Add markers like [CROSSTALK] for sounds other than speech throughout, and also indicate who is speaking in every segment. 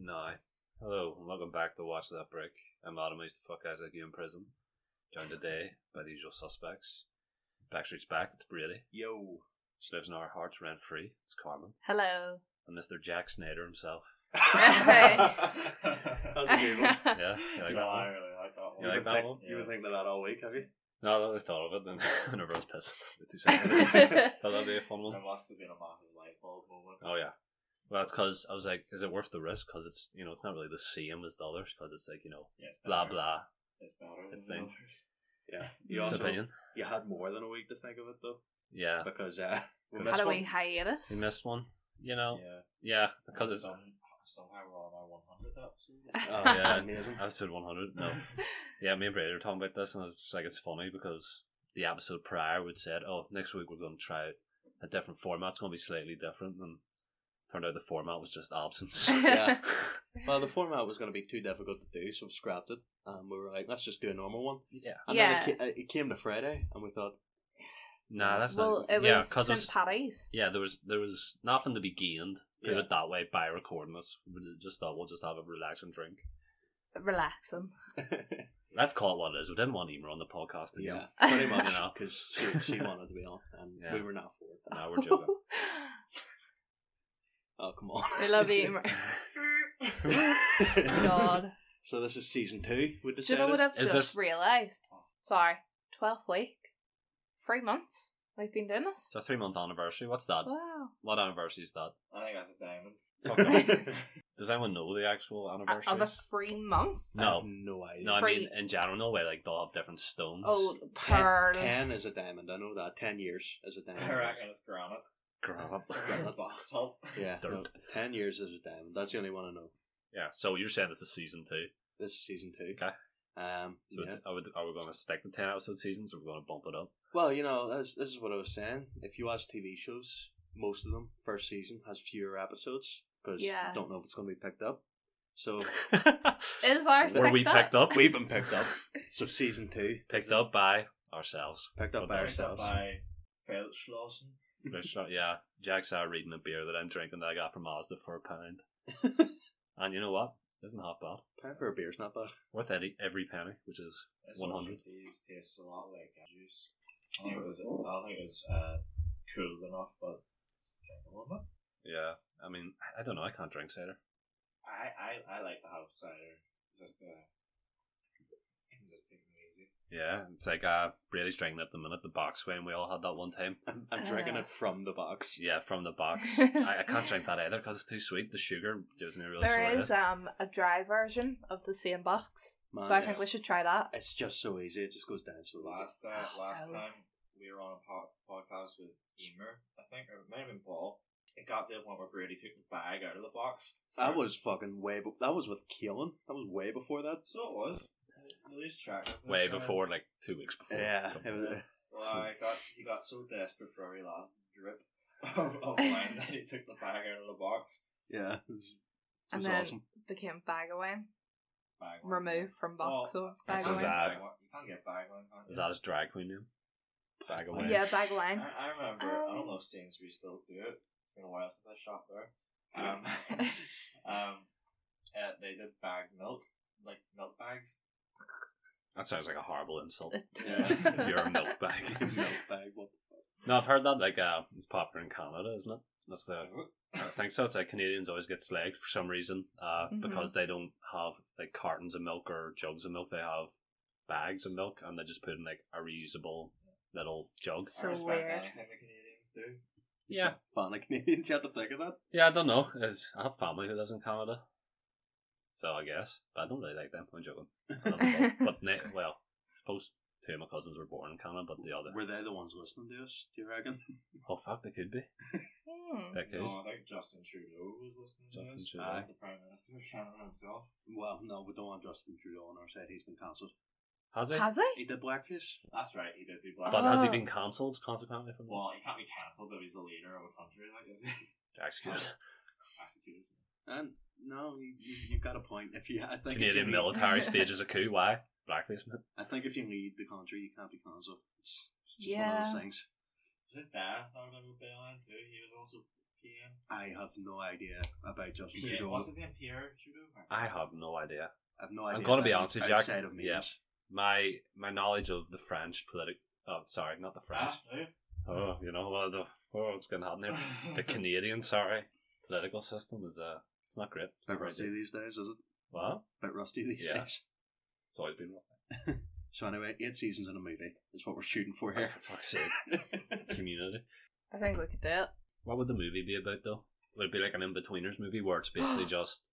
Speaker 1: Nine. Hello and welcome back to Watch That Brick. I'm Artemis the fuck Isaac in prison. Joined today by the usual suspects. Backstreet's back, it's Brady. [LAUGHS]
Speaker 2: Yo.
Speaker 1: She lives in our hearts rent free, it's Carmen.
Speaker 3: Hello.
Speaker 1: And Mr. Jack Snyder himself.
Speaker 2: that was a
Speaker 3: [LAUGHS]
Speaker 2: good [LAUGHS] one.
Speaker 1: Yeah, [LAUGHS] you like
Speaker 2: no,
Speaker 1: that
Speaker 2: I
Speaker 1: one?
Speaker 2: really like that one.
Speaker 1: You like
Speaker 2: You've been
Speaker 1: that
Speaker 2: think-
Speaker 1: one?
Speaker 2: You've been
Speaker 1: Yeah.
Speaker 2: thinking of that all week, have you?
Speaker 1: [LAUGHS] No, I thought of it then [LAUGHS] whenever I was pissing. The two
Speaker 2: [LAUGHS]
Speaker 1: seconds.
Speaker 3: That's
Speaker 1: Thought that'd be a fun one.
Speaker 2: There must have been a massive light bulb moment.
Speaker 1: Oh yeah. Well, that's because I was like, is it worth the risk? Because it's you know it's not really the same as the others because it's like you know
Speaker 2: Yeah, it's
Speaker 1: blah
Speaker 2: better.
Speaker 1: blah.
Speaker 2: It's better
Speaker 1: It's
Speaker 2: than
Speaker 1: thing.
Speaker 2: others. Yeah. [LAUGHS] You
Speaker 1: His
Speaker 2: also
Speaker 1: opinion.
Speaker 2: you had more than a week to think of it though,
Speaker 1: Yeah.
Speaker 2: because uh, we
Speaker 1: Had
Speaker 2: missed
Speaker 3: Had a
Speaker 2: one.
Speaker 3: wee hiatus.
Speaker 1: He
Speaker 3: [LAUGHS]
Speaker 1: missed one. You know.
Speaker 2: Yeah,
Speaker 1: Yeah. Oh, because it's
Speaker 2: some, somehow we're on our 100th episode. [LAUGHS]
Speaker 3: Oh,
Speaker 2: Oh,
Speaker 1: [LAUGHS] yeah.
Speaker 2: amazing.
Speaker 1: episode 100. No.
Speaker 2: [LAUGHS]
Speaker 1: yeah, me and Brady were talking about this, and I was just like, it's funny because the episode prior would said, oh, next week we're going to try out a different format. It's going to be slightly different, and turned out the format was just
Speaker 3: [LAUGHS]
Speaker 1: absence. [LAUGHS]
Speaker 2: Yeah. Well, the format was going to be too difficult to do, so we scrapped it, and we were like, let's just do a normal one.
Speaker 1: yeah.
Speaker 2: And
Speaker 3: Yeah.
Speaker 2: then it, ca- uh, it came to Friday, and we thought, [LAUGHS]
Speaker 1: Nah, that's
Speaker 3: well,
Speaker 1: not.
Speaker 3: it
Speaker 1: yeah,
Speaker 3: was
Speaker 1: because
Speaker 3: St. Patty's.
Speaker 1: yeah, there was there was nothing to be gained. Put
Speaker 2: Yeah.
Speaker 1: it that way by recording this. We just thought we'll just have a relaxing drink.
Speaker 3: Relaxing.
Speaker 1: Let's call it what it is. We didn't want Emer on the podcast again.
Speaker 2: yeah,
Speaker 3: [LAUGHS]
Speaker 2: pretty
Speaker 1: You
Speaker 2: much,
Speaker 1: know.
Speaker 2: because she, she wanted to be on, and
Speaker 1: Yeah.
Speaker 2: we were not for it.
Speaker 1: Now we're joking.
Speaker 2: Oh, come on.
Speaker 3: [LAUGHS] we
Speaker 2: [LAUGHS]
Speaker 3: love you.
Speaker 1: [LAUGHS]
Speaker 3: God.
Speaker 2: So this is season two, we
Speaker 3: Do you
Speaker 2: decided. [LAUGHS]
Speaker 3: know what I've
Speaker 1: Is
Speaker 3: just
Speaker 1: this-
Speaker 3: realised? Sorry. 12th week. Three months. We've been doing this.
Speaker 1: It's our three month anniversary. What's that?
Speaker 3: Wow.
Speaker 1: What anniversary is that?
Speaker 2: I think that's a diamond.
Speaker 1: [LAUGHS] Does anyone know the actual anniversary?
Speaker 3: Of a free month?
Speaker 2: I have
Speaker 1: no,
Speaker 2: no idea.
Speaker 1: no. I
Speaker 3: Free-
Speaker 1: mean, in general, no way. Like they'll have different stones.
Speaker 3: Oh,
Speaker 2: ten,
Speaker 3: pearl.
Speaker 2: ten is a diamond. I know that. Ten years is a diamond.
Speaker 4: I reckon it's granite.
Speaker 1: Grab.
Speaker 4: Granite basalt.
Speaker 2: Yeah. no,
Speaker 1: Dirt.
Speaker 2: ten years is a diamond. That's the only one I know.
Speaker 1: [LAUGHS] yeah. So you're saying this is season two?
Speaker 2: This is season two.
Speaker 1: Okay.
Speaker 2: Um.
Speaker 1: So
Speaker 2: yeah.
Speaker 1: are we, are we going to stick to ten episode seasons, or we're going to bump it up?
Speaker 2: Well, you know, this, this is what I was saying. If you watch TV shows, most of them first season has fewer episodes because
Speaker 3: Yeah.
Speaker 2: don't know if it's going to be picked up.
Speaker 3: [LAUGHS]
Speaker 2: So
Speaker 1: [LAUGHS]
Speaker 3: Is ours
Speaker 1: Were we picked
Speaker 3: [LAUGHS]
Speaker 1: up?
Speaker 2: we've been picked up. So season two
Speaker 1: [LAUGHS] picked up by ourselves.
Speaker 2: picked up
Speaker 1: Well,
Speaker 2: by
Speaker 1: there
Speaker 4: Picked up
Speaker 2: ourselves.
Speaker 4: by Feldschlossen.
Speaker 1: There's not- yeah, Jack's out reading a beer that I'm drinking that I got from Mazda for a
Speaker 2: [LAUGHS]
Speaker 1: pound. and you know what? Isn't that bad?
Speaker 2: Pound for a beer's not bad.
Speaker 1: Worth every, every penny, which is
Speaker 4: It's
Speaker 1: 100.
Speaker 4: also Thieves tastes a lot like uh, juice. I don't think it was, I don't think it was uh, cool enough, but drinkable enough.
Speaker 1: Yeah, I mean, I don't know. I can't drink cider.
Speaker 4: I, I, I like to have cider. Just, uh, just take it easy.
Speaker 1: Yeah, it's like uh, Brady's drinking at the minute the box when we all had that one time.
Speaker 2: I'm, I'm drinking
Speaker 3: Uh.
Speaker 2: it from the box.
Speaker 1: Yeah, from the
Speaker 3: [LAUGHS]
Speaker 1: box. I, I can't drink that either because it's too sweet. The sugar gives me a real sore
Speaker 3: There
Speaker 1: head.
Speaker 3: is um a dry version of the same box,
Speaker 2: Man,
Speaker 3: so I think
Speaker 2: yes.
Speaker 3: we should try that.
Speaker 2: It's just so easy. It just goes down so easy.
Speaker 4: Last, uh,
Speaker 3: Oh,
Speaker 4: last
Speaker 3: no.
Speaker 4: time we were on a po- podcast with Emer, I think, or it might have been Paul. It got to the point where Brady took the bag out of the box.
Speaker 2: That
Speaker 4: Started-
Speaker 2: was fucking way. Be- that was with Keelan. That was way before that.
Speaker 4: So it was. I lose track of this,
Speaker 1: Way
Speaker 4: uh,
Speaker 1: before, like two weeks before. uh,
Speaker 2: Yeah, it was,
Speaker 4: Well, I
Speaker 1: Hmm.
Speaker 4: got he got so desperate for every last drip [LAUGHS] of, of wine that he took the bag out of the box.
Speaker 2: yeah. It was, it
Speaker 3: And
Speaker 2: was
Speaker 3: then
Speaker 2: awesome. [LAUGHS]
Speaker 3: became bag away,
Speaker 4: Bag wine.
Speaker 3: removed from box
Speaker 4: Oh,
Speaker 3: or
Speaker 1: that's
Speaker 3: bag
Speaker 1: a
Speaker 3: away.
Speaker 1: zap.
Speaker 4: Bag wine. You can't get bag wine. Can't you?
Speaker 1: Is that his drag queen name? Bag of wine.
Speaker 3: Oh, Yeah, bag away.
Speaker 4: I, I remember. I
Speaker 3: Um,
Speaker 4: don't know if Sainsbury's still do it. It's been a while since I shopped
Speaker 3: [LAUGHS]
Speaker 4: there. Um, um, uh, they did bag milk, like milk bags.
Speaker 1: That sounds like a horrible
Speaker 3: [LAUGHS]
Speaker 1: insult.
Speaker 2: Yeah.
Speaker 1: You're a milk bag. [LAUGHS]
Speaker 2: Milk bag. What the fuck?
Speaker 1: No, I've heard that like uh, it's popular in Canada, isn't it? That's the
Speaker 4: Is it?
Speaker 1: I think Uh, so. It's like Canadians always get slagged for some reason uh,
Speaker 3: Mhm.
Speaker 1: because they don't have like cartons of milk or jugs of milk. They have bags of milk and they just put in like a reusable little jug.
Speaker 3: So
Speaker 4: I respect
Speaker 3: weird.
Speaker 4: anything the Canadians do.
Speaker 1: Yeah,
Speaker 2: Fan of Canadians. [LAUGHS] You had to think of that.
Speaker 1: yeah. I don't know. It's, I have family who lives in Canada, so I guess. But I don't really like them. I'm joking. I love them both. but ne- well, I suppose two of my cousins were born in Canada, but the other.
Speaker 2: Were they the ones listening to us? Do you reckon?
Speaker 1: Oh fuck, they could be.
Speaker 3: [LAUGHS] Hmm.
Speaker 1: They could.
Speaker 4: No, I think Justin Trudeau was listening
Speaker 1: Justin
Speaker 4: to this.
Speaker 1: Trudeau.
Speaker 4: Uh, the Prime Minister of Canada himself.
Speaker 2: Well, no, we don't want Justin Trudeau on our side. He's been cancelled.
Speaker 1: Has he?
Speaker 3: Has
Speaker 2: He
Speaker 3: he?
Speaker 2: did blackface.
Speaker 4: That's right, he did do black.
Speaker 1: but has he
Speaker 3: Ah.
Speaker 1: been cancelled consequently from
Speaker 4: Well, he can't be cancelled if he's the leader of a country,
Speaker 1: [LAUGHS]
Speaker 4: like, is he?
Speaker 1: executed?
Speaker 4: Executed.
Speaker 2: And no, you, you, you've got a point. If you, I think if you
Speaker 1: Canadian
Speaker 2: lead,
Speaker 1: military stages a coup. Why blackface? man?
Speaker 2: I think if you lead the country, you can't be cancelled. It's, it's just one of
Speaker 3: Yeah.
Speaker 2: those things.
Speaker 4: His dad, I remember Bailan too, he was also PM.
Speaker 2: I have no idea about Justin
Speaker 4: Pierre,
Speaker 2: Trudeau.
Speaker 4: what's his name? Pierre Trudeau.
Speaker 1: Oh, I have no idea.
Speaker 2: I have no
Speaker 1: I'm
Speaker 2: idea.
Speaker 1: gonna be
Speaker 2: about
Speaker 1: honest
Speaker 2: him
Speaker 1: with you, Jack.
Speaker 2: Outside of memes.
Speaker 1: Yeah. My my knowledge of the French politic. Oh, sorry, not the French.
Speaker 4: Ah, no.
Speaker 1: Oh, you know what? The, oh, what's going to
Speaker 4: [LAUGHS]
Speaker 1: happen there? The Canadian, sorry, political system is uh, it's not great. It's not
Speaker 2: Bit
Speaker 1: very
Speaker 2: rusty
Speaker 1: good.
Speaker 2: these days, is it?
Speaker 1: What?
Speaker 2: Bit rusty these
Speaker 1: Yeah.
Speaker 2: days.
Speaker 1: It's always been rusty.
Speaker 2: So anyway, eight seasons in a movie is what we're shooting for
Speaker 1: For [LAUGHS]
Speaker 2: here.
Speaker 1: fuck's sake. Community.
Speaker 3: I think we could do it.
Speaker 1: What would the movie be about though? Would it be like an in betweeners movie where it's basically just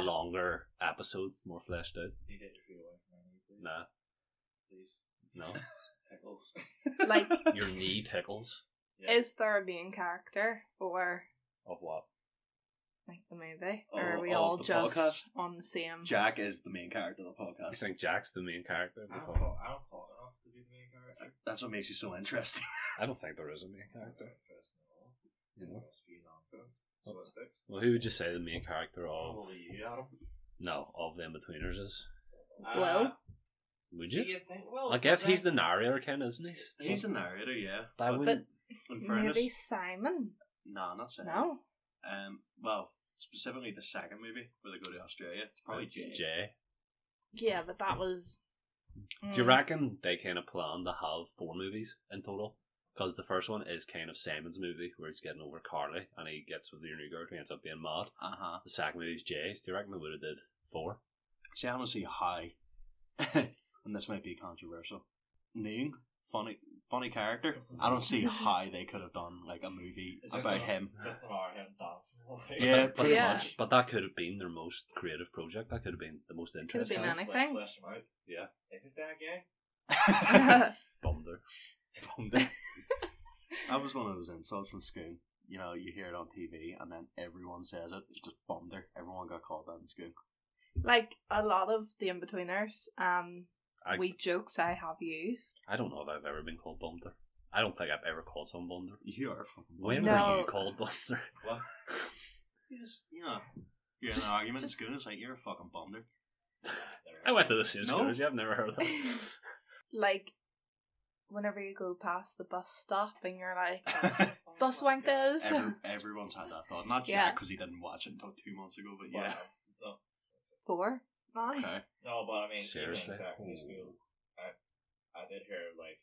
Speaker 1: a longer episode, more fleshed out?
Speaker 4: You get your feet away from me, please.
Speaker 1: Nah,
Speaker 4: Please.
Speaker 1: no.
Speaker 4: Pickles. [LAUGHS]
Speaker 3: Like,
Speaker 1: Your knee tickles
Speaker 4: Yeah.
Speaker 3: is there a main character or
Speaker 1: of what?
Speaker 3: like the movie?
Speaker 2: Oh,
Speaker 3: Or are we
Speaker 2: of
Speaker 3: all
Speaker 2: the
Speaker 3: just
Speaker 2: podcast?
Speaker 3: on the same?
Speaker 2: Jack is the main character of the
Speaker 1: I
Speaker 2: podcast.
Speaker 1: think Jack's the main character. of the
Speaker 4: I don't
Speaker 1: film.
Speaker 4: call, I don't call it enough to be the main character.
Speaker 2: That's what makes you so interesting.
Speaker 1: I don't think there is a main character.
Speaker 4: First of all,
Speaker 1: You know?
Speaker 4: must be nonsense. So it sticks.
Speaker 1: Well, who would you say the main character of
Speaker 4: Probably you, Adam.
Speaker 1: no of the in betweeners is?
Speaker 3: Well,
Speaker 4: Uh,
Speaker 1: Would
Speaker 4: so
Speaker 1: you?
Speaker 4: think- well,
Speaker 1: I guess
Speaker 4: then-
Speaker 1: he's the narrator, Ken, isn't he?
Speaker 2: He's the narrator, yeah.
Speaker 1: But I
Speaker 2: But
Speaker 1: wouldn't-
Speaker 2: in fairness,
Speaker 3: Maybe Simon?
Speaker 2: nah, not saying.
Speaker 3: No.
Speaker 2: Um, well, specifically the second movie where they go to Australia, it's probably Jay.
Speaker 1: Jay.
Speaker 3: Yeah, but that was.
Speaker 1: Do you
Speaker 3: Mm.
Speaker 1: reckon they kind of plan to have four movies in total? Because the first one is kind of Simon's movie where he's getting over Carly and he gets with the new girl who ends up being mad.
Speaker 2: Uh huh.
Speaker 1: The second movie is Jay's. Do you reckon they would have did four?
Speaker 2: See, I want to see how, [LAUGHS] and this might be controversial. Noon, funny, funny character. I don't
Speaker 3: [LAUGHS]
Speaker 2: see how they could have done like a movie
Speaker 4: It's just
Speaker 2: about
Speaker 4: an-
Speaker 2: [LAUGHS] him.
Speaker 4: Just an hour of him dancing. Like,
Speaker 2: Yeah,
Speaker 1: But-
Speaker 2: pretty
Speaker 3: Yeah. [LAUGHS]
Speaker 2: much.
Speaker 1: But that could have been their most creative project. That could have been the most
Speaker 3: have
Speaker 1: interesting.
Speaker 3: been
Speaker 4: Fle-
Speaker 3: anything.
Speaker 4: Flesh him out.
Speaker 1: Yeah.
Speaker 4: Is his dad gay?
Speaker 3: [LAUGHS]
Speaker 1: Bummer.
Speaker 2: that was one of those insults in school. You know, you hear it on TV, and then everyone says it. It's just bonder. Everyone got called that in school.
Speaker 3: like a lot of the in betweeners, um,
Speaker 1: I-
Speaker 3: we jokes I have used.
Speaker 1: I don't know if I've ever been called Bumder. I don't think I've ever called someone Bumder.
Speaker 2: You are fucking.
Speaker 1: When were
Speaker 3: No.
Speaker 1: you called Bumder? [LAUGHS]
Speaker 2: What? You just, you know, you're in
Speaker 3: Just-
Speaker 2: an argument
Speaker 3: just-
Speaker 2: in school. It's like you're a fucking bonder.
Speaker 1: I went to the same
Speaker 2: No.
Speaker 1: school as you. I've never heard of that.
Speaker 3: Like, whenever you go past the bus stop and you're like,
Speaker 2: [LAUGHS]
Speaker 3: bus [LAUGHS] wankers.
Speaker 2: Every, everyone's had that thought. Not
Speaker 3: Yeah.
Speaker 2: Jack because he didn't watch it until two months ago. But
Speaker 4: But,
Speaker 3: [LAUGHS]
Speaker 2: yeah,
Speaker 4: No,
Speaker 3: four, nine.
Speaker 2: okay.
Speaker 4: no, but I mean,
Speaker 1: Seriously?
Speaker 4: even in secondary school,
Speaker 1: Ooh.
Speaker 4: I, I did hear like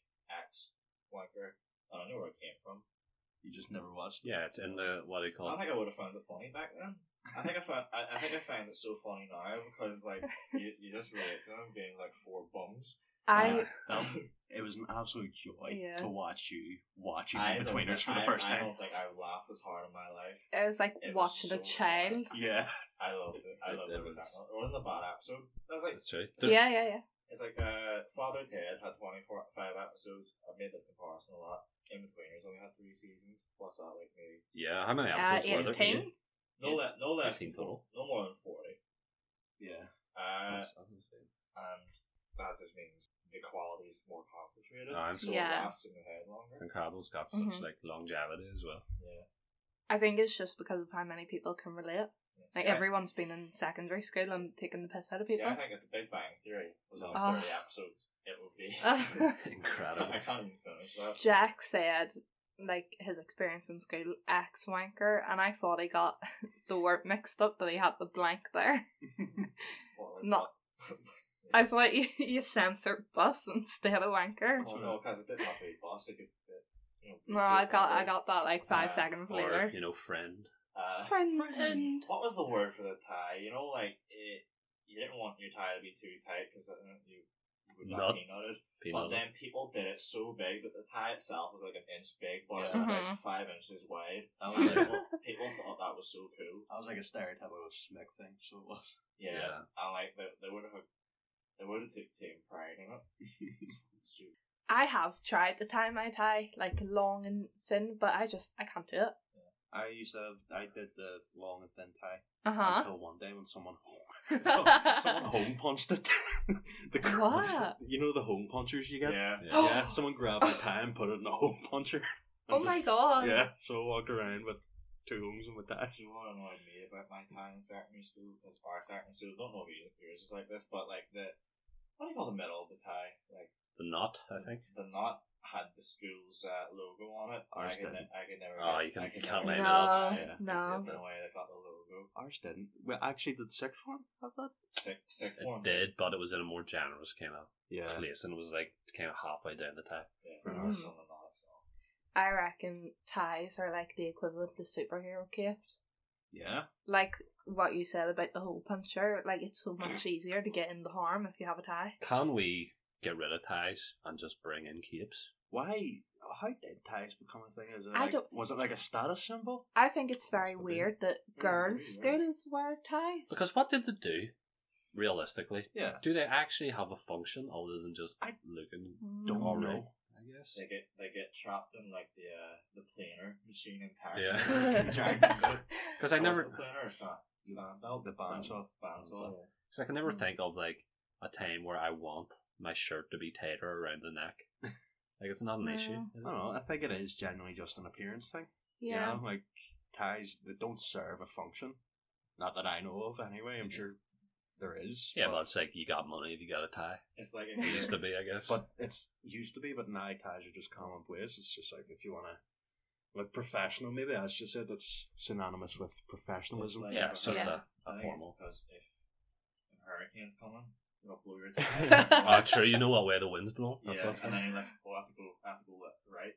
Speaker 4: X wanker. I don't know where it came from.
Speaker 2: You just never watched.
Speaker 1: Yeah, it's in the what do you
Speaker 2: Oh
Speaker 4: I
Speaker 1: call
Speaker 4: don't
Speaker 1: it?
Speaker 4: think I would have found it funny back then. I think I found I, I think I found it so funny now
Speaker 3: [LAUGHS]
Speaker 4: because like you, you just relate to them being like four bums.
Speaker 2: Yeah.
Speaker 3: I [LAUGHS]
Speaker 2: That- it was an absolute joy
Speaker 3: Yeah.
Speaker 2: to watch you watching
Speaker 4: I
Speaker 2: in
Speaker 4: don't
Speaker 2: betweeners for
Speaker 4: think-
Speaker 2: the
Speaker 4: I-
Speaker 2: first
Speaker 4: I
Speaker 2: time.
Speaker 4: don't think I laughed as hard in my life.
Speaker 3: I was like
Speaker 4: It was
Speaker 3: watching
Speaker 4: so
Speaker 3: a child.
Speaker 2: Yeah,
Speaker 4: I loved it. I
Speaker 1: It-
Speaker 4: loved
Speaker 1: it
Speaker 4: it. It, was,
Speaker 1: was-
Speaker 4: it wasn't a bad episode. That's like
Speaker 1: That's true.
Speaker 3: Yeah, yeah, yeah.
Speaker 4: It's like uh, Father Ted had 24, five episodes. I've made this comparison a lot. In Betweeners only had three seasons. What's that like? Maybe
Speaker 1: Yeah, how many
Speaker 3: Uh,
Speaker 1: episodes were there?
Speaker 3: 18.
Speaker 4: no, le- no less
Speaker 1: 15
Speaker 4: than
Speaker 1: total.
Speaker 4: No more than forty.
Speaker 2: [LAUGHS] yeah.
Speaker 4: Uh,
Speaker 1: That's- that's insane.
Speaker 4: and that just means the quality is more concentrated.
Speaker 1: Aye.
Speaker 4: so
Speaker 3: Yeah.
Speaker 4: it lasts in the head longer.
Speaker 1: It's incredible. It's got such
Speaker 3: Mhm.
Speaker 1: like longevity as
Speaker 2: [LAUGHS]
Speaker 1: well.
Speaker 4: Yeah.
Speaker 3: I think it's just because of how many people can relate.
Speaker 4: It's-
Speaker 3: Like
Speaker 4: I-
Speaker 3: everyone's been in secondary school and taking the piss out of
Speaker 4: See,
Speaker 3: people.
Speaker 4: I think if the Big Bang Theory was on
Speaker 3: Oh.
Speaker 4: thirty episodes, it would
Speaker 3: [LAUGHS]
Speaker 4: be.
Speaker 1: Incredible.
Speaker 4: I can't even finish that.
Speaker 3: Jack said like his experience in school ex wanker and I thought he got [LAUGHS] the word mixed up that he had the blank there. [LAUGHS]
Speaker 4: What, [LAUGHS]
Speaker 3: Not- I thought you, [LAUGHS] you censored bus instead of wanker.
Speaker 4: Oh no, because it didn't have to be boss. It could, it, you
Speaker 3: No,
Speaker 4: know,
Speaker 3: I got I
Speaker 4: it.
Speaker 3: got that like
Speaker 2: Ah,
Speaker 3: five
Speaker 4: Uh,
Speaker 3: seconds
Speaker 1: Or
Speaker 3: later.
Speaker 1: you know, friend.
Speaker 4: Uh,
Speaker 3: Friend.
Speaker 4: What was the word for the tie? You know, like it, you didn't want your tie to be too tight because you would
Speaker 1: Nut.
Speaker 4: not be nutted. But
Speaker 1: Peanut.
Speaker 4: then people did it so big that the tie itself was like an inch big, but it
Speaker 2: Yeah.
Speaker 4: was
Speaker 3: Mhm.
Speaker 4: like five inches wide.
Speaker 2: That was
Speaker 4: And
Speaker 2: like,
Speaker 4: people, people thought that was so cool.
Speaker 2: that was like a stereotypical Smick thing. So it was.
Speaker 4: Yeah,
Speaker 1: Yeah.
Speaker 4: and like they, they would have, they would have took taken pride [LAUGHS] in it. It's stupid.
Speaker 3: I have tried to tie my tie like long and thin, but I just I can't do it.
Speaker 2: I used to. Have, I did the long and thin tie
Speaker 3: Uh huh.
Speaker 2: until one day when someone [LAUGHS] so,
Speaker 3: [LAUGHS]
Speaker 2: someone home punched it. [LAUGHS] the girls-
Speaker 3: What?
Speaker 2: You know the home punchers you get.
Speaker 3: [GASPS]
Speaker 4: Yeah.
Speaker 1: Yeah.
Speaker 2: Yeah, someone grabbed my tie and put it in a home puncher. [LAUGHS] I
Speaker 3: Oh my
Speaker 2: just-
Speaker 3: god.
Speaker 2: Yeah, so I walked around with two homes and my tie.
Speaker 4: Actually, what annoyed me about my time in secondary school was our secondary school. Don't know if you- if yours is like this, but like the what do you call the middle of the tie? Like
Speaker 1: The knot, I think.
Speaker 4: the knot had the school's uh, logo on it. I
Speaker 1: Ours
Speaker 4: can, ne-
Speaker 1: didn't.
Speaker 4: I can never.
Speaker 1: Oh,
Speaker 4: get-
Speaker 1: you can-
Speaker 4: I
Speaker 1: you
Speaker 4: can
Speaker 1: can't
Speaker 4: never
Speaker 1: line it
Speaker 4: get that.
Speaker 1: up.
Speaker 3: No,
Speaker 4: Yeah, that's
Speaker 3: no.
Speaker 4: the only way they got the logo.
Speaker 2: Ours didn't. Well, actually, did sixth form have that?
Speaker 4: Six, six
Speaker 1: It
Speaker 4: one.
Speaker 1: did, but it was in a more generous kind of
Speaker 2: Yeah.
Speaker 1: place and it was like kind of halfway down the tap.
Speaker 4: Yeah,
Speaker 2: Mm.
Speaker 4: ours on the not, so.
Speaker 3: I reckon ties are like the equivalent to superhero capes.
Speaker 2: Yeah.
Speaker 3: Like what you said about the hole puncher, like
Speaker 2: [COUGHS]
Speaker 3: it's so much easier to get in the harm if you have a tie.
Speaker 1: Can we get rid of ties and just bring in capes?
Speaker 2: Why? How did ties become a thing? Is it?
Speaker 3: I
Speaker 2: like-
Speaker 3: don't-
Speaker 2: Was it like a status symbol?
Speaker 3: I think it's very
Speaker 1: Must have been.
Speaker 3: weird that
Speaker 4: Yeah,
Speaker 3: girls'
Speaker 4: very weird.
Speaker 3: schools wear ties.
Speaker 1: Because what did they do? Realistically,
Speaker 2: Yeah.
Speaker 1: do they actually have a function other than just
Speaker 2: I
Speaker 1: looking?
Speaker 3: Mm.
Speaker 2: Don't
Speaker 1: All
Speaker 2: [LAUGHS]
Speaker 3: [LAUGHS]
Speaker 1: right.
Speaker 2: know.
Speaker 1: I guess.
Speaker 4: They get they get trapped in like the uh, the planer machine in
Speaker 3: [LAUGHS]
Speaker 4: Paris.
Speaker 1: Yeah. Because I never,
Speaker 4: the planer or sand, sand belt,
Speaker 2: The bandsaw.
Speaker 4: bandsaw.
Speaker 1: cause I can
Speaker 2: Mm-hmm.
Speaker 1: never
Speaker 3: Mm.
Speaker 1: think of like a time where I want my shirt to be tighter around the
Speaker 2: [LAUGHS]
Speaker 1: neck. Like it's not an
Speaker 3: No.
Speaker 1: issue.
Speaker 2: I
Speaker 1: Is
Speaker 2: don't know. I think it is generally just an appearance thing.
Speaker 3: yeah.
Speaker 2: You know, like ties that don't serve a function. Not that I know of, anyway. I'm sure there is.
Speaker 1: it? Yeah, but it's like you got money if you got a tie.
Speaker 4: It's like
Speaker 1: It
Speaker 4: if
Speaker 1: used
Speaker 4: you're,
Speaker 1: to
Speaker 4: [LAUGHS]
Speaker 1: be, I guess.
Speaker 2: But it's used to be, but now ties are just commonplace. It's just like if you want to look professional, maybe that's just it. That's synonymous with professionalism.
Speaker 4: It's like-
Speaker 1: yeah, it's just
Speaker 3: Yeah.
Speaker 1: a, a
Speaker 4: I think it's
Speaker 1: formal.
Speaker 4: because if a hurricane's coming, you'll
Speaker 1: [LAUGHS]
Speaker 4: blow your
Speaker 1: [LAUGHS] Oh,
Speaker 4: ties.
Speaker 1: true. You know what way the wind's blowing. That's
Speaker 4: yeah,
Speaker 1: what's
Speaker 4: and then you're like, oh, I have to go, I have to go left, right.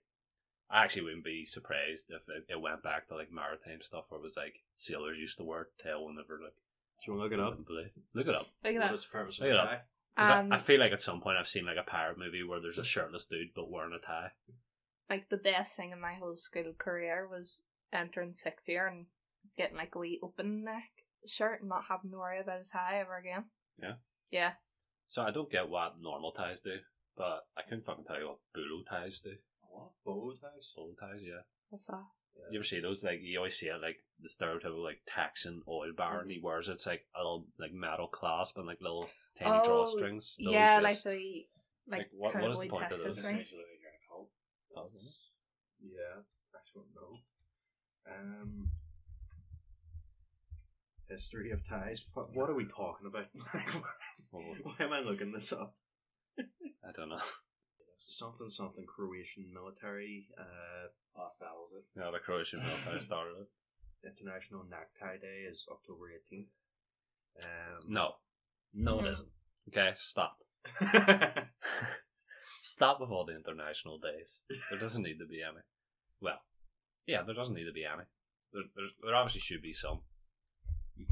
Speaker 1: I actually wouldn't be surprised if it, it went back to like maritime stuff where it was like sailors used to wear tail whenever like
Speaker 2: Do you want to look it up?
Speaker 1: blue. Look it up.
Speaker 3: Look at
Speaker 2: What
Speaker 3: that.
Speaker 2: is the purpose of
Speaker 1: Look
Speaker 2: a
Speaker 1: it up.
Speaker 2: tie?
Speaker 1: 'Cause I-
Speaker 3: Um,
Speaker 1: I, feel like at some point I've seen like a pirate movie where there's a shirtless dude but wearing a tie.
Speaker 3: like the best thing in my whole school career was entering sixth year and getting like a wee open neck shirt and not having to worry about a tie ever again.
Speaker 1: Yeah.
Speaker 3: Yeah.
Speaker 1: So I don't get what normal ties do, but I couldn't fucking tell you what bolo ties do.
Speaker 4: What?
Speaker 2: Bow ties.
Speaker 1: Bolo ties, yeah.
Speaker 3: What's that?
Speaker 1: You ever see those? Like you always see it, like the stereotypical like Texan oil baron.
Speaker 3: Mm-hmm.
Speaker 1: He wears it's like a little like metal clasp and like little tiny
Speaker 3: Oh,
Speaker 1: drawstrings. Those,
Speaker 3: yeah,
Speaker 1: yes.
Speaker 3: like the like,
Speaker 1: Like, what- what is the
Speaker 3: cowboy
Speaker 1: point of
Speaker 3: Texas
Speaker 1: those?
Speaker 4: This
Speaker 3: ring.
Speaker 4: makes you look like you're in a cult.
Speaker 1: Oh, isn't it?
Speaker 2: Yeah, I don't know. Um, history of ties. Fu- What are we talking about? [LAUGHS] Why am I looking this up?
Speaker 1: I don't know. [LAUGHS]
Speaker 2: Something, something Croatian military, uh,
Speaker 4: Oh, that was it.
Speaker 1: Yeah, the Croatian military started it.
Speaker 2: International Necktie Day is October 18th. Um,
Speaker 1: No, no, it
Speaker 3: Mhm.
Speaker 1: isn't. Okay, stop. [LAUGHS]
Speaker 2: [LAUGHS]
Speaker 1: Stop with all the international days. There doesn't need to be any. Well, yeah, there doesn't need to be any. There, there's, there obviously should be some.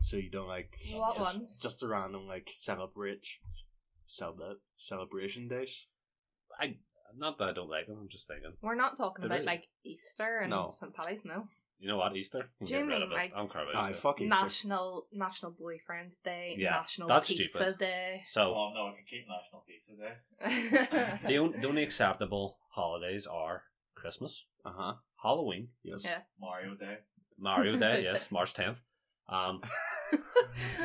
Speaker 2: So you don't like.
Speaker 3: What
Speaker 2: just,
Speaker 3: ones?
Speaker 2: Just the random, like, celebrate. Celebra- celebration days?
Speaker 1: I not that I don't like them. I'm just thinking.
Speaker 3: We're not talking
Speaker 1: The
Speaker 3: about
Speaker 1: ring.
Speaker 3: like Easter and
Speaker 2: No.
Speaker 3: St. Patty's, no.
Speaker 1: You know what? Easter. You
Speaker 3: Do you
Speaker 1: can get rid
Speaker 3: mean,
Speaker 1: of it.
Speaker 3: like-
Speaker 1: I'm care about
Speaker 2: Aye,
Speaker 1: Easter.
Speaker 2: fuck Easter.
Speaker 3: National National Boyfriend's Day,
Speaker 1: Yeah,
Speaker 3: National
Speaker 1: that's
Speaker 3: Pizza
Speaker 1: stupid. [LAUGHS]
Speaker 3: Day.
Speaker 1: so
Speaker 4: Oh no, we can keep National Pizza Day.
Speaker 1: the, on, the only acceptable holidays are Christmas,
Speaker 2: Uh huh.
Speaker 1: Halloween,
Speaker 2: Yes.
Speaker 3: Yeah.
Speaker 4: Mario Day.
Speaker 1: Mario
Speaker 3: [LAUGHS]
Speaker 1: Day. yes, March 10th. Um,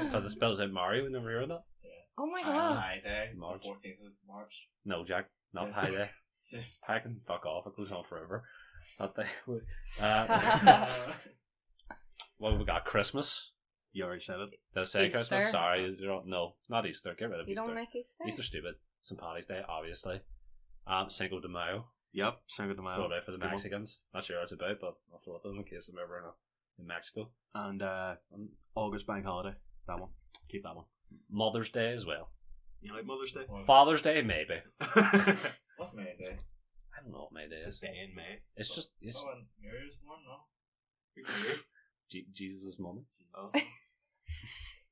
Speaker 1: because it spells out Mario whenever you're in it.
Speaker 3: [LAUGHS] oh my god.
Speaker 4: Hi Day.
Speaker 1: March.
Speaker 4: Fourteenth of March.
Speaker 1: No, Jack, not
Speaker 4: Yeah.
Speaker 1: Pie Day.
Speaker 3: [LAUGHS]
Speaker 4: Yes. [LAUGHS]
Speaker 1: Pie can fuck off. It goes on forever. That [LAUGHS] day. Uh, [LAUGHS]
Speaker 4: Uh,
Speaker 1: well, we got Christmas.
Speaker 2: You already said it.
Speaker 1: Did I say
Speaker 3: Easter.
Speaker 1: Christmas? Sorry, is there- no, not Easter. Get rid of
Speaker 3: you
Speaker 1: Easter.
Speaker 3: don't like Easter?
Speaker 1: Easter stupid. St. Paddy's Day, obviously. Um, Cinco de Mayo.
Speaker 2: Yep. Cinco de Mayo.
Speaker 1: Throw it out for the
Speaker 2: Um, Good one.
Speaker 1: Mexicans. Not sure what it's about, but I'll throw it them in case I'm ever in, in Mexico.
Speaker 2: And uh,
Speaker 1: Um,
Speaker 2: August Bank Holiday. That one. Keep that one.
Speaker 1: Mother's Day as well.
Speaker 2: You like Mother's Day? [LAUGHS]
Speaker 4: Well,
Speaker 1: Father's Day, maybe.
Speaker 4: What's May Day?
Speaker 1: I don't know what May Day
Speaker 2: it's
Speaker 1: is.
Speaker 2: a day in May.
Speaker 1: It's just it's
Speaker 4: Oh, and Mary was born, no?
Speaker 1: Je- Jesus' moment.
Speaker 2: Oh.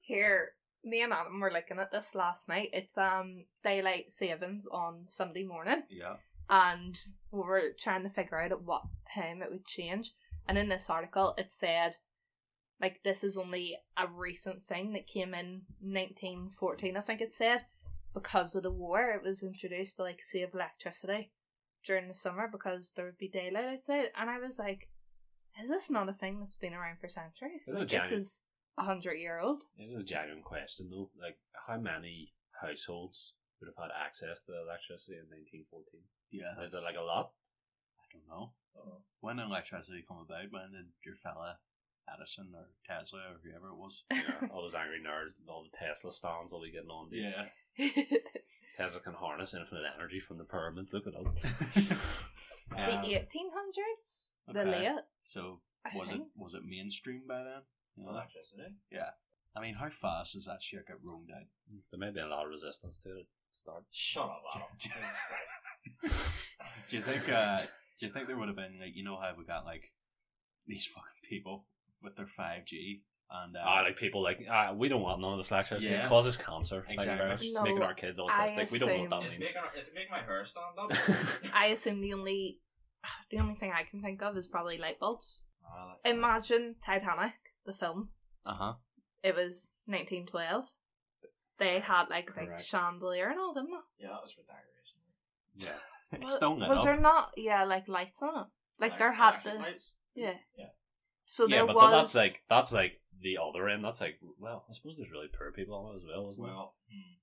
Speaker 3: Here, me and Adam were looking at this last night. It's um daylight savings on Sunday morning,
Speaker 2: Yeah.
Speaker 3: and we were trying to figure out at what time it would change. And in this article, it said, like this is only a recent thing that came in 1914. I think it said because of the war, it was introduced to like save electricity during the summer because there would be daylight outside. And I was like, is this not a thing that's been around for centuries?
Speaker 1: This is
Speaker 3: like,
Speaker 1: giant.
Speaker 3: this is a hundred year old. [LAUGHS]
Speaker 1: It is a genuine question though. Like, how many households would have had access to electricity in 1914?
Speaker 2: Yeah.
Speaker 1: Is it like a lot?
Speaker 2: I don't know.
Speaker 4: Oh.
Speaker 2: When did electricity come about? When did your fella Edison or Tesla or whoever it was?
Speaker 3: [LAUGHS]
Speaker 1: all those angry nerds, all the Tesla stands, all be getting on. dude.
Speaker 2: Yeah.
Speaker 1: Tesla says it can harness infinite energy from the pyramids. Look it up. [LAUGHS]
Speaker 2: [LAUGHS]
Speaker 3: The
Speaker 2: Um,
Speaker 3: 1800s? The
Speaker 1: okay.
Speaker 3: late?
Speaker 2: so
Speaker 3: I
Speaker 2: was it
Speaker 3: think.
Speaker 2: was it mainstream by then?
Speaker 1: Oh,
Speaker 2: Yeah.
Speaker 4: Electricity.
Speaker 2: I mean, how fast does that shit get rolled out?
Speaker 1: there may be a lot of resistance to it. Start.
Speaker 4: Shut up,
Speaker 1: [LAUGHS]
Speaker 4: Adam. Jesus
Speaker 2: [LAUGHS]
Speaker 4: Christ.
Speaker 2: Do you think? Uh, do you think there would have been like you know how we got like these [LAUGHS] fucking people with their five G and uh,
Speaker 1: Ah, like people like ah, we don't want none of this lecture.
Speaker 2: Yeah.
Speaker 1: It causes cancer.
Speaker 2: Exactly.
Speaker 1: Like, virus. it's
Speaker 3: No,
Speaker 1: making our kids
Speaker 3: I
Speaker 1: autistic. We don't know what
Speaker 4: Is
Speaker 1: that
Speaker 4: it
Speaker 1: means.
Speaker 4: making is it making my hair stand
Speaker 1: [LAUGHS]
Speaker 4: up?
Speaker 3: I assume the only [SIGHS] the only thing I can think of is probably light bulbs.
Speaker 4: Ah, like-
Speaker 3: Imagine Titanic, the film.
Speaker 2: uh huh.
Speaker 3: It was 1912. They had like a big
Speaker 2: Correct.
Speaker 3: chandelier and all, didn't they?
Speaker 4: Yeah, that was for decoration.
Speaker 1: Yeah.
Speaker 2: It's
Speaker 3: Well,
Speaker 2: still lit up.
Speaker 3: Was there not? Yeah, like lights on it. Like there had
Speaker 4: flashing
Speaker 3: the
Speaker 4: lights.
Speaker 3: yeah.
Speaker 4: Yeah.
Speaker 1: [LAUGHS]
Speaker 3: So
Speaker 1: yeah,
Speaker 3: there
Speaker 1: but
Speaker 3: was
Speaker 1: that's like that's like the other end. That's like well, I suppose there's really poor people on it as well, isn't
Speaker 4: Well, hmm.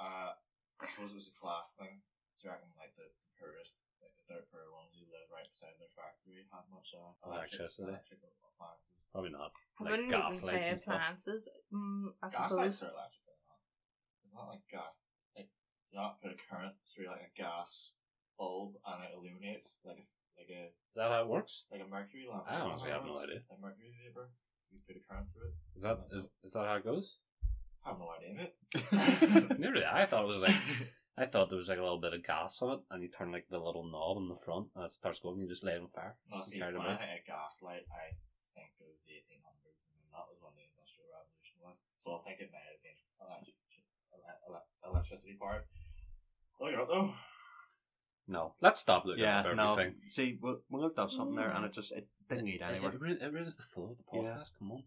Speaker 4: uh, I suppose it was a class thing. Do you reckon like the poorest, like the third poor ones who live right beside their factory had much uh, electric-
Speaker 1: Electricity.
Speaker 4: electrical appliances?
Speaker 1: there? Probably not.
Speaker 3: I
Speaker 1: like
Speaker 3: wouldn't
Speaker 1: gas
Speaker 3: even
Speaker 1: lights
Speaker 3: say
Speaker 1: and stuff.
Speaker 3: appliances. Mm, I
Speaker 4: Gas lights
Speaker 3: suppose.
Speaker 4: are electrical, not. It's not like gas. Like you not put a current through like a gas bulb and it illuminates like a like a
Speaker 1: Is that how it works?
Speaker 4: like a mercury lamp.
Speaker 1: I honestly have no idea.
Speaker 4: Like mercury vapor, you put a current through it.
Speaker 1: Is that is, is that how it goes?
Speaker 3: [LAUGHS]
Speaker 4: I have no idea, mate.
Speaker 1: [LAUGHS]
Speaker 4: [LAUGHS]
Speaker 1: Nearly. I thought it was like I thought there was like a little bit of gas on it, and you turn like the little knob on the front, and it starts going. And you just lay it on fire.
Speaker 3: Oh,
Speaker 4: No,
Speaker 1: and
Speaker 4: see,
Speaker 1: carry
Speaker 4: when
Speaker 1: them out.
Speaker 4: I think of gaslight, I think of the 1800s, and that was when the Industrial Revolution was. So I think it might have been electric, ele- ele- electricity part. Look it up though.
Speaker 1: No, let's stop looking
Speaker 2: yeah,
Speaker 1: up
Speaker 2: no.
Speaker 1: everything.
Speaker 2: See, we, we looked up something there, and it just it didn't lead
Speaker 1: It,
Speaker 2: anywhere.
Speaker 1: it, ru- it ruins the flow of the
Speaker 2: Yeah.
Speaker 1: podcast. Come on,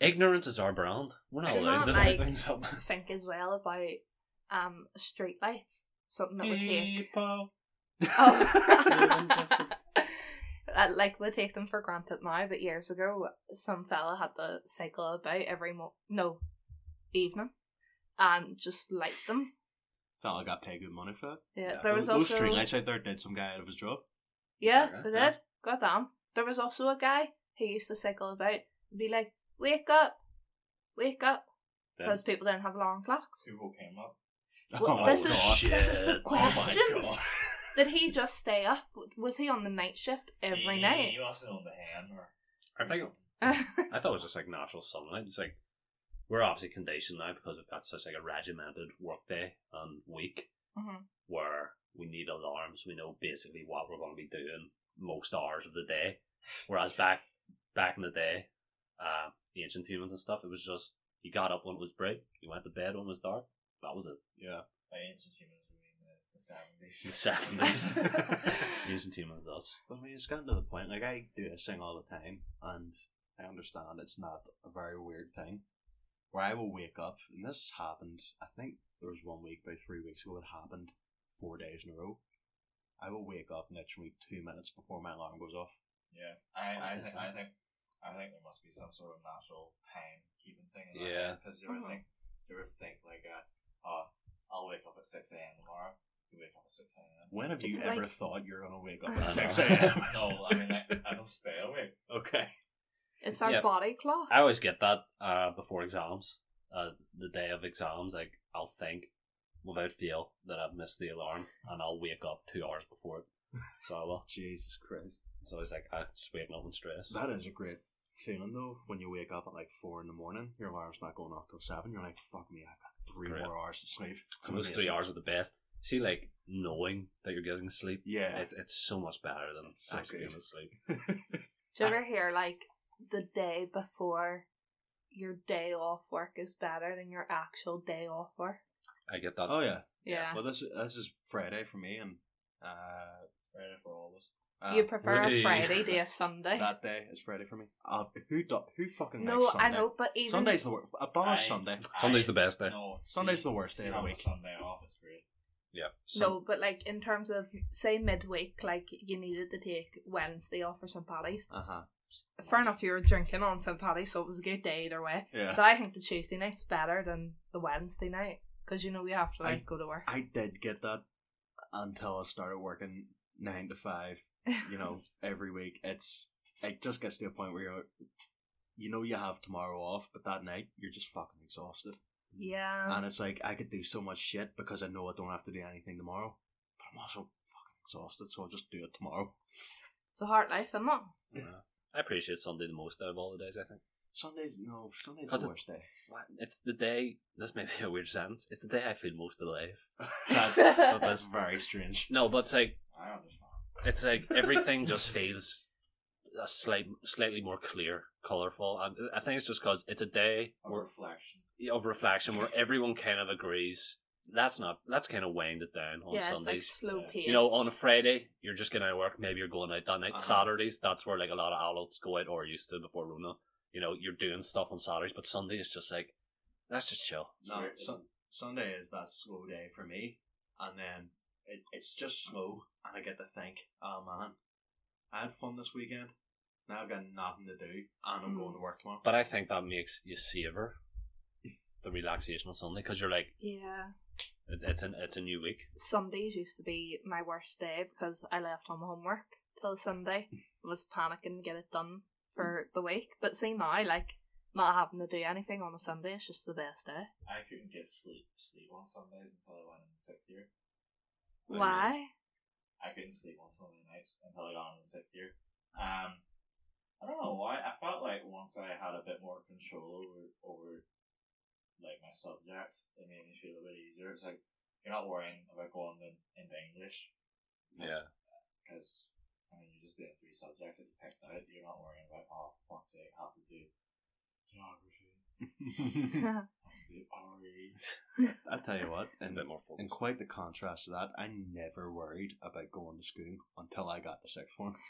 Speaker 1: ignorance is our brand. We're not
Speaker 3: It's
Speaker 1: allowed
Speaker 3: not
Speaker 1: to
Speaker 3: Mm. like-
Speaker 1: make things up.
Speaker 3: Think as well about um street lights. Something that would take.
Speaker 1: People. [LAUGHS] Even
Speaker 3: Oh.
Speaker 1: just
Speaker 3: [LAUGHS]
Speaker 1: the-
Speaker 3: Uh, like we take them for granted now, but years ago, some fella had to cycle about every mo- no evening and just light them.
Speaker 2: Fella got paid good money for that.
Speaker 3: Yeah,
Speaker 1: Yeah,
Speaker 3: there
Speaker 2: those,
Speaker 3: was
Speaker 2: those
Speaker 3: also
Speaker 2: streetlights out there did some guy out of his job.
Speaker 3: yeah,
Speaker 1: Sorry,
Speaker 3: they
Speaker 1: yeah.
Speaker 3: did. God damn, there was also a guy who used to cycle about and be like, "Wake up, wake up,"
Speaker 1: Then-
Speaker 3: because people didn't have alarm clocks.
Speaker 4: Who woke him up?
Speaker 2: [LAUGHS]
Speaker 3: Well,
Speaker 2: my
Speaker 3: this is-
Speaker 2: God.
Speaker 3: this is the
Speaker 1: Shit. Oh my
Speaker 3: question.
Speaker 1: God.
Speaker 3: Did he just stay up? Was he on the night shift every
Speaker 4: He-
Speaker 3: night?
Speaker 4: He must have known the hand or.
Speaker 1: I think I thought it was just like natural sunlight. It's like we're obviously conditioned now because we've got such like a regimented workday and week
Speaker 3: Mhm.
Speaker 1: where we need alarms. We know basically what we're going to be doing most hours of the day. Whereas back back in the day, uh, ancient humans and stuff, it was just you got up when it was bright, you went to bed when it was dark. That was it. [LAUGHS]
Speaker 2: Yeah.
Speaker 4: By ancient humans, we mean the, the 70s.
Speaker 1: The 70s.
Speaker 2: but
Speaker 1: Ancient humans does.
Speaker 2: we just got to the point. Like I do this thing all the time, and I understand it's not a very weird thing. Where I will wake up, and this has happened. I think there was one week, about three weeks ago, it happened four days in a row. I will wake up literally two minutes before my alarm goes off.
Speaker 4: Yeah, I, I
Speaker 1: What is
Speaker 4: think
Speaker 1: that?
Speaker 4: I think I think there must be some sort of natural time keeping thing. In
Speaker 1: Yeah.
Speaker 4: because you ever
Speaker 3: Mhm.
Speaker 4: think you ever think like, uh, oh, I'll wake up at six a.m. tomorrow. You wake up at six a.m.
Speaker 2: When have you [LAUGHS]
Speaker 3: It's
Speaker 2: ever
Speaker 3: like-
Speaker 2: thought you're gonna wake
Speaker 3: I
Speaker 2: up
Speaker 3: know.
Speaker 2: at six a.m.?
Speaker 4: no, I mean I, I don't stay awake.
Speaker 2: Okay.
Speaker 3: [LAUGHS] it's our
Speaker 1: Yeah.
Speaker 3: body clock.
Speaker 1: I always get that uh, before exams. Uh, the day of exams, like I'll think without fail that I've missed the alarm, and I'll wake up two hours before it. So I will.
Speaker 2: Jesus Christ.
Speaker 1: It's always like I just waking up in stress.
Speaker 2: That is a great feeling though. When you wake up at like four in the morning, your alarm's not going off till seven. You're like, "Fuck me, I've got three
Speaker 1: great.
Speaker 2: more hours to sleep." It's
Speaker 1: So those
Speaker 2: amazing.
Speaker 1: three hours are the best. See, like knowing that you're getting sleep,
Speaker 2: Yeah.
Speaker 1: it's it's so much better than
Speaker 2: It's so
Speaker 1: actually
Speaker 2: good.
Speaker 1: getting sleep.
Speaker 2: [LAUGHS]
Speaker 3: Do you ever hear like the day before your day off work is better than your actual day off work?
Speaker 1: I get that.
Speaker 2: oh yeah.
Speaker 3: Yeah.
Speaker 2: Well, this this is Friday for me, and uh,
Speaker 4: Ready for all this.
Speaker 2: uh,
Speaker 3: you prefer
Speaker 1: really?
Speaker 3: a Friday to a Sunday?
Speaker 2: that day is Friday for me. Uh, who do, who fucking
Speaker 3: [LAUGHS] no,
Speaker 2: likes Sunday?
Speaker 3: I know, but even
Speaker 2: Sunday's the worst. Abolish
Speaker 4: I-
Speaker 2: Sunday.
Speaker 1: Sunday's the best day.
Speaker 4: No,
Speaker 2: Sunday's the worst day of the
Speaker 4: having a
Speaker 2: week.
Speaker 4: Sunday off is great.
Speaker 1: Yeah. So
Speaker 3: no, but like in terms of say midweek, like you needed to take Wednesday off for St. Paddy's.
Speaker 2: Uh huh.
Speaker 3: Fair enough, you were drinking on St. Paddy's, so it was a good day either way.
Speaker 2: Yeah.
Speaker 3: But I think the Tuesday night's better than the Wednesday night because you know you have to like
Speaker 2: I-
Speaker 3: go to work.
Speaker 2: I did get that until I started working nine to five. You know, every week it's it just gets to a point where you're, you know, you have tomorrow off, but that night you're just fucking exhausted.
Speaker 3: [LAUGHS] Yeah.
Speaker 2: And it's like I could do so much shit because I know I don't have to do anything tomorrow. But I'm also fucking exhausted, so I'll just do it tomorrow.
Speaker 3: It's a hard life, isn't it?
Speaker 1: Uh, I appreciate Sunday the most out of all the days. I think
Speaker 2: Sunday's no Sunday's
Speaker 1: 'Cause
Speaker 2: the
Speaker 1: it's-
Speaker 2: worst day.
Speaker 1: it's the day. This may be a weird sentence. It's the day I feel most
Speaker 2: [LAUGHS]
Speaker 1: alive.
Speaker 2: that's, that's very strange.
Speaker 1: No, but it's like
Speaker 4: I understand.
Speaker 1: it's like everything just feels a slight, slightly more clear, colorful, and I think it's just because it's a day
Speaker 4: A
Speaker 1: where,
Speaker 4: reflection.
Speaker 1: of reflection where everyone kind of agrees. That's not. That's kind of wound it down on
Speaker 3: yeah,
Speaker 1: Sundays.
Speaker 3: it's like slow
Speaker 4: Yeah.
Speaker 3: pace.
Speaker 1: you know, on a Friday, you're just getting out of work. Maybe you're going out that night.
Speaker 2: Uh-huh.
Speaker 1: Saturdays, that's where like a lot of adults go out or used to before Rona. You know, you're doing stuff on Saturdays, but Sunday is just like, that's just chill.
Speaker 2: No,
Speaker 4: Weird, isn't
Speaker 2: Sun- Sunday is that slow day for me, and then it, it's just slow, and I get to think, oh man, I had fun this weekend. Now I've got nothing to do, and I'm
Speaker 3: Hmm.
Speaker 2: going to work tomorrow.
Speaker 1: But I think that makes you savor the relaxation on Sunday because you're like,
Speaker 3: yeah.
Speaker 1: it, it's an it's a new week.
Speaker 3: Sundays used to be my worst day because I left all my homework till Sunday. I was panicking to get it done
Speaker 1: Hmm.
Speaker 3: for the week. But see now, like not having to do anything on a Sunday is just the best day.
Speaker 4: I couldn't get sleep sleep on Sundays until I went in sick gear.
Speaker 1: Hmm.
Speaker 2: Why?
Speaker 3: Why?
Speaker 4: I couldn't sleep on Sunday nights until I got in sick gear. Um, I don't know why. I felt like once I had a bit more control over over like my subjects, it made me feel a bit easier. It's like you're not worrying about going in, into English.
Speaker 1: Yeah.
Speaker 4: Because I mean, you're just doing three subjects that you picked out. You're not worrying about oh for fuck's sake, I have to do geography,
Speaker 1: Hmm.
Speaker 4: I have to do E. RE.
Speaker 2: [LAUGHS] I tell you what,
Speaker 1: It's
Speaker 2: in,
Speaker 1: a bit more
Speaker 2: in
Speaker 1: focused.
Speaker 2: quite the contrast to that, I never worried about going to school until I got the sixth form. [LAUGHS]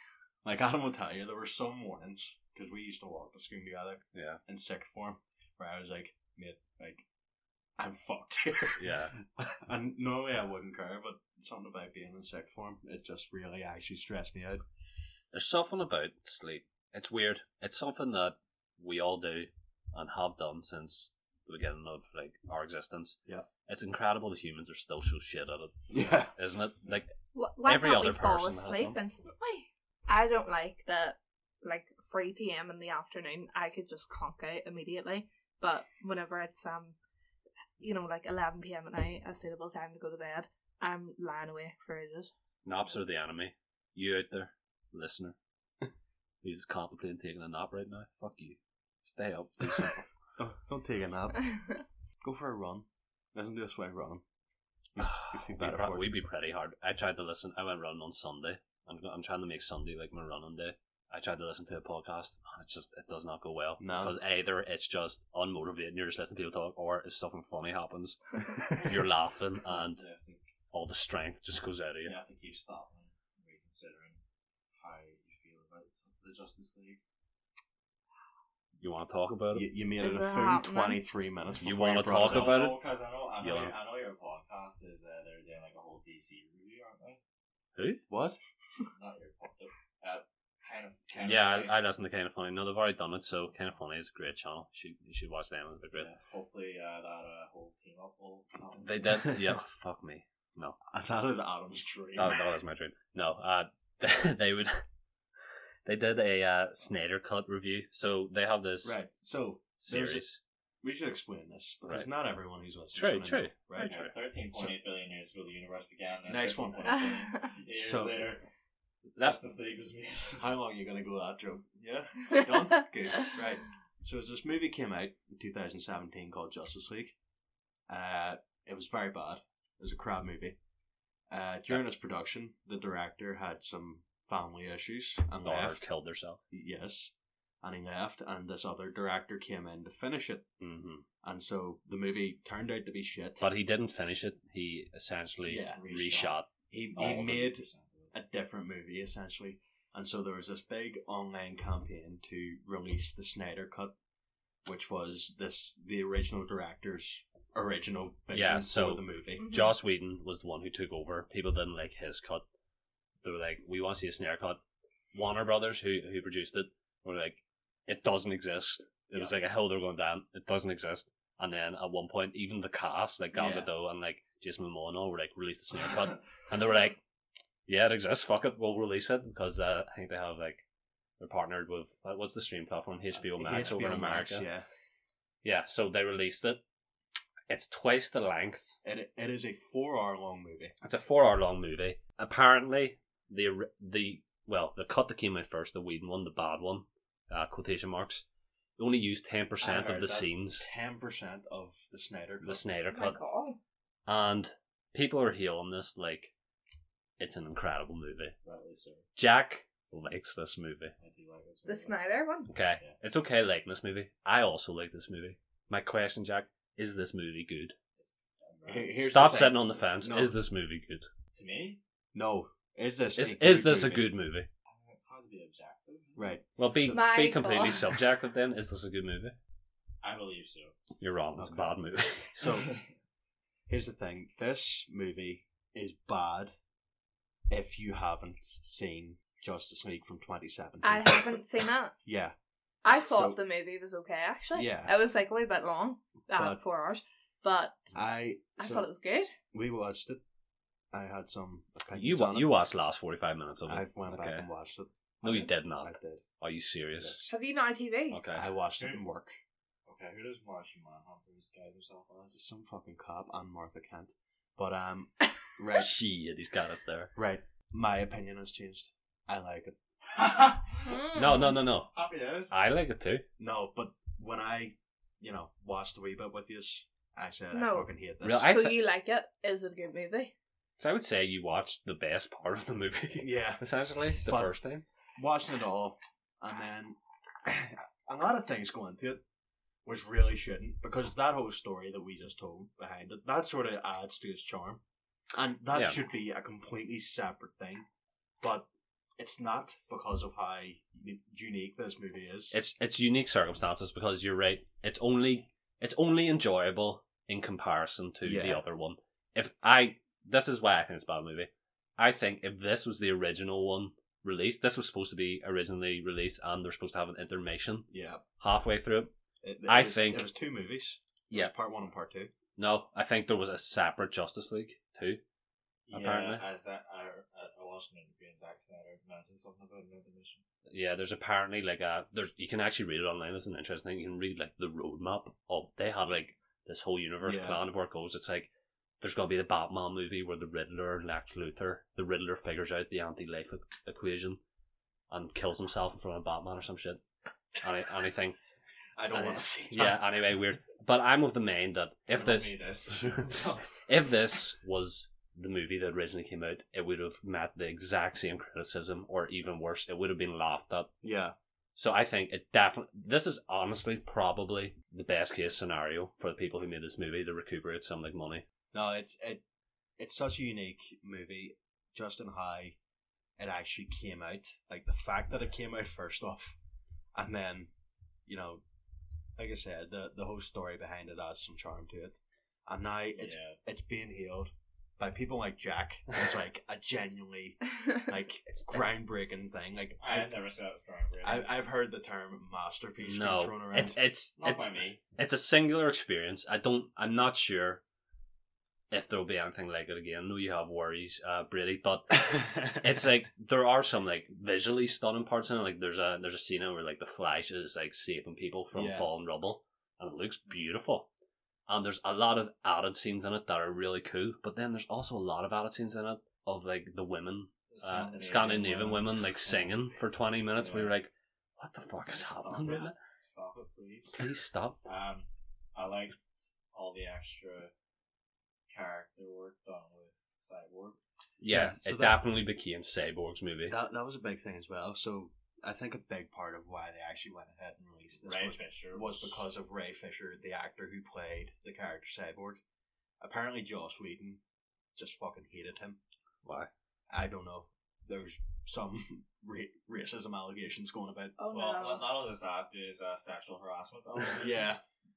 Speaker 2: Like Adam will tell you, there were some mornings because we used to walk to school together
Speaker 1: Yeah,
Speaker 2: in sixth form where I was like, mate, like I'm fucked here. [LAUGHS]
Speaker 1: yeah.
Speaker 2: and normally I wouldn't care, but something about being in sixth form, it just really actually stressed
Speaker 1: [LAUGHS]
Speaker 2: me out.
Speaker 1: There's something about sleep. It's weird. It's something that we all do and have done since the beginning of like our existence.
Speaker 2: Yeah.
Speaker 1: It's incredible that humans are still so shit at it,
Speaker 2: Yeah.
Speaker 1: isn't it? Like
Speaker 3: [LAUGHS] Wh- Why
Speaker 1: Every
Speaker 3: can't
Speaker 1: other
Speaker 3: we fall
Speaker 1: person has
Speaker 3: asleep
Speaker 1: them.
Speaker 3: instantly? I don't like that. Like three p.m. in the afternoon, I could just conk out immediately. But whenever it's um, you know, like eleven p.m. at night, a suitable time to go to bed, I'm lying awake for ages. [LAUGHS]
Speaker 1: Naps are the enemy. You out there,
Speaker 2: [LAUGHS]
Speaker 1: listener, who's contemplating taking a nap right now, fuck you. Stay up. Do something.
Speaker 2: Don't, don't take a nap.
Speaker 1: Hmm.
Speaker 2: Go for a run. Listen to us while running. You- you feel
Speaker 1: Better
Speaker 2: better for
Speaker 1: We'd
Speaker 2: it.
Speaker 1: be pretty hard. I tried to listen. I went running on Sunday. I'm, go- I'm trying to make Sunday like my running day. I tried to listen to a podcast. Man, it just it does not go well.
Speaker 2: No.
Speaker 1: Because either it's just unmotivating, you're just listening to people talk, or if something funny happens, [LAUGHS]
Speaker 2: [LAUGHS]
Speaker 1: you're laughing and
Speaker 4: you have to,
Speaker 1: all the strength just goes out of you.
Speaker 4: you have to keep stopping and reconsidering how you feel about the Justice League.
Speaker 1: You want to talk about it?
Speaker 2: You, you made
Speaker 3: Is
Speaker 2: it a
Speaker 3: it
Speaker 2: full
Speaker 3: happening?
Speaker 2: 23 minutes
Speaker 1: You
Speaker 2: before
Speaker 1: wanna
Speaker 2: brought
Speaker 1: talk
Speaker 2: it up.
Speaker 1: about it?
Speaker 4: Because I know, I know,
Speaker 1: Yeah.
Speaker 4: I know your podcast is uh, they're doing like a whole DC review, aren't they?
Speaker 2: What?
Speaker 4: Not your podcast. Uh, kind of. Kind
Speaker 1: yeah,
Speaker 4: of
Speaker 1: I, I listen to Kind of Funny. No, they've already done it, so Kind of Funny is a great channel. You should, you should watch them. They're great.
Speaker 4: Yeah, hopefully, uh, that uh, whole team up will. happen
Speaker 1: They
Speaker 4: soon.
Speaker 2: [LAUGHS]
Speaker 1: did. Yeah, fuck me. No,
Speaker 2: And that is Adam's [LAUGHS] dream.
Speaker 1: Oh, that, that was my dream. No, uh, [LAUGHS] they would. [LAUGHS] They did a uh, Snyder cut review, so they have this
Speaker 2: Right, so there's a-
Speaker 1: series.
Speaker 2: we should explain this because
Speaker 1: Right.
Speaker 2: not everyone who's listening.
Speaker 1: True,
Speaker 2: is
Speaker 1: true.
Speaker 2: gonna know,
Speaker 4: Right,
Speaker 2: Right.
Speaker 1: Very true.
Speaker 4: Thirteen point eight billion years ago, the universe began. and
Speaker 2: Next one.
Speaker 4: 13.8 billion
Speaker 3: [LAUGHS]
Speaker 4: Years
Speaker 2: So-
Speaker 4: later,
Speaker 1: That's
Speaker 4: Justice League was made.
Speaker 2: How long are you gonna go that joke? Yeah.
Speaker 3: [LAUGHS]
Speaker 2: Done. Good. Right. So as this movie came out in 2017 called Justice League, uh, it was very bad. It was a crap movie. Uh, during its production, the director had some family issues and
Speaker 1: daughter
Speaker 2: left.
Speaker 1: killed herself.
Speaker 2: Yes, and he left, and this other director came in to finish it,
Speaker 1: hmm
Speaker 2: and so the movie turned out to be shit.
Speaker 1: But he didn't finish it. He essentially
Speaker 2: Yeah,
Speaker 1: reshot.
Speaker 2: he
Speaker 1: all of
Speaker 2: he
Speaker 1: it.
Speaker 2: made a different movie essentially. And so there was this big online campaign to release the Snyder Cut, which was this the original director's original vision
Speaker 1: Yeah, so-
Speaker 2: for the movie.
Speaker 3: Mhm.
Speaker 1: Joss Whedon was the one who took over. People didn't like his cut. They were like, "We want to see a snare cut." Warner Brothers, who who produced it, were like, "It doesn't exist." It was like a hill they're going down. It doesn't exist. And then at one point, even the cast, like Gal
Speaker 2: Yeah.
Speaker 1: Gadot and like Jason Momoa, and all, were like, "Release the snare
Speaker 2: [LAUGHS]
Speaker 1: cut," and they were like, "Yeah, it exists. Fuck it, we'll release it." Because uh, I think they have like they're partnered with uh, what's the stream platform HBO Max over in
Speaker 2: HBO Max,
Speaker 1: America.
Speaker 2: yeah.
Speaker 1: Yeah, so they released it. It's twice the length.
Speaker 2: It, it is a four hour long movie.
Speaker 1: It's a four-hour long movie. Apparently, the ori- the well, the cut that came out first, the Whedon one, the bad one, uh, quotation marks, only used ten percent
Speaker 2: I
Speaker 1: of
Speaker 2: heard
Speaker 1: the
Speaker 2: that. Oh
Speaker 1: scenes,
Speaker 2: Ten percent of the Snyder
Speaker 1: the
Speaker 2: Cut.
Speaker 1: Snyder
Speaker 3: my
Speaker 1: cut,
Speaker 3: god.
Speaker 1: and people are hailing this like it's an incredible movie.
Speaker 4: Rightly so.
Speaker 1: Jack likes this movie.
Speaker 4: I do like this
Speaker 3: The
Speaker 4: one.
Speaker 3: Snyder one?
Speaker 1: Okay,
Speaker 4: Yeah.
Speaker 1: it's okay liking this movie. I also like this movie. My question, Jack, is this movie good?
Speaker 2: Here- here's
Speaker 1: Stop
Speaker 2: the thing.
Speaker 1: sitting on the fence.
Speaker 2: No.
Speaker 1: Is this movie good?
Speaker 4: To me,
Speaker 2: No, is this?
Speaker 1: Is,
Speaker 2: a
Speaker 1: is
Speaker 2: good
Speaker 1: this a
Speaker 2: movie?
Speaker 1: good movie?
Speaker 4: I mean, it's hard to be objective.
Speaker 2: Right.
Speaker 1: Well, be
Speaker 3: My
Speaker 1: be completely
Speaker 3: God.
Speaker 1: subjective then. Is this a good movie?
Speaker 4: I believe so.
Speaker 1: You're wrong. It's a
Speaker 2: Okay.
Speaker 1: bad movie.
Speaker 2: [LAUGHS]
Speaker 1: [LAUGHS]
Speaker 2: So here's the thing: this movie is bad if you haven't seen Justice League from 2017.
Speaker 3: I haven't seen that.
Speaker 2: yeah, [LAUGHS]
Speaker 3: I thought
Speaker 2: So-
Speaker 3: the movie was okay actually.
Speaker 2: Yeah.
Speaker 3: It was like a wee bit long, uh,
Speaker 2: But-
Speaker 3: four hours, but
Speaker 2: I.
Speaker 3: I
Speaker 2: so
Speaker 3: thought it was good.
Speaker 2: we watched it. I had some. Opinions
Speaker 1: you wa-
Speaker 2: on it.
Speaker 1: you watched the last forty five minutes of it.
Speaker 2: I've went back
Speaker 1: Okay.
Speaker 2: and watched it.
Speaker 1: No, you did
Speaker 2: I
Speaker 1: not.
Speaker 2: did.
Speaker 1: Are you serious?
Speaker 3: Have you now TV?
Speaker 1: Okay. [LAUGHS]
Speaker 2: I watched it in work.
Speaker 4: Okay, who does Martian Manhunt who disguise himself
Speaker 2: This
Speaker 4: as?
Speaker 2: is some fucking cop and Martha Kent. But
Speaker 3: [LAUGHS]
Speaker 2: um, right,
Speaker 1: Shit, he's got us there.
Speaker 2: right. My opinion has changed. I like it.
Speaker 4: Happy
Speaker 3: Hmm.
Speaker 1: No, no, no, no.
Speaker 4: days.
Speaker 1: I like it too.
Speaker 2: No, but when I, you know, watched the wee bit with you, I said
Speaker 3: No.
Speaker 2: I fucking hate this.
Speaker 1: Real- I
Speaker 3: So
Speaker 1: thi-
Speaker 3: you like it? Is it a good movie? [LAUGHS]
Speaker 1: So I would say you watched the best part of the movie,
Speaker 2: [LAUGHS] yeah,
Speaker 1: [LAUGHS] essentially, the
Speaker 2: But-
Speaker 1: first time.
Speaker 2: watching it all, and then a lot of things going into it which really shouldn't because that whole story that we just told behind it that sort of adds to its charm, and that
Speaker 1: Yeah.
Speaker 2: should be a completely separate thing, but it's not because of how u- unique this movie is.
Speaker 1: It's it's unique circumstances because you're right. It's only it's only enjoyable in comparison to the
Speaker 2: Yeah.
Speaker 1: other one. If I this is why I think it's a bad movie. I think if this was the original one released, this was supposed to be originally released, and they're supposed to have an intermission
Speaker 2: yeah,
Speaker 1: halfway through it.
Speaker 2: it,
Speaker 1: I
Speaker 2: was-
Speaker 1: think-
Speaker 2: it was two movies. It
Speaker 1: Yeah.
Speaker 2: was part one and part two.
Speaker 1: No, I think there was a separate Justice League too. apparently.
Speaker 4: Yeah, as uh, I, I, I watched an interview and Zack Snyder mentioned something about another mission.
Speaker 1: Yeah, there's apparently like a there's you can actually read it online. It's an interesting thing. You can read like the roadmap of they had like this whole universe
Speaker 2: Yeah.
Speaker 1: plan of where it goes. It's like there's gonna be the Batman movie where the Riddler and Lex Luthor, the Riddler figures out the anti-life e- equation and kills himself in front of Batman or some shit. Any, anything?
Speaker 2: I don't [LAUGHS]
Speaker 1: Any-
Speaker 2: want to see.
Speaker 1: Uh, Yeah.
Speaker 2: that.
Speaker 1: Anyway, weird. But I'm of the mind that if
Speaker 4: Don't
Speaker 1: this
Speaker 2: [LAUGHS]
Speaker 4: need this.
Speaker 1: [LAUGHS] if this was the movie that originally came out, it would have met the exact same criticism, or even worse, it would have been laughed at.
Speaker 2: yeah,
Speaker 1: So I think it definitely. This is honestly probably the best case scenario for the people who made this movie to recuperate some like money.
Speaker 2: no, it's it, it's such a unique movie. Just in how it actually came out, like the fact that it came out first off, and then, you know, like I said, the the whole story behind it adds some charm to it, and now it's
Speaker 4: yeah,
Speaker 2: it's being hailed by people like Jack. [LAUGHS] It's like a genuinely like groundbreaking thing. Like
Speaker 4: I
Speaker 2: I,
Speaker 4: had never said it was groundbreaking.
Speaker 2: I I've heard the term masterpiece being
Speaker 1: No,
Speaker 2: thrown around.
Speaker 1: it, it's
Speaker 4: Not
Speaker 1: it-
Speaker 4: by me.
Speaker 1: it's a singular experience. I don't. I'm not sure if there'll be anything like it again. I know you have worries, uh, Brady, but it's like there are some like visually stunning parts in it. Like there's a there's a scene where like the Flash is like saving people from
Speaker 2: Yeah.
Speaker 1: falling rubble, and it looks beautiful. And there's a lot of added scenes in it that are really cool. But then there's also a lot of added scenes in it of like the women, uh, Scandinavian women,
Speaker 4: [LAUGHS]
Speaker 1: like singing for twenty minutes. We
Speaker 4: Yeah.
Speaker 1: were like, what the fuck is
Speaker 4: Stop
Speaker 1: happening?
Speaker 4: that.
Speaker 1: right now?
Speaker 4: Stop it, please.
Speaker 1: Please stop.
Speaker 4: Um, I liked all the extra character work done with Cyborg.
Speaker 1: Yeah,
Speaker 2: Yeah, so
Speaker 1: it
Speaker 2: that-
Speaker 1: definitely became Cyborg's movie.
Speaker 2: That that was a big thing as well. So I think a big part of why they actually went ahead and released this
Speaker 4: Ray
Speaker 2: was,
Speaker 4: Fisher
Speaker 2: was because of Ray Fisher, the actor who played the character Cyborg. Apparently, Joss Whedon just fucking hated him.
Speaker 1: Why?
Speaker 2: I don't know. There's some [LAUGHS] ra- racism allegations going about.
Speaker 3: oh
Speaker 4: Well,
Speaker 3: no.
Speaker 4: not, not only is that, there's uh, sexual harassment. [LAUGHS]
Speaker 1: Oh,
Speaker 4: allegations.
Speaker 2: yeah,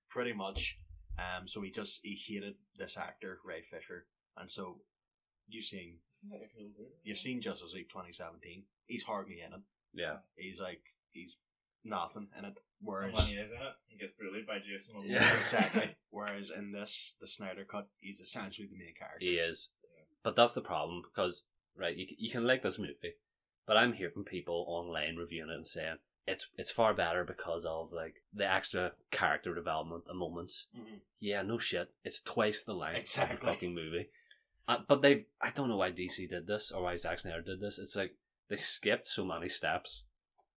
Speaker 2: pretty much. Um, so he just he hated this actor Ray Fisher, and so you've seen
Speaker 4: Isn't that a cool dude?
Speaker 2: you've seen Justice League 2017. He's hardly in it.
Speaker 1: Yeah,
Speaker 2: He's like he's nothing in it.
Speaker 4: And
Speaker 2: Whereas
Speaker 4: when he is in it, he gets bullied by Jason Momoa.
Speaker 2: Yeah, [LAUGHS] exactly. Whereas in this, the Snyder cut, he's essentially the main character.
Speaker 1: He is. But that's the problem because, right, you, c- you can like this movie, but I'm hearing people online reviewing it and saying it's it's far better because of like the extra character development and moments.
Speaker 4: Mhm.
Speaker 1: Yeah, no shit. It's twice the length of the
Speaker 4: Exactly.
Speaker 1: fucking movie. Uh, but they, I don't know why DC did this or why Zack Snyder did this. It's like they skipped so many steps.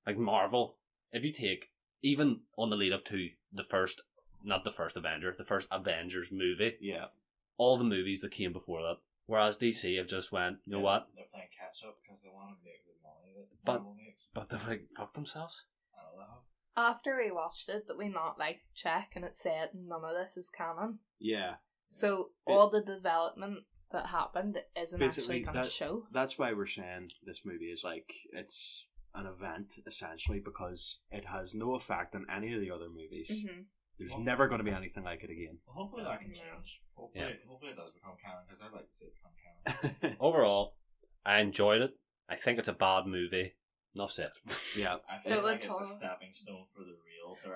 Speaker 1: Like Marvel, if you take even on the lead up to the first, not the first Avenger, the first Avengers movie,
Speaker 2: Yeah.
Speaker 1: all the movies that came before that. Whereas DC have just went, [LAUGHS] you know what?
Speaker 4: They're playing catch up because they want to make the money that
Speaker 1: But-
Speaker 4: Marvel makes.
Speaker 1: But they've like fucked themselves.
Speaker 4: I don't know.
Speaker 3: After we watched it, that we not like check and it said none of this is canon.
Speaker 2: Yeah.
Speaker 3: So
Speaker 2: Ba-
Speaker 3: all the development that happened isn't actually
Speaker 2: Basically,
Speaker 3: going to
Speaker 2: that-
Speaker 3: show.
Speaker 2: That's why we're saying this movie is like it's an event essentially because it has no effect on any of the other movies.
Speaker 4: Mm-hmm.
Speaker 3: hmm
Speaker 2: There's never going to be anything like it again.
Speaker 4: Well, hopefully that can
Speaker 3: Yeah.
Speaker 4: change. Hopefully, hopefully it does become canon because I'd like to see it become
Speaker 2: [LAUGHS]
Speaker 4: canon.
Speaker 1: Overall, I enjoyed it. I think it's a bad movie. Enough said.
Speaker 2: [LAUGHS] yeah.
Speaker 4: I
Speaker 3: It
Speaker 4: feel
Speaker 3: would
Speaker 4: like it's a
Speaker 3: totally-
Speaker 4: stepping stone for the real.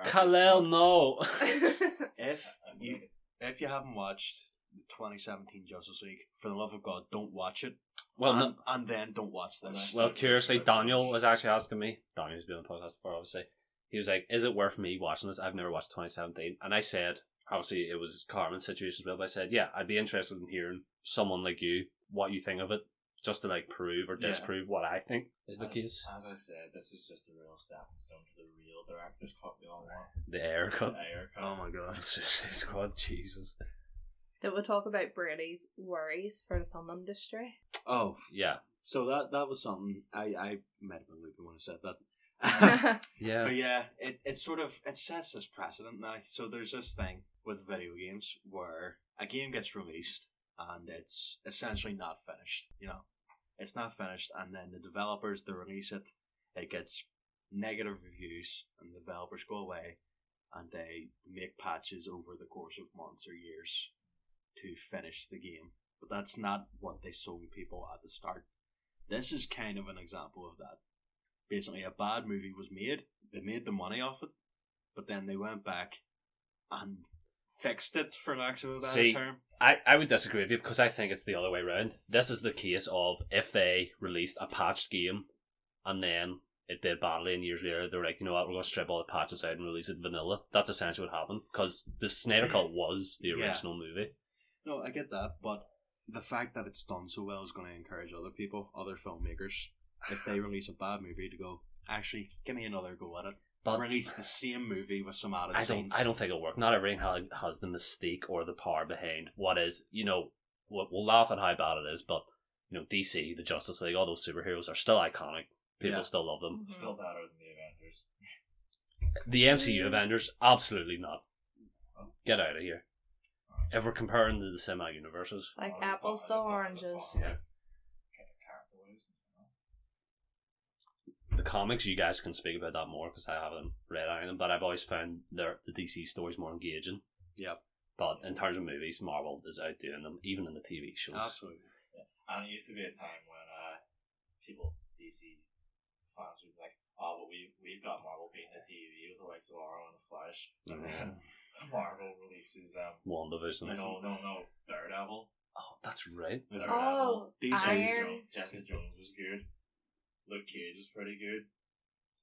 Speaker 1: Kalel, no. [LAUGHS]
Speaker 2: [LAUGHS]
Speaker 3: Mm-hmm. [LAUGHS]
Speaker 2: If
Speaker 4: uh, I
Speaker 2: you
Speaker 4: believe it.
Speaker 2: if you haven't watched the 2017 Justice League, for the love of God, don't watch it.
Speaker 1: well,
Speaker 2: and,
Speaker 1: no,
Speaker 2: and then don't watch this. [LAUGHS]
Speaker 1: well, curiously, Daniel was actually asking me. Daniel's been on the podcast before, obviously. He was like, "Is it worth me watching this? I've never watched 2017." And I said, obviously, it was Carmen's situation as well. But I said, yeah, I'd be interested in hearing someone like you what you think of it, just to like prove or
Speaker 2: Yeah. Uh,
Speaker 1: disprove what I think is the
Speaker 4: As-
Speaker 1: case.
Speaker 4: As I said, this is just a real stepping stone to the real director's cut we all want.
Speaker 1: The air cut.
Speaker 4: Ayer cut.
Speaker 2: Oh my God.
Speaker 1: Suicide Squad, Jesus.
Speaker 3: that will talk about Brady's worries for the
Speaker 1: [LAUGHS]
Speaker 3: film industry.
Speaker 2: Oh,
Speaker 1: Yeah,
Speaker 2: so that that was something I I might have been looping when I said that.
Speaker 3: [LAUGHS]
Speaker 2: [LAUGHS]
Speaker 1: yeah.
Speaker 2: But yeah, it, it sort of it sets this precedent now. So there's this thing with video games where a game gets released and it's essentially not finished. You know, it's not finished, and then the developers they release it, it gets negative reviews, and the developers go away, and they make patches over the course of months or years to finish the game. But that's not what they sold people at the start. This is kind of an example of that basically a bad movie was made. They made the money off it, but then they went back and fixed it for lack of a better
Speaker 1: See,
Speaker 2: term.
Speaker 1: I, I would disagree with you because I think it's the other way around. This is the case of if they released a patched game and then it did badly and years later they're like, you know what, we're going to strip all the patches out and release it vanilla. That's essentially what happened because the Snyder Cut was the
Speaker 2: Yeah.
Speaker 1: original movie.
Speaker 2: No, I get that, but the fact that it's done so well is going to encourage other people, other filmmakers, if they release a bad movie, to go actually give me another go at it.
Speaker 1: But
Speaker 2: release the same movie with some added
Speaker 1: I
Speaker 2: scenes.
Speaker 1: don't, I don't think it'll work. Not everything ha- has the mystique or the power behind what is, you know, we'll, we'll laugh at how bad it is, but, you know, DC, the Justice League, all those superheroes are still iconic. People
Speaker 2: Yeah.
Speaker 1: still love them.
Speaker 3: Mm-hmm.
Speaker 4: Still better than the Avengers.
Speaker 1: The MCU Avengers, absolutely not. Get out of here. If we're comparing to the semi universes,
Speaker 3: Like
Speaker 4: I just
Speaker 3: apples to
Speaker 4: thought- I just thought- I just
Speaker 3: oranges.
Speaker 4: thought,
Speaker 1: Yeah.
Speaker 4: like, kind of character-wise, you know?
Speaker 1: the comics, you guys can speak about that more because I haven't read any of them, but I've always found their, the DC stories more engaging.
Speaker 2: Yep.
Speaker 1: But in terms of movies, Marvel is outdoing them, even in the TV shows.
Speaker 2: Absolutely.
Speaker 4: And it used to be a time when uh, people, DC fans, would be like, oh, but we, we've got Marvel beating the TV with the likes of Arrow and The Flash. And then [LAUGHS] Marvel releases, um,
Speaker 1: WandaVision.
Speaker 4: no, no, no, Daredevil.
Speaker 1: Oh, that's right.
Speaker 2: There's-
Speaker 3: Oh,
Speaker 2: These
Speaker 4: Jessica,
Speaker 2: days-
Speaker 3: Iron-
Speaker 4: Jones, Jessica Jones was good. Luke Cage was pretty good.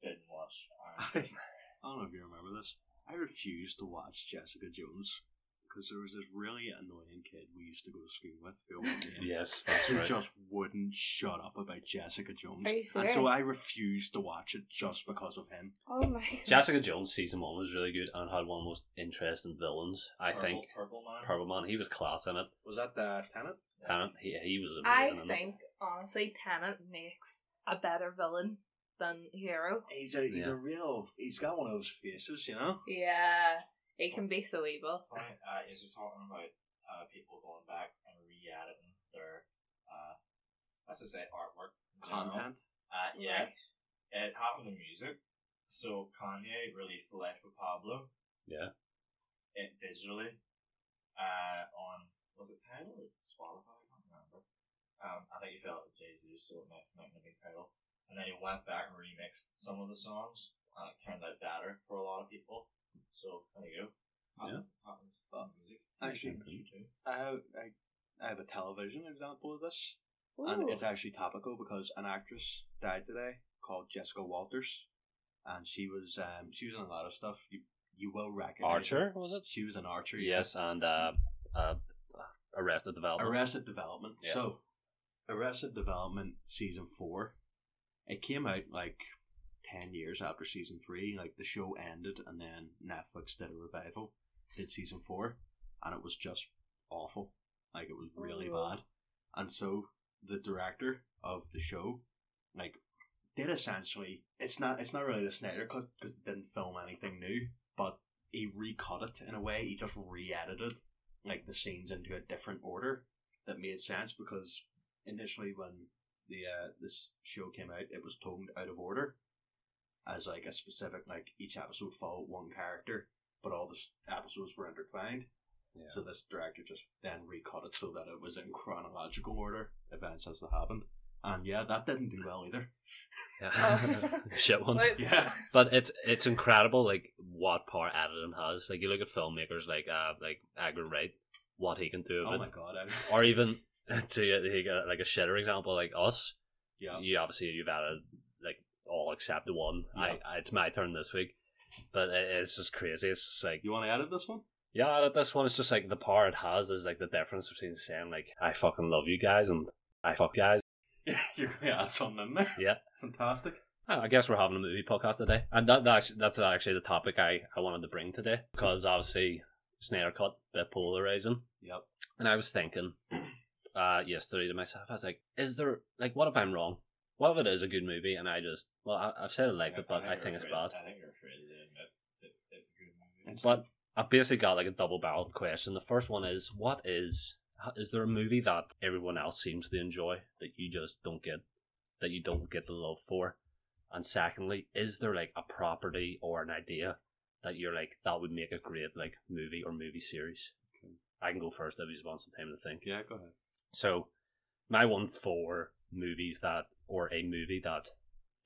Speaker 4: Didn't watch Iron Fist.
Speaker 2: I don't know if you remember this. I refused to watch Jessica Jones because there was this really annoying kid we used to go to school with
Speaker 1: [LAUGHS]
Speaker 2: who,
Speaker 1: Yes, [LAUGHS] that's
Speaker 2: who
Speaker 1: right.
Speaker 2: just wouldn't shut up about Jessica Jones.
Speaker 3: Are you
Speaker 2: And so I
Speaker 3: serious?
Speaker 2: refused to watch it just because of him.
Speaker 3: Oh my.
Speaker 1: Jessica Jones season one was really good and had one of the most interesting villains. I
Speaker 4: Purple,
Speaker 1: think
Speaker 4: Purple Man.
Speaker 1: Purple Man, he was class in it.
Speaker 2: Was that the tenant?
Speaker 1: Tennant, he, he was
Speaker 3: [LAUGHS] I
Speaker 1: amazing. in it.
Speaker 3: think honestly, Tennant makes a better villain than Hero.
Speaker 2: He's a he's
Speaker 1: Yeah.
Speaker 2: a real he's got one of those faces, you know?
Speaker 3: Yeah, he can be so evil.
Speaker 4: Right, uh, is we're talking about uh, people going back and re-editing their, uh, let's just say artwork. in general.
Speaker 2: Content.
Speaker 4: Uh, yeah, it happened in music. So Kanye released The Life of Pablo.
Speaker 1: Yeah.
Speaker 4: It digitally, uh, on was it Tidal or Spotify? I can't remember. Um, I think he fell out with Jay Z, so it might might not be Tidal. And then he went back and remixed some of the songs, and it turned out better for a lot of people. So there you go. Happens, happens. Love music.
Speaker 2: Actually,
Speaker 4: you too.
Speaker 2: I have I, I have a television example of this.
Speaker 3: Ooh.
Speaker 2: And it's actually topical because an actress died today called Jessica Walters. and she was um she was in a lot of stuff. You you will recognize her.
Speaker 1: Archer was it?
Speaker 2: She was an Archer. yeah.
Speaker 1: Yes, and uh, uh, Arrested Development.
Speaker 2: Arrested Development.
Speaker 1: Yeah.
Speaker 2: So, Arrested Development season four, it came out like ten years after season three. Like the show ended, and then Netflix did a revival, did season four, and it was just awful. Like it was really
Speaker 3: Oh.
Speaker 2: bad. And so the director of the show, like, did essentially it's not it's not really the Snyder cut because it didn't film anything new, but he recut it in a way. He just re-edited like the scenes into a different order that made sense because initially when the uh, this show came out, it was toned out of order as like a specific like each episode followed one character, but all the s- episodes were intertwined.
Speaker 1: Yeah.
Speaker 2: So this director just then recut it so that it was in chronological order, events as they happened. And yeah, that didn't do well
Speaker 1: [LAUGHS]
Speaker 2: either.
Speaker 1: Yeah.
Speaker 3: [LAUGHS] Oh.
Speaker 1: [LAUGHS] Shit one.
Speaker 3: Whoops.
Speaker 2: Yeah.
Speaker 1: But it's it's incredible like what power editing has. Like you look at filmmakers like uh like Edgar Wright, what he can do
Speaker 2: Oh
Speaker 1: with
Speaker 2: my
Speaker 1: it.
Speaker 2: god! I
Speaker 1: Or even [LAUGHS] to take a, like a shitter example like us.
Speaker 2: [LAUGHS] yeah,
Speaker 1: You obviously you've added like all except the one. I, I it's my turn this week. But it, it's just crazy. It's just like
Speaker 2: you want to edit
Speaker 1: [LAUGHS]
Speaker 2: this one?
Speaker 1: yeah, that- this one is just like the power it has is like the difference between saying like I fucking love you guys and I fuck guys.
Speaker 2: [LAUGHS] You're gonna add something in there.
Speaker 1: Yeah.
Speaker 2: fantastic.
Speaker 1: Oh, I guess we're having a movie podcast today, and that, that actually, that's actually the topic I, I wanted to bring today because obviously Snyder cut bit polarizing,
Speaker 2: Yep.
Speaker 1: and I was [CLEARS THROAT] thinking uh yesterday to myself, I was like, is there like what if I'm wrong? What if it is a good movie and I just well I, I've said I like it, but I think
Speaker 4: you're
Speaker 1: it's
Speaker 4: afraid-
Speaker 1: bad.
Speaker 4: I think you're afraid to admit that it's a good movie.
Speaker 2: It's-
Speaker 1: But I basically got like a double barreled question. The first one is, what is is there a movie that everyone else seems to enjoy that you just don't get, that you don't get the love for? And secondly, is there like a property or an idea that you're like that would make a great like movie or movie series? I can go first if you want some time to think.
Speaker 2: Yeah, go ahead.
Speaker 1: So my one for movies that or a movie that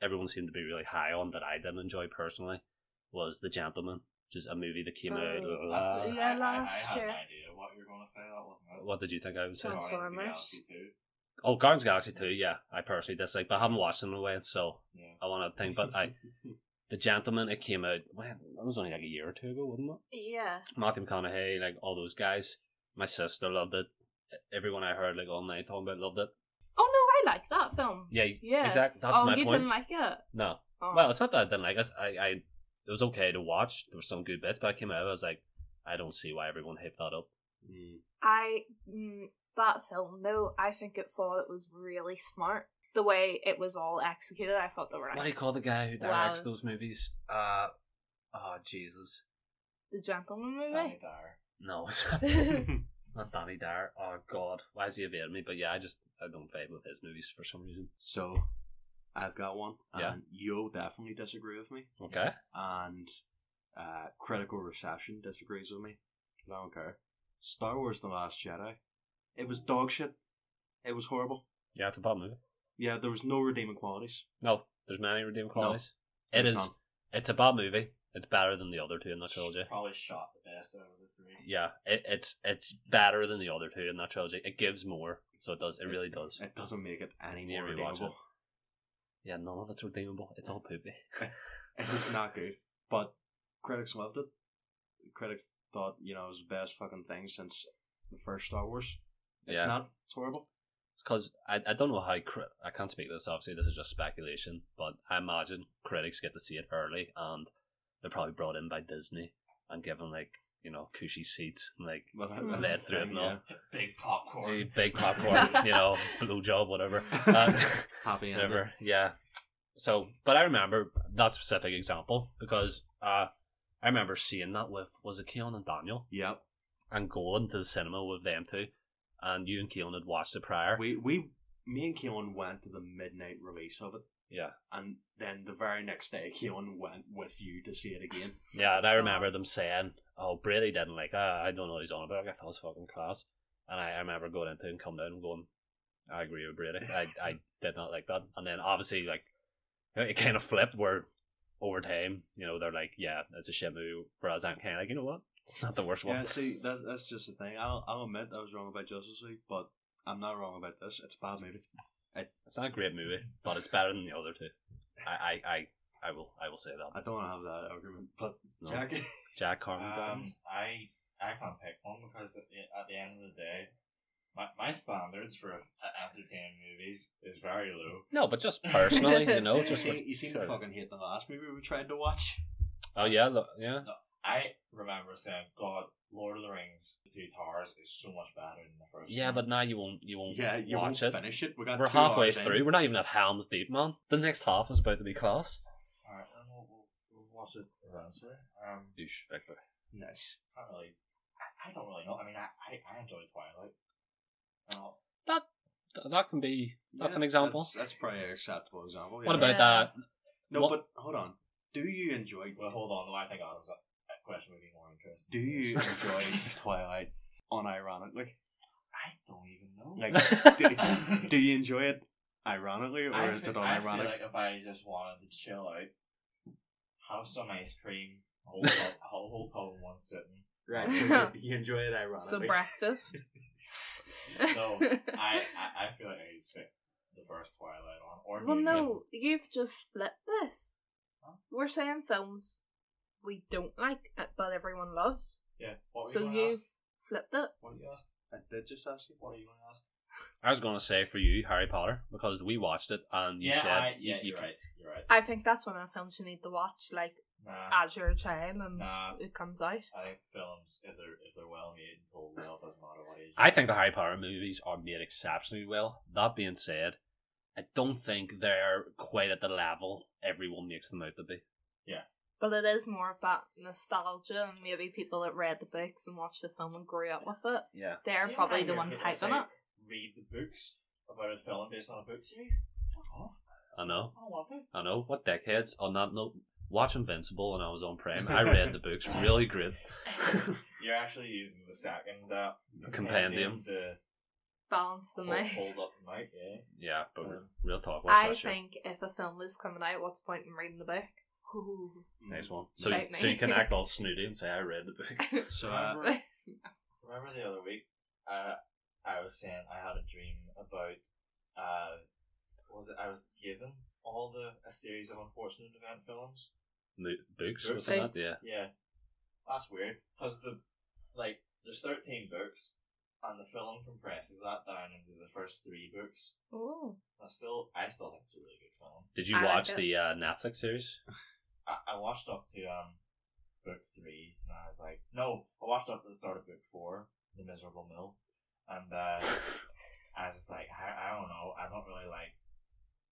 Speaker 1: everyone seemed to be really high on that I didn't enjoy personally was The Gentleman, which is a movie that came out.
Speaker 3: Oh,
Speaker 1: la-
Speaker 3: that's-
Speaker 4: Uh, I-
Speaker 3: yeah,
Speaker 4: I, I, I
Speaker 3: last
Speaker 4: had
Speaker 3: year.
Speaker 4: an idea what you're going to say. That wasn't it.
Speaker 1: What did you think I was saying?
Speaker 3: Trans-
Speaker 4: Guardians of the
Speaker 3: Transformers.
Speaker 4: Galaxy 2.
Speaker 1: Oh, Guardians of the Galaxy Two. Yeah, I personally dislike, but I haven't watched it in a way, so
Speaker 4: Yeah.
Speaker 1: I want to think. But
Speaker 3: [LAUGHS]
Speaker 1: I, The Gentleman, it came out when that was only like a year or two ago, wasn't it?
Speaker 3: Yeah.
Speaker 1: Matthew McConaughey, like all those guys. My sister loved it. e-, Everyone I heard like all night talking about loved it.
Speaker 3: Oh no, I like that film.
Speaker 1: Yeah,
Speaker 3: Yeah.
Speaker 1: exactly. That's
Speaker 3: oh,
Speaker 1: my
Speaker 3: you
Speaker 1: point.
Speaker 3: didn't like it.
Speaker 1: no,
Speaker 3: Oh.
Speaker 1: Well, it's not that I didn't like us. I, I, it was okay to watch. There were some good bits, but I came out. I was like, I don't see why everyone hyped that up.
Speaker 2: Mm.
Speaker 3: I mm, that film though, I think it thought it was really smart. The way it was all executed, I thought they were
Speaker 1: What do you
Speaker 3: like
Speaker 1: call the guy who directs
Speaker 3: Wow.
Speaker 1: those movies? Uh, oh Jesus,
Speaker 3: the gentleman
Speaker 4: Danny
Speaker 2: oh,
Speaker 3: movie.
Speaker 4: Dyer.
Speaker 1: no, [LAUGHS] it's not Danny Dyer. Oh God, why is he evading me? But yeah, I just I don't vibe with his movies for some reason.
Speaker 2: So, I've got one, and
Speaker 1: Yeah.
Speaker 2: you'll definitely disagree with me,
Speaker 1: Okay,
Speaker 2: and uh, critical reception disagrees with me. I don't care. Star Wars: The Last Jedi, it was dog shit. It was horrible.
Speaker 1: yeah, it's a bad movie.
Speaker 2: Yeah, there was no redeeming qualities.
Speaker 1: No, there's many redeeming qualities. it
Speaker 2: There's
Speaker 1: is.
Speaker 2: none.
Speaker 1: It's a bad movie. It's better than the other two in that trilogy.
Speaker 4: Probably shot the best out of the three.
Speaker 1: Yeah, it, it's it's better than the other two in that trilogy. It gives more, so it does. It really does.
Speaker 2: It doesn't make it any
Speaker 1: Yeah,
Speaker 2: more
Speaker 1: rewatch
Speaker 2: redeemable.
Speaker 1: Yeah, none of it's redeemable. It's all poopy.
Speaker 2: It was not good, but critics loved it. Critics thought you know it was the best fucking thing since the first Star Wars. It's
Speaker 1: Yeah.
Speaker 2: not. It's horrible.
Speaker 1: It's because I, I don't know how cri- I can't speak to this. Obviously, this is just speculation, but I imagine critics get to see it early, and they're probably brought in by Disney and given like you know cushy seats, and, like
Speaker 2: Well, that-
Speaker 3: Mm.
Speaker 2: that's
Speaker 1: Led
Speaker 2: the
Speaker 1: through it
Speaker 2: thing,
Speaker 1: and all.
Speaker 2: yeah.
Speaker 4: Big popcorn.
Speaker 1: eh, big popcorn, you know, blue job, whatever, Uh,
Speaker 2: Happy ending.
Speaker 1: [LAUGHS] whatever. Yeah. So, but I remember that specific example because uh, I remember seeing that with was it Keon and Daniel
Speaker 2: Yep.
Speaker 1: and going to the cinema with them two, and you and Keon had watched it prior.
Speaker 2: We we me and Keelan went to the midnight release of it,
Speaker 1: yeah.
Speaker 2: and then the very next day, Keelan went with you to see it again.
Speaker 1: Yeah, and I remember
Speaker 3: Oh.
Speaker 1: them saying, "Oh, Brady didn't like. Uh, I don't know what he's on about. I thought it was fucking class." And I, I remember going into it and coming down and going, "I agree with Brady.
Speaker 2: [LAUGHS]
Speaker 1: I, I did not like that." And then obviously, like, it kind of flipped where over time, you know, they're like, "Yeah, it's a shit movie." Whereas I'm kind of like, you know what? It's not the worst one.
Speaker 2: [LAUGHS] yeah. See, that's that's just the thing. I'll I'll admit I was wrong about Justice League, but I'm not wrong about this. It's a bad movie.
Speaker 1: It's not a great movie, but it's better than the other two. I, I, I, I will. I will say
Speaker 2: I
Speaker 1: that.
Speaker 2: don't want to have that argument, but no.
Speaker 4: Jack,
Speaker 1: Jack Harmon.
Speaker 4: um, I I can't pick one because at the- at the end of the day, my, my standards for uh, entertaining movies is very low.
Speaker 1: no, but just personally, you know,
Speaker 2: [LAUGHS] you
Speaker 1: just
Speaker 2: seem,
Speaker 1: like,
Speaker 2: you seem to fucking hate the last movie we tried to watch.
Speaker 1: oh yeah, look, yeah.
Speaker 4: I remember saying, "God, Lord of the Rings: The Two Towers is so much better than the first
Speaker 1: Yeah,
Speaker 4: one."
Speaker 1: but now you won't. You won't
Speaker 2: Yeah, you
Speaker 1: watch
Speaker 2: won't
Speaker 1: it.
Speaker 2: finish it. We got
Speaker 1: We're
Speaker 2: two
Speaker 1: halfway
Speaker 2: hours in.
Speaker 1: through. We're not even at Helm's Deep, man. The next half is about to be class.
Speaker 4: All right, then we'll, we'll, we'll watch it eventually. Um,
Speaker 1: Douche, Victor.
Speaker 2: Nice.
Speaker 4: I don't really, I, I don't really know. I mean, I I, I enjoy Twilight. Uh,
Speaker 1: That that can be. That's
Speaker 2: Yeah,
Speaker 1: an example.
Speaker 2: That's, that's probably an acceptable example.
Speaker 1: What
Speaker 2: yeah.
Speaker 1: about
Speaker 3: Yeah.
Speaker 1: that?
Speaker 2: No,
Speaker 1: What-
Speaker 2: but hold on. Do you enjoy?
Speaker 4: well, hold on. though, I think Adam's uh, that question would be more interesting.
Speaker 2: Do [LAUGHS] you enjoy Twilight? Unironically,
Speaker 4: [LAUGHS] I don't even know.
Speaker 2: like, [LAUGHS] do, do you enjoy it ironically, or
Speaker 4: I
Speaker 2: is
Speaker 4: think-
Speaker 2: it unironic?
Speaker 4: I feel like if I just wanted to chill out, have some ice cream, a whole cup, [LAUGHS] a whole cup in one sitting.
Speaker 3: [LAUGHS]
Speaker 2: Right, you- you enjoy it ironically.
Speaker 3: So breakfast.
Speaker 4: No, [LAUGHS] I, I, I feel like I would stick the first Twilight on. Or
Speaker 3: well,
Speaker 4: maybe-
Speaker 3: no, you've just split this.
Speaker 4: Huh?
Speaker 3: We're saying films we don't like, uh, but everyone loves.
Speaker 4: Yeah. What
Speaker 3: so
Speaker 4: were you gonna
Speaker 3: you've
Speaker 4: ask?
Speaker 3: flipped it.
Speaker 4: What were you ask?
Speaker 2: I did just ask you.
Speaker 4: What were you gonna ask?
Speaker 1: [LAUGHS] I was gonna say for you, Harry Potter, because we watched it and you
Speaker 4: yeah,
Speaker 1: said
Speaker 4: I,
Speaker 1: you-
Speaker 4: yeah,
Speaker 1: you
Speaker 4: you, are
Speaker 1: c-
Speaker 4: right. You're right.
Speaker 3: I think that's one of the films you need to watch, like
Speaker 4: Nah,
Speaker 3: as you're a child and
Speaker 4: Ah. nah.
Speaker 3: it comes out.
Speaker 4: I think films, if they're if they're well made and told well, doesn't matter what age.
Speaker 1: I think the Harry Potter movies are made exceptionally well. That being said, I don't think they're quite at the level everyone makes them out to be.
Speaker 3: But it is more of that nostalgia, and maybe people that read the books and watched the film and grew up with it.
Speaker 1: Yeah.
Speaker 3: They're
Speaker 4: See, when I
Speaker 3: probably the
Speaker 4: hear
Speaker 3: ones
Speaker 4: people say,
Speaker 3: hyping it.
Speaker 4: Read the books about a film based on a book series. Fuck off.
Speaker 1: I know.
Speaker 4: I don't want
Speaker 3: [LAUGHS]
Speaker 4: to.
Speaker 1: I know. What dickheads? On that note, watch Invincible when I was on Prime. I read the books. Really great. [LAUGHS]
Speaker 4: You're actually using the second uh,
Speaker 1: Compendium.
Speaker 4: to
Speaker 3: Balance the
Speaker 4: hold,
Speaker 3: mic. [LAUGHS]
Speaker 4: hold up the mic, yeah.
Speaker 1: Yeah, but
Speaker 4: Uh,
Speaker 1: re- real talk. Watch
Speaker 3: I
Speaker 1: that shit.
Speaker 3: think if a film is coming out, what's the point in reading the book? Ooh.
Speaker 1: Nice one. So,
Speaker 3: Fight me.
Speaker 1: so you can act all snooty and say, I read the
Speaker 3: [LAUGHS]
Speaker 1: book.
Speaker 2: So, uh,
Speaker 4: remember, remember the other week, uh, I was saying I had a dream about, uh, was it I was given all the a series of unfortunate event films.
Speaker 1: Mo- books,
Speaker 4: Books.
Speaker 1: was that?
Speaker 3: Books.
Speaker 1: Yeah.
Speaker 4: Yeah, that's weird because the like there's thirteen books, and the film compresses that down into the first three books.
Speaker 3: Ooh.
Speaker 4: I still, I still think it's a really good film.
Speaker 1: Did you
Speaker 3: I like
Speaker 1: watch
Speaker 3: it.
Speaker 1: the uh, Netflix
Speaker 4: [LAUGHS]
Speaker 1: series?
Speaker 4: I, I watched up to um book three and I was like no, I watched up to the start of book four, The Miserable Mill. And uh I was just like, I, I don't know, I don't really like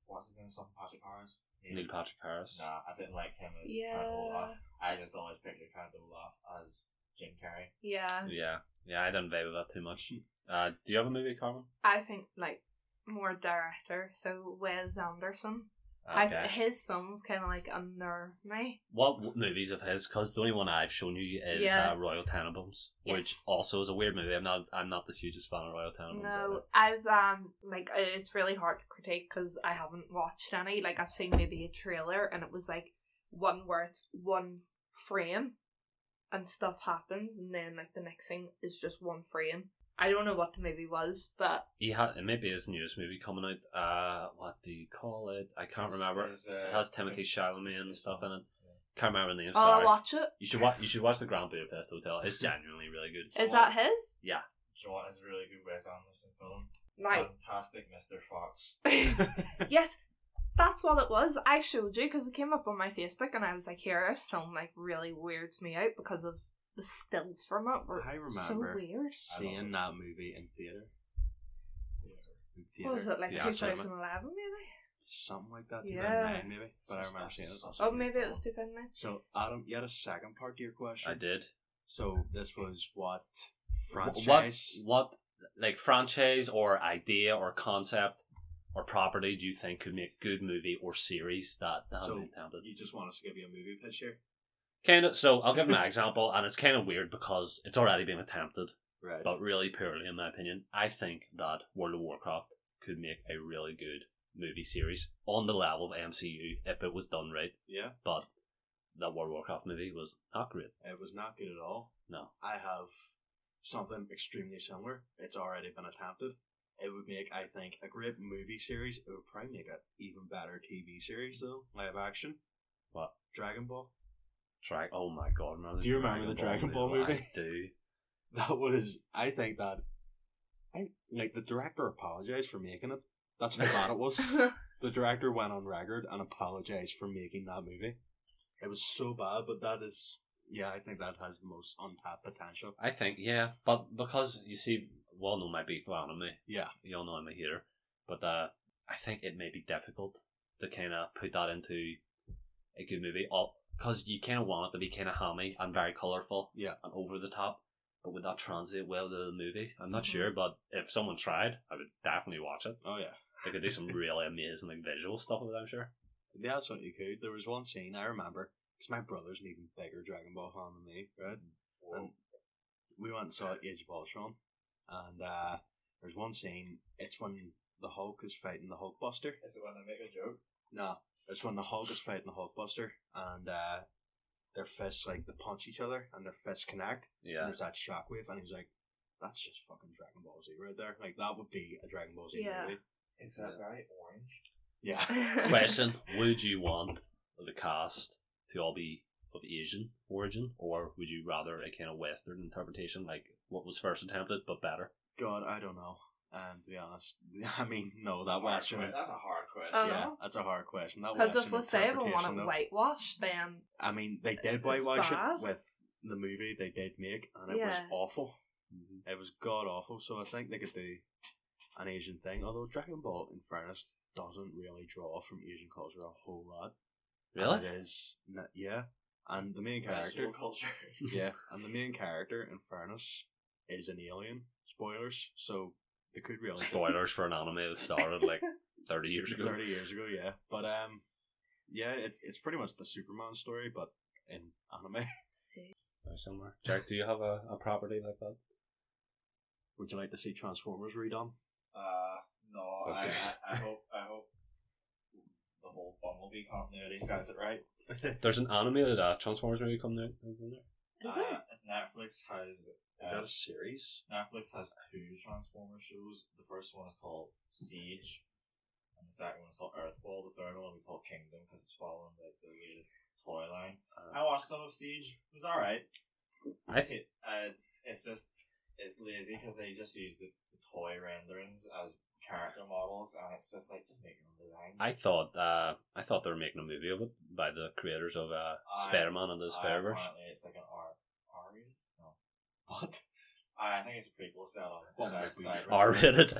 Speaker 4: what's his name, something Patrick Harris? Yeah.
Speaker 1: Neil Patrick Harris.
Speaker 4: Nah, I didn't like him as Count
Speaker 3: Yeah.
Speaker 4: Olaf. I just always pictured Count Olaf as Jim Carrey.
Speaker 3: Yeah.
Speaker 1: Yeah, yeah, I didn't vibe with that too much. Uh, do you have a movie, Carmen?
Speaker 3: I think, like, more director. So, Wes Anderson. I th- his films kind of, like, unnerve me.
Speaker 1: What w- movies of his? Because the only one I've shown you is
Speaker 3: Yeah.
Speaker 1: uh, Royal Tenenbaums, which
Speaker 3: Yes.
Speaker 1: also is a weird movie. I'm not, I'm not the hugest fan of Royal Tenenbaums.
Speaker 3: No,
Speaker 1: either.
Speaker 3: I've, um, like, uh, it's really hard to critique because I haven't watched any. Like, I've seen maybe a trailer and it was, like, one where it's one frame and stuff happens, and then, like, the next thing is just one frame. I don't know what the movie was, but
Speaker 1: he had it maybe his newest movie coming out. Uh, what do you call it? I can't remember.
Speaker 4: Is,
Speaker 1: It
Speaker 4: uh,
Speaker 1: has Timothy Chalamet and stuff in it.
Speaker 4: Yeah.
Speaker 1: Can't remember the name.
Speaker 3: oh, I'll
Speaker 1: Sorry.
Speaker 3: watch it.
Speaker 1: you should watch. You should watch the Grand Budapest Hotel. It's genuinely really good.
Speaker 3: Is
Speaker 2: [LAUGHS]
Speaker 3: that his?
Speaker 4: Do you know what is a really good Wes Anderson film?
Speaker 3: Like,
Speaker 4: Fantastic Mr. Fox.
Speaker 3: yes, that's what it was. I showed you because it came up on my Facebook, and I was like, "Here, this film like really weirds me out because of the stills from it were
Speaker 2: I
Speaker 3: so
Speaker 2: remember
Speaker 3: weird."
Speaker 2: seeing that movie in theater. In theater.
Speaker 3: What was it like,
Speaker 1: Yeah, I
Speaker 3: two
Speaker 1: saw it.
Speaker 3: thousand eleven, maybe?
Speaker 2: Something like that.
Speaker 3: Yeah.
Speaker 2: 2009 maybe. But I
Speaker 4: Such-
Speaker 2: remember seeing it.
Speaker 4: such a
Speaker 3: Oh,
Speaker 4: good
Speaker 3: maybe it
Speaker 4: film.
Speaker 3: was two thousand nine.
Speaker 2: So Adam, you had a second part to your question.
Speaker 1: I did.
Speaker 2: So this was what
Speaker 1: Wh-
Speaker 2: franchise?
Speaker 1: What, what like franchise or idea or concept or property do you think could make good movie or series that that
Speaker 2: So-
Speaker 1: so, intended?
Speaker 2: You just want us to give you a movie pitch here,
Speaker 1: Kind of. So I'll give my example, and it's kind of weird because it's already been attempted,
Speaker 2: right?
Speaker 1: but really poorly in my opinion. I think that World of Warcraft could make a really good movie series on the level of MCU if it was done right.
Speaker 2: yeah,
Speaker 1: But that World of Warcraft movie was not great.
Speaker 2: it was not good at all.
Speaker 1: No.
Speaker 2: I have something extremely similar. It's already been attempted. It would make, I think, a great movie series. It would probably make an even better TV series, though, live action.
Speaker 1: What?
Speaker 2: Dragon Ball. [LAUGHS]
Speaker 1: Drag. Oh my god, man!
Speaker 2: Do you remember the Dragon Ball movie?
Speaker 1: I do.
Speaker 2: That was. I think that. I like the director apologized for making it. That's how bad it
Speaker 3: [LAUGHS]
Speaker 2: was. the director went on record and apologized for making that movie. It was so bad, but that is. Yeah, I think that has the most untapped potential.
Speaker 1: I think yeah, but because you see, we all know my beef with anime.
Speaker 2: Yeah.
Speaker 1: You all know I'm a hater, but uh, I think it may be difficult to kind of put that into a good movie, because you kind of want it to be kind of hammy and very colorful.
Speaker 2: Yeah.
Speaker 1: And over the top, but would that translate well to the movie? I'm not
Speaker 2: Mm-hmm.
Speaker 3: Mhm.
Speaker 1: sure, but if someone tried, I would definitely watch it.
Speaker 2: Oh yeah.
Speaker 1: They could do some really amazing like, visual stuff with it. I'm sure.
Speaker 2: Yeah, that's what you could. There was one scene I remember because my brother's an even bigger Dragon Ball fan than me, right? And we went and saw Age of Ultron, and uh, there's one scene. It's when the Hulk is fighting the Hulkbuster.
Speaker 4: Is it when they make a joke?
Speaker 2: No, it's when the Hulk is fighting the Hulkbuster, and uh, their fists like they punch each other, and their fists connect. And
Speaker 1: Yeah.
Speaker 2: there's that shockwave, and he's like, "That's just fucking Dragon Ball Z right there. Like that would be a Dragon Ball Z
Speaker 3: Yeah.
Speaker 2: movie."
Speaker 4: Is that very orange?
Speaker 2: Yeah.
Speaker 1: [LAUGHS] Question: Would you want the cast to all be of Asian origin, or would you rather a kind of Western interpretation, like what was first attempted but better?
Speaker 2: God, I don't know. Um, to be honest, [LAUGHS] I mean,
Speaker 1: Oh,
Speaker 2: no,
Speaker 4: That's
Speaker 2: that
Speaker 4: a hard
Speaker 2: Western.
Speaker 4: que- That's a hard question.
Speaker 3: Oh,
Speaker 2: yeah,
Speaker 3: no?
Speaker 2: that's a hard question. That
Speaker 3: Because if
Speaker 2: Western
Speaker 3: we say we want
Speaker 2: interpretation,
Speaker 3: it
Speaker 2: though,
Speaker 3: whitewashed, then
Speaker 2: I mean, they did
Speaker 3: It's
Speaker 2: whitewash
Speaker 3: bad.
Speaker 2: it with the movie they did make, and it was
Speaker 3: Yeah.
Speaker 2: awful.
Speaker 1: Mm-hmm.
Speaker 2: It was god awful. So I think they could do an Asian thing. Although Dragon Ball, in fairness, doesn't really draw from Asian culture a whole lot. And
Speaker 1: Really?
Speaker 2: it is, n- yeah. And the main character,
Speaker 4: Western [LAUGHS] culture.
Speaker 1: [LAUGHS]
Speaker 2: yeah, and the main character, in fairness, is an alien. Spoilers. So they could really
Speaker 4: [LAUGHS]
Speaker 2: do-
Speaker 1: Spoilers for an anime that started [LAUGHS]
Speaker 3: [LAUGHS]
Speaker 1: like thirty years ago.
Speaker 2: 30 years ago, yeah. But um, yeah, it, it's pretty much the Superman story, but in anime. [LAUGHS]
Speaker 1: Or somewhere. Jack, do you have a, a property like that?
Speaker 2: Would you like to see Transformers redone?
Speaker 4: Uh, no, I,
Speaker 1: Okay.
Speaker 4: I, I hope I hope the whole Bumblebee continuity says it
Speaker 1: [LAUGHS]
Speaker 4: right.
Speaker 1: There's an anime that uh, Transformers movie coming out, isn't there?
Speaker 3: is
Speaker 4: uh,
Speaker 3: it?
Speaker 4: Netflix
Speaker 2: Is
Speaker 4: has uh,
Speaker 2: that a series?
Speaker 4: Netflix has two Transformer shows. The first one is called Siege, and the second one is called Earthfall. The third one we call Kingdom because it's following like the latest toy line.
Speaker 2: Uh,
Speaker 4: I watched some of Siege. It was all right.
Speaker 1: I
Speaker 4: It's- it, uh, it's it's just it's lazy because they just use the, the toy renderings as character models, and it's just like just make your own designs.
Speaker 1: I thought uh, I thought they were making a movie of it by the creators of uh,
Speaker 4: I-
Speaker 1: Spider Man and the
Speaker 4: Uh,
Speaker 1: Spider Verse.
Speaker 4: apparently it's like an R R rated. No, [LAUGHS] what? I think it's a prequel set on
Speaker 2: What
Speaker 4: Cy-
Speaker 2: would we-
Speaker 4: Cyber-
Speaker 1: R rated.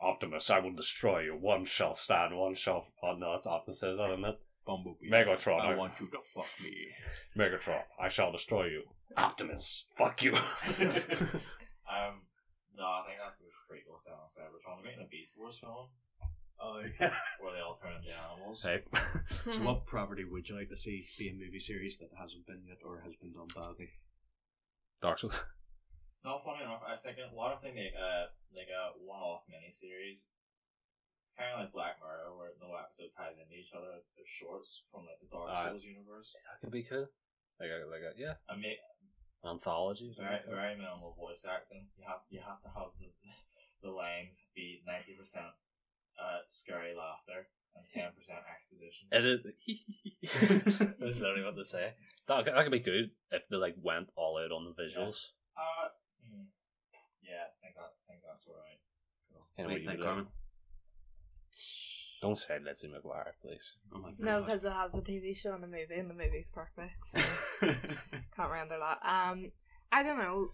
Speaker 1: Optimus, I will destroy you. One shall stand, one shall. Oh no, that's Optimus, isn't it?
Speaker 2: Bumblebee.
Speaker 1: Megatron.
Speaker 2: I
Speaker 1: I-
Speaker 2: want you to fuck me.
Speaker 1: Megatron, I shall destroy you. Optimus, fuck [LAUGHS] you.
Speaker 4: Um, no, I think that's a prequel set on Cybertron. They're making a Beast Wars film
Speaker 2: Oh yeah.
Speaker 4: where they all turn into animals.
Speaker 1: hey,
Speaker 2: [LAUGHS]
Speaker 3: Hmm.
Speaker 2: So, what property would you like to see be a movie series that hasn't been yet or has been done badly?
Speaker 1: [LAUGHS] Dark Souls.
Speaker 4: No, funny enough, I was thinking, what if they make a like a one-off miniseries, kind of like Black Mirror, where no episode ties into each other. They're shorts from like the Dark
Speaker 1: Aye.
Speaker 4: Souls universe.
Speaker 1: That could be cool. Like a, like a, yeah,
Speaker 4: I mean,
Speaker 1: anthology. or something
Speaker 4: very
Speaker 1: like that.
Speaker 4: very minimal voice acting. You have you have to have the [LAUGHS] the lines be ninety percent uh scary laughter and ten percent exposition.
Speaker 1: It [LAUGHS] is. That's literally what they say. That could, that could be good if they like went all out on the visuals.
Speaker 4: Uh, hmm. yeah, I think that I think that's alright.
Speaker 1: Kinda what you do. Don't say Lizzie McGuire, please.
Speaker 2: Oh my god.
Speaker 3: [SIGHS] No, because it has a TV show and a movie, and the movie's perfect. So
Speaker 2: [LAUGHS]
Speaker 3: can't render that. Um, I don't know.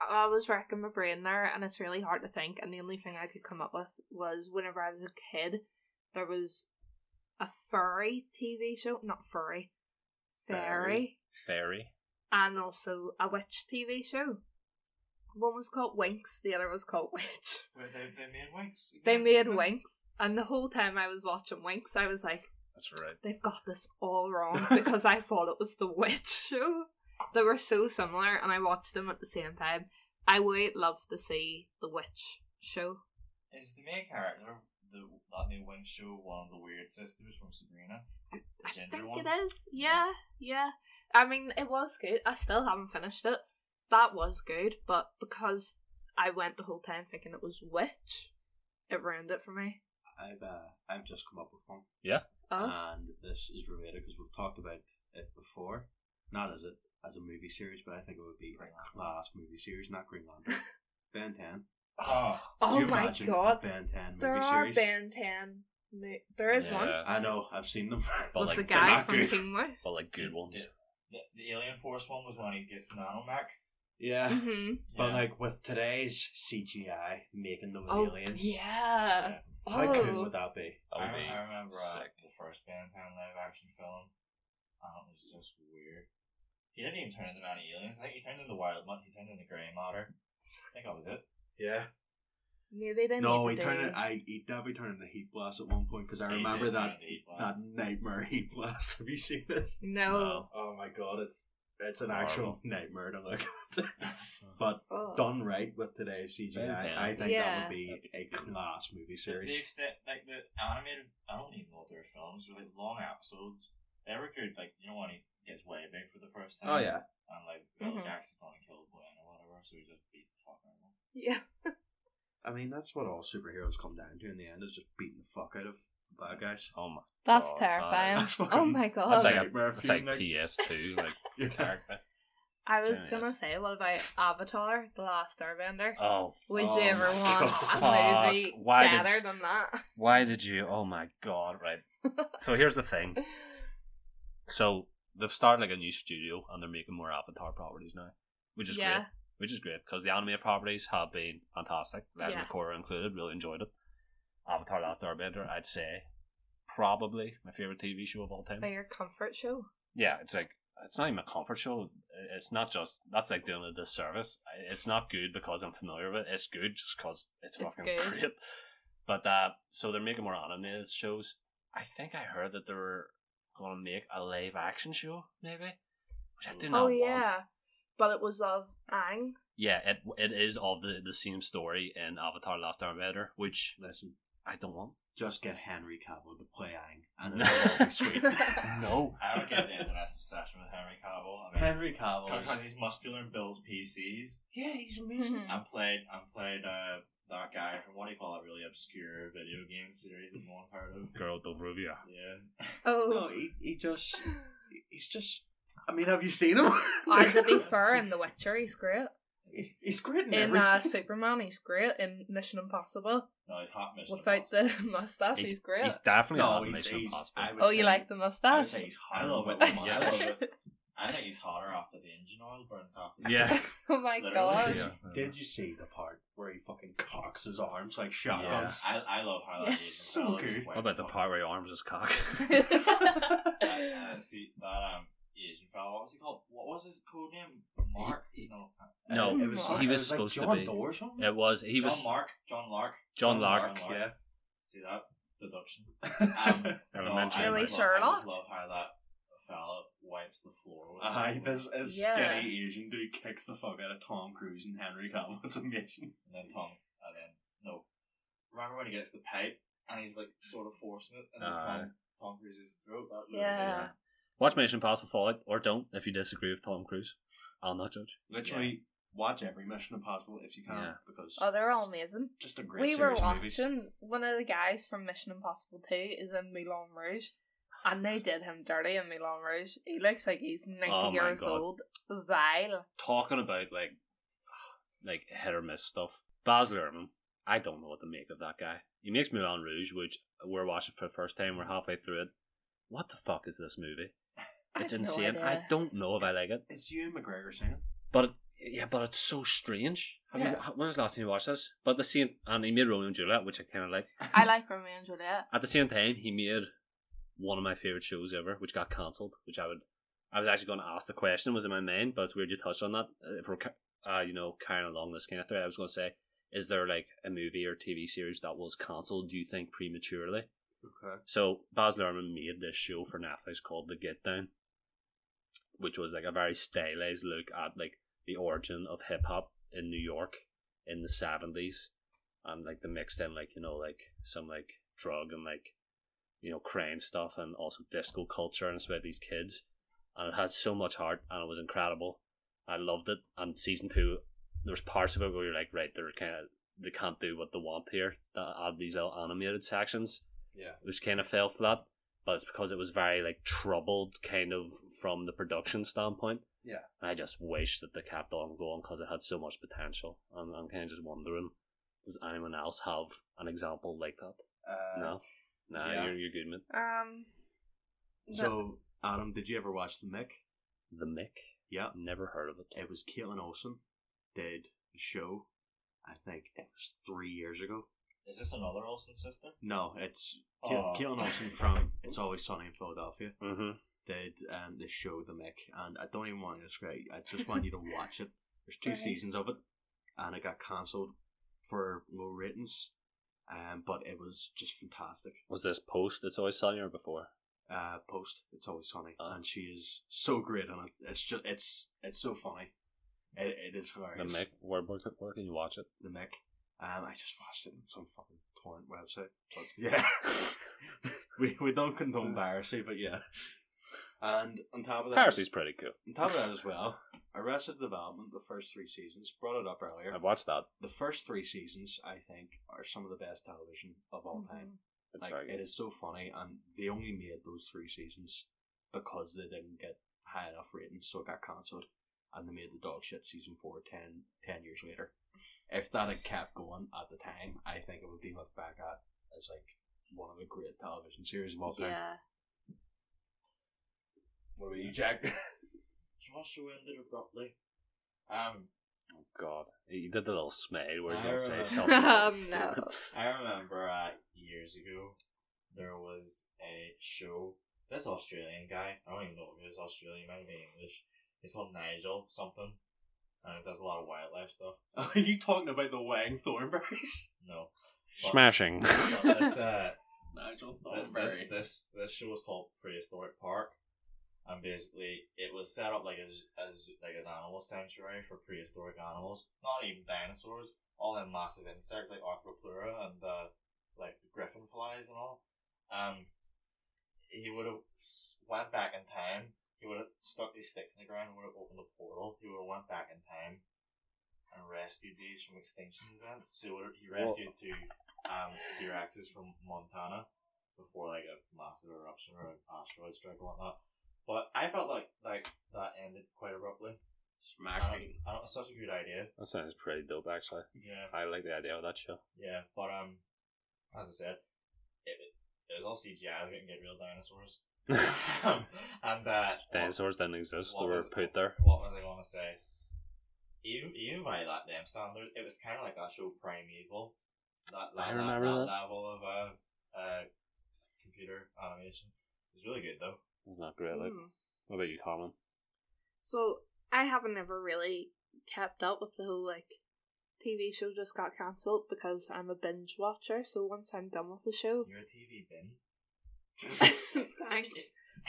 Speaker 3: I was wrecking my brain there, and it's really hard to think. And the only thing I could come up with was whenever I was a kid, there was a furry TV show, not furry, fairy,
Speaker 1: Fairy. Fairy.
Speaker 3: and also a witch TV show. One was called Winx, the other was called Witch.
Speaker 4: Wait, they, they made winks.
Speaker 3: They made Winx, and the whole time I was watching Winx, I was like,
Speaker 1: That's right.
Speaker 3: they've got this all wrong because I thought it was the witch show. They were so similar, and I watched them at the same time. I would love to see the witch show.
Speaker 4: Is the main character the that new Wing show one of the weird sisters from Sabrina? The
Speaker 3: I
Speaker 4: ginger
Speaker 3: think
Speaker 4: one?
Speaker 3: it is. Yeah, yeah. I mean, it was good. I still haven't finished it. That was good, but because I went the whole time thinking it was witch, it ruined it for me.
Speaker 2: I've uh, I've just come up with one,
Speaker 3: Oh,
Speaker 2: and this is related because we've talked about it before. Not as it as a movie series, but I think it would be
Speaker 4: Green
Speaker 2: a
Speaker 4: Lantern.
Speaker 2: class movie series, not Green
Speaker 4: [LAUGHS]
Speaker 2: Lantern. ben Ten.
Speaker 4: Oh,
Speaker 2: Could
Speaker 3: oh
Speaker 2: you
Speaker 3: my
Speaker 2: imagine a
Speaker 3: god.
Speaker 2: Ben Ten movie
Speaker 3: There are
Speaker 2: series.
Speaker 3: Ben 10. mo- There is one.
Speaker 1: Yeah,
Speaker 2: I know. I've seen them. [LAUGHS]
Speaker 1: But
Speaker 3: With
Speaker 1: like,
Speaker 3: the
Speaker 1: they're
Speaker 3: guy
Speaker 2: not
Speaker 3: from
Speaker 2: good.
Speaker 3: Teen Wolf. [LAUGHS]
Speaker 1: but like good ones.
Speaker 4: the, the Alien Force one was when he gets Nanomech.
Speaker 2: yeah.
Speaker 3: hmm
Speaker 2: But
Speaker 4: Yeah.
Speaker 2: like with today's CGI making them
Speaker 3: Oh,
Speaker 2: aliens,
Speaker 3: yeah.
Speaker 4: Yeah.
Speaker 2: how cool
Speaker 3: Oh,
Speaker 2: would that be?
Speaker 1: That would
Speaker 4: I,
Speaker 1: be
Speaker 4: I remember uh,
Speaker 1: sick.
Speaker 4: the first Ben 10 live action film, and it was just weird. He didn't even turn into any aliens. I think he turned into Wild Mutt, he turned into Grey Matter. I think that was it.
Speaker 2: Yeah.
Speaker 3: maybe they
Speaker 2: No,
Speaker 3: need
Speaker 2: he
Speaker 3: to
Speaker 2: turned
Speaker 3: do-
Speaker 2: it. I he definitely turned into heat blast at one point because I
Speaker 4: He
Speaker 2: remember
Speaker 4: did
Speaker 2: that
Speaker 4: turn into Heat Blast.
Speaker 2: that nightmare heat blast. [LAUGHS] Have you seen this?
Speaker 3: No.
Speaker 2: Oh my god, it's it's an
Speaker 1: Horrible.
Speaker 2: actual [LAUGHS] nightmare to look at. but
Speaker 3: Oh.
Speaker 2: done right with today's CGI,
Speaker 1: Yeah.
Speaker 2: I think that
Speaker 3: Yeah.
Speaker 2: would be a class movie
Speaker 4: The, the
Speaker 2: series.
Speaker 4: extent, like the animated, I don't even know if they're films, were like long episodes. They were good, like, you know, when he gets way big for the first time.
Speaker 2: Oh yeah,
Speaker 4: And like, well,
Speaker 3: Mhm.
Speaker 4: Jack's gonna kill Blaine or whatever, so he just beats the fuck out of him.
Speaker 2: [LAUGHS]
Speaker 3: Yeah.
Speaker 2: I mean that's what all superheroes come down to in the end is just beating the fuck out of bad guys.
Speaker 1: Oh my.
Speaker 3: That's
Speaker 1: God,
Speaker 2: [LAUGHS]
Speaker 3: terrifying.
Speaker 1: that
Speaker 2: That's fucking-
Speaker 3: oh my god.
Speaker 1: That's like a
Speaker 2: Nightmare
Speaker 1: that's like
Speaker 2: feeling.
Speaker 1: PS2 [LAUGHS] like
Speaker 2: Yeah.
Speaker 1: character.
Speaker 3: I was
Speaker 1: Genius.
Speaker 3: gonna say, what about Avatar, The Last Airbender?
Speaker 1: Oh,
Speaker 3: Would
Speaker 2: Oh
Speaker 3: you
Speaker 2: my
Speaker 3: ever
Speaker 1: God.
Speaker 3: want a movie
Speaker 1: Fuck. Why did
Speaker 3: better
Speaker 1: you-
Speaker 3: than that?
Speaker 1: why did you? Oh my god! Right. So here's the thing.
Speaker 3: [LAUGHS]
Speaker 1: So they've started like a new studio and they're making more Avatar properties now, which is
Speaker 3: yeah.
Speaker 1: great. Which is great because the anime properties have been fantastic. Legend
Speaker 3: Yeah.
Speaker 1: of Korra included, really enjoyed it. Avatar: Last Airbender, I'd say, probably my favorite TV show of all time.
Speaker 3: So your comfort show.
Speaker 1: yeah, it's like it's not even a comfort show. It's not just that's like doing a disservice. I- It's not good because I'm familiar with it. It's good just because it's,
Speaker 3: It's
Speaker 1: fucking
Speaker 3: good.
Speaker 1: great. But uh, so they're making more animated shows. I think I heard that they were gonna make a live action show, maybe. Which I do not
Speaker 3: oh
Speaker 1: want.
Speaker 3: yeah. But it was of Ang.
Speaker 1: Yeah, it it is of the the same story in Avatar: Last Airbender, which
Speaker 2: [LAUGHS] Listen,
Speaker 1: I don't want.
Speaker 2: just get Henry Cavill to play Ang,
Speaker 1: [LAUGHS]
Speaker 2: and it'll all be
Speaker 3: [LAUGHS]
Speaker 2: sweet.
Speaker 1: No.
Speaker 4: I don't get the internet's obsession with Henry Cavill. I mean,
Speaker 2: Henry Cavill. is-
Speaker 4: Because he's muscular and builds PCs.
Speaker 2: Yeah, he's amazing.
Speaker 4: I played, I played uh, that guy from what do you call it? Really obscure video game series. I've one part of.
Speaker 1: Girl, don't rub you.
Speaker 4: Yeah.
Speaker 2: no, [LAUGHS]
Speaker 3: Oh.
Speaker 2: he, he just he's just. I mean, have you seen him?
Speaker 3: Or
Speaker 2: [LAUGHS]
Speaker 3: to be fair, in The Witcher, he's great.
Speaker 2: He- he's great in,
Speaker 3: In uh,
Speaker 2: everything.
Speaker 3: Superman, he's great. In Mission Impossible,
Speaker 4: No, he's hot mission.
Speaker 3: without the
Speaker 4: Impossible.
Speaker 3: [LAUGHS] mustache, he's, great.
Speaker 1: He's definitely
Speaker 2: No,
Speaker 1: not
Speaker 2: he's-
Speaker 1: Mission
Speaker 2: he's-
Speaker 1: Impossible.
Speaker 2: I would
Speaker 3: oh, you
Speaker 2: say-
Speaker 3: like the
Speaker 2: I would
Speaker 3: mustache?
Speaker 2: say he's
Speaker 4: I
Speaker 2: hard,
Speaker 4: love
Speaker 2: but
Speaker 4: it. the
Speaker 2: with
Speaker 1: Yeah.
Speaker 4: mustache.
Speaker 2: mustache.
Speaker 4: I think he's hotter after the engine oil burns off.
Speaker 2: [LAUGHS]
Speaker 4: His
Speaker 1: Yeah.
Speaker 3: [LAUGHS] oh my
Speaker 4: Literally.
Speaker 3: god.
Speaker 1: Yeah.
Speaker 2: Did you see the part where he fucking cocks his arms like shotguns?
Speaker 4: I, I love how that
Speaker 3: Yeah.
Speaker 4: is.
Speaker 2: So good.
Speaker 1: What about the part where he arms his
Speaker 3: [LAUGHS]
Speaker 1: cock?
Speaker 4: Uh, see that um Asian fellow. What was he called? What was his code name? Mark.
Speaker 1: He-
Speaker 4: no, uh,
Speaker 1: No,
Speaker 2: it was,
Speaker 3: he
Speaker 1: was
Speaker 2: it like
Speaker 1: supposed to
Speaker 2: John
Speaker 1: be.
Speaker 2: Doe or something. [LAUGHS]
Speaker 1: It was he
Speaker 4: John
Speaker 1: was
Speaker 4: Mark. John Lark.
Speaker 1: John Lark,
Speaker 2: yeah.
Speaker 4: See that deduction.
Speaker 2: Um,
Speaker 4: Um,
Speaker 1: Elementary.
Speaker 4: I
Speaker 3: Really,
Speaker 4: just love- I just
Speaker 3: Sherlock?
Speaker 4: love how that fella wipes the floor. With
Speaker 1: Ah,
Speaker 2: aye,
Speaker 4: him.
Speaker 2: this, this
Speaker 3: Yeah.
Speaker 2: skinny Asian dude kicks the fuck out of Tom Cruise and Henry Cavill. [LAUGHS] It's amazing.
Speaker 4: And then Tom, and then no. Remember when he gets the pipe and he's like sort of forcing it, and then
Speaker 1: Aye.
Speaker 4: Tom, Tom Cruise's throat. That really is
Speaker 3: yeah.
Speaker 1: Watch Mission Impossible Fallout or don't if you disagree with Tom Cruise. I'll not judge.
Speaker 2: Literally, watch every Mission Impossible if you can
Speaker 1: Yeah.
Speaker 2: because
Speaker 3: [LAUGHS] Oh, they're all amazing.
Speaker 2: just a great
Speaker 3: we were
Speaker 2: series of
Speaker 3: watching
Speaker 2: movies.
Speaker 3: one of the guys from Mission Impossible 2 is in Moulin Rouge and they did him dirty in Moulin Rouge. He looks like he's 90
Speaker 1: Oh my
Speaker 3: years
Speaker 1: God.
Speaker 3: old. Vile.
Speaker 1: Talking about like [SIGHS] like hit or miss stuff. Baz Luhrmann, I don't know what to make of that guy. He makes Moulin Rouge, which we're watching for the first time. We're halfway through it. What the fuck is this movie?
Speaker 3: I
Speaker 1: It's
Speaker 3: have no
Speaker 1: insane. I
Speaker 3: idea.
Speaker 1: don't know if I like it,
Speaker 2: It's you and McGregor singing.
Speaker 1: but it, yeah, but it's so strange. Have you,
Speaker 2: Yeah.
Speaker 1: ha- when was the last time you watched this? But the same, and he made Romeo and Juliet, which I kind of like.
Speaker 3: I like Romeo and Juliet.
Speaker 1: At the same time, he made one of my favorite shows ever, which got cancelled. Which I would, I was actually going to ask the question was in my mind, but it's weird you touched on that. Uh, If we're, ca- uh, you know, carrying along this kind of thread, I was going to say, is there like a movie or TV series that was cancelled? Do you think prematurely?
Speaker 2: Okay.
Speaker 1: So Baz Luhrmann made this show for Netflix called The Get Down, which was like a very stylized look at like the origin of hip hop in New York in the seventies, and um, like the mixed in like you know like some like drug and like you know crime stuff and also disco culture and it's about these kids, and it had so much heart and it was incredible. I loved it. And season two, there was parts of it where you're like, right, they're kind of they can't do what they want here. That add these little animated sections,
Speaker 2: Yeah.
Speaker 1: which kind of fell flat. But it's because it was very like troubled, kind of from the production standpoint.
Speaker 2: Yeah.
Speaker 1: And I just wish that they kept on going because it had so much potential. And I'm kind of just wondering, does anyone else have an example like that?
Speaker 2: Uh,
Speaker 1: no, no,
Speaker 2: yeah.
Speaker 1: you're you're good, man.
Speaker 3: Um. the-
Speaker 2: So, Adam, did you ever watch The Mick?
Speaker 1: The Mick,
Speaker 2: Yeah.
Speaker 1: never heard of it.
Speaker 2: It was Caitlin Olsen did a show. I think it was three years ago.
Speaker 4: Is this another Olsen Oh. sister?
Speaker 2: No, it's Ca-
Speaker 4: Aw.
Speaker 2: Caitlin Olsen from It's Always Sunny in Philadelphia
Speaker 1: Mm-hmm.
Speaker 2: did um, the show The Mick, and I don't even want to describe. I just want you to watch it. There's two
Speaker 3: Right.
Speaker 2: seasons of it, and it got cancelled for low ratings. Um, but it was just fantastic.
Speaker 1: Was this post? It's always sunny or before?
Speaker 2: uh, post. It's always funny,
Speaker 1: Ah.
Speaker 2: and she is so great on it. It's just it's it's so funny. It, it is
Speaker 1: The
Speaker 2: hilarious.
Speaker 1: Mick, where where where can you watch it?
Speaker 2: The Mick. Um, I just watched it on some fucking torrent website. But yeah, [LAUGHS] we we don't condone piracy, but yeah. And on top of that,
Speaker 1: Piracy's pretty cool.
Speaker 2: on top of that as well, Arrested Development, the first three seasons, brought it up earlier.
Speaker 1: I watched that.
Speaker 2: The first three seasons, I think, are some of the best television of
Speaker 3: Mhm.
Speaker 2: all
Speaker 3: Mm-hmm.
Speaker 2: time.
Speaker 1: It's
Speaker 2: Like
Speaker 1: very
Speaker 2: it
Speaker 1: good.
Speaker 2: is so funny, and they only made those three seasons because they didn't get high enough ratings, so it got cancelled. And they made the dog shit season four ten, ten years later. If that had kept going at the time, I think it would be looked back at as like one of the great television series of all time.
Speaker 3: yeah.
Speaker 2: What about you, Jack?
Speaker 4: Joshua ended abruptly. Um,
Speaker 1: Oh God, he did the little smile where he's
Speaker 4: I
Speaker 1: gonna say
Speaker 4: remember.
Speaker 1: [LAUGHS] something.
Speaker 3: Um,
Speaker 1: stupid.
Speaker 3: [LAUGHS] no. [LAUGHS]
Speaker 4: I remember uh, years ago there was a show. This Australian guy, I don't even know if he was Australian, he might be English. He's called Nigel something, and he does a lot of wildlife stuff.
Speaker 2: [LAUGHS] Are you talking about the Wang Thornberrys?
Speaker 4: No,
Speaker 1: Smashing. [LAUGHS]
Speaker 4: but this uh,
Speaker 2: Nigel
Speaker 4: Th- This this show was called Prehistoric Park, and basically it was set up like as as like an animal sanctuary for prehistoric animals, not even dinosaurs, all in massive insects like Octoplura and uh, like griffin flies and all. Um, he would have went back in time. He would have stuck these sticks in the ground and would have opened a portal. He would have went back in time and rescued these from extinction events. So he, would've- he rescued two um, T Rexes from Montana before like a massive eruption or an asteroid strike or whatnot. But I felt like like that ended quite abruptly. Um,
Speaker 2: Smashing.
Speaker 4: I don't, it's such a good idea.
Speaker 1: that sounds pretty dope, actually.
Speaker 4: Yeah.
Speaker 1: I like the idea of that show.
Speaker 4: Yeah, but um, as I said, it, it was all CGI. They didn't get real
Speaker 1: [LAUGHS]
Speaker 4: dinosaurs. [LAUGHS] and uh,
Speaker 1: Dinosaurs didn't exist;
Speaker 4: what
Speaker 1: they were
Speaker 4: was-
Speaker 1: put there.
Speaker 4: What was I gonna say? Even even by that damn standard, it was kind of like that show Primeval. That, that
Speaker 1: I remember
Speaker 4: that,
Speaker 1: that.
Speaker 4: level of uh, uh s- computer animation. It was really good though.
Speaker 1: It's not great. Like,
Speaker 3: Hmm.
Speaker 1: what about you, Colin?
Speaker 3: So I haven't ever really kept up with the whole like TV show just got cancelled because I'm a binge watcher. So once I'm done with the show,
Speaker 4: You're a TV bin.
Speaker 3: [LAUGHS] thanks.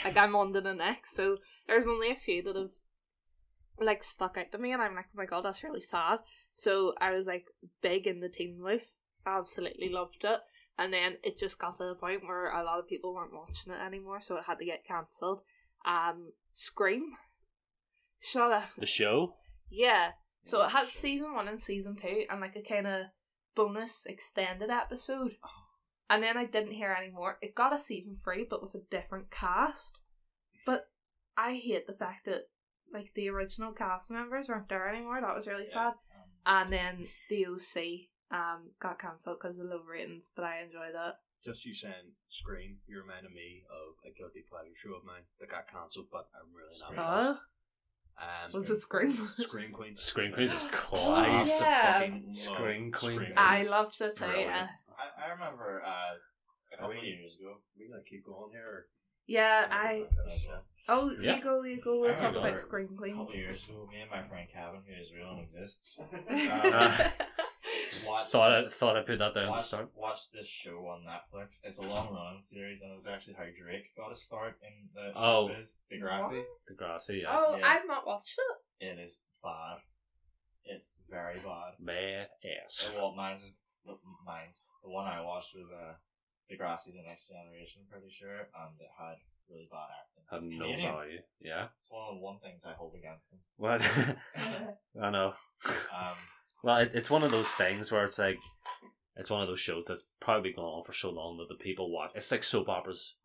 Speaker 3: Like I'm on to the next. So there's only a few that have like stuck out to me, and I'm like, oh my god, that's really sad. So I was like big in the Teen Wolf. I absolutely loved it. And then it just got to the point where a lot of people weren't watching it anymore, so it had to get cancelled. Um, Scream. Shut up.
Speaker 1: The show?
Speaker 3: Yeah. So
Speaker 4: Yeah,
Speaker 3: it has
Speaker 4: sure.
Speaker 3: season one and season two, and like a kind of bonus extended episode. And then I didn't hear any more. It got a season three, but with a different cast. But I hate the fact that like the original cast members weren't there anymore. That was really sad. And
Speaker 4: Um,
Speaker 3: then the OC um got cancelled because of low ratings, but I enjoyed it.
Speaker 2: Just you saying Scream, you reminded me of a guilty pleasure show of mine that got cancelled, but I'm really not.
Speaker 4: Scream.
Speaker 2: fussed.
Speaker 3: Huh?
Speaker 2: Um,
Speaker 3: Was it Scream?
Speaker 2: Scream Queens.
Speaker 1: Scream Queens
Speaker 3: [GASPS]
Speaker 1: is
Speaker 2: I
Speaker 1: class.
Speaker 2: used to
Speaker 3: Yeah.
Speaker 2: fucking love
Speaker 1: Scream Queens.
Speaker 2: Queens.
Speaker 3: I loved it. too.
Speaker 1: Brilliant.
Speaker 3: yeah.
Speaker 4: I, I remember uh, a couple
Speaker 2: Really?
Speaker 4: years ago.
Speaker 2: We gonna keep going here.
Speaker 3: Yeah,
Speaker 2: Or...
Speaker 3: I.
Speaker 2: Yeah.
Speaker 3: Oh,
Speaker 1: Yeah.
Speaker 3: you go, you go.
Speaker 4: I
Speaker 3: We'll talk
Speaker 4: remember
Speaker 3: about Scream
Speaker 4: A
Speaker 3: [LAUGHS]
Speaker 4: couple
Speaker 3: Queen.
Speaker 4: years ago, me and my friend Kevin, who is real and exists,
Speaker 3: [LAUGHS]
Speaker 4: watched,
Speaker 1: Thought I thought I put that down at the
Speaker 4: watched,
Speaker 1: start.
Speaker 4: watched this show on Netflix. It's a long running series, and it was actually how Drake got his start in the
Speaker 1: Oh.
Speaker 4: showbiz, Degrassi.
Speaker 1: Degrassi, yeah.
Speaker 3: Oh,
Speaker 4: Yeah.
Speaker 3: I've not watched it.
Speaker 4: It is bad. It's
Speaker 1: [SIGHS]
Speaker 4: very bad.
Speaker 1: Bad ass.
Speaker 4: And what mine's is the mine's the one I watched was uh, Degrassi: The Next Generation. Pretty sure, and it had really bad acting.
Speaker 1: Have
Speaker 4: It's
Speaker 1: no
Speaker 4: Canadian.
Speaker 1: value. Yeah. [LAUGHS]
Speaker 4: It's one of the one things I hold against them.
Speaker 1: What? I know.
Speaker 4: Um, [LAUGHS]
Speaker 1: Well, it, it's one of those things where it's like, it's one of those shows that's probably been going on for so long that the people watch. It's like soap operas.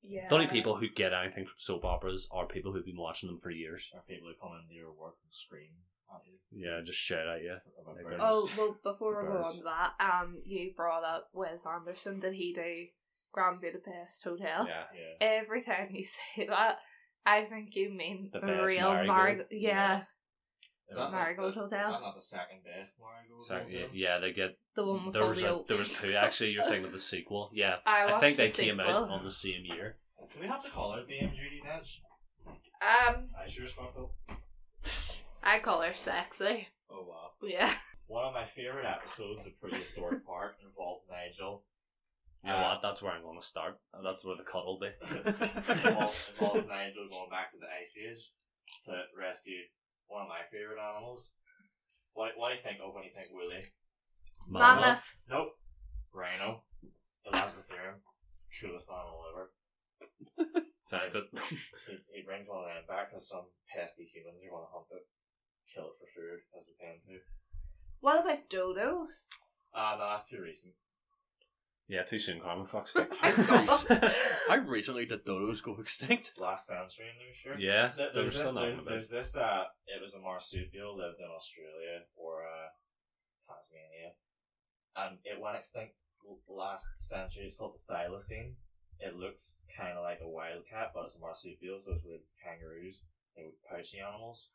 Speaker 3: Yeah.
Speaker 1: The only people who get anything from soap operas are people who've been watching them for years.
Speaker 4: Or people who come into your work and scream at you
Speaker 1: Yeah, just shout at you.
Speaker 4: about
Speaker 1: Like
Speaker 4: birds.
Speaker 3: Oh well, before we go
Speaker 1: Birds.
Speaker 3: on to that, um, you brought up Wes Anderson. Did he do Grand Budapest Hotel?
Speaker 1: Yeah.
Speaker 4: yeah.
Speaker 3: Every time you [LAUGHS] say that, I think you mean
Speaker 1: The
Speaker 3: the,
Speaker 1: best
Speaker 3: real
Speaker 1: marigold.
Speaker 3: Mar. Yeah,
Speaker 1: Yeah.
Speaker 4: Is that
Speaker 3: Marigold
Speaker 4: the,
Speaker 3: Hotel?
Speaker 4: Is that not the second best Marigold
Speaker 1: So, yeah,
Speaker 4: Hotel?
Speaker 1: yeah, they get.
Speaker 3: the one with
Speaker 1: There
Speaker 3: the
Speaker 1: was, a,
Speaker 3: real.
Speaker 1: there was two, actually. You're thinking of the sequel. Yeah.
Speaker 3: [LAUGHS] I,
Speaker 1: I,
Speaker 3: watched
Speaker 1: think
Speaker 3: the
Speaker 1: they came out
Speaker 3: sequel.
Speaker 1: on the same year.
Speaker 4: Do we have to call her Dame Judy Dench?
Speaker 3: Um,
Speaker 4: I sure as fuck do.
Speaker 3: I call her sexy. [LAUGHS]
Speaker 4: Oh wow.
Speaker 3: Yeah.
Speaker 4: One of my favorite episodes of [LAUGHS] Prehistoric Park involved Nigel.
Speaker 1: You know
Speaker 4: Uh,
Speaker 1: what? That's where I'm going to start. That's where the cut will be.
Speaker 2: [LAUGHS]
Speaker 4: Uh, involves, involves Nigel going back to the Ice Age to rescue one of my favorite animals. What, what do you think of when you think Willie?
Speaker 1: Mama.
Speaker 3: Mammoth.
Speaker 4: Nope. Rhino. Elasmotherium. It's the coolest animal ever.
Speaker 1: So it's a,
Speaker 4: He, he brings one of them back because some pesky humans are going to hunt it, kill it for food, as we can do.
Speaker 3: What about dodos?
Speaker 4: Ah, no, that's too recent.
Speaker 1: [LAUGHS] yeah, too soon, Carmen Fox.
Speaker 2: How recently did dodos go extinct?
Speaker 4: Last century, I'm
Speaker 1: [LAUGHS]
Speaker 4: sure.
Speaker 1: Yeah,
Speaker 4: There-
Speaker 1: they were
Speaker 4: there's, this,
Speaker 1: still
Speaker 4: there,
Speaker 1: knocking about.
Speaker 4: there's this uh it was a marsupial lived in australia or uh tasmania and it went extinct l- last century it's called the thylacine it looks kind of like a wildcat but it's a marsupial so it's with kangaroos they would pouchy animals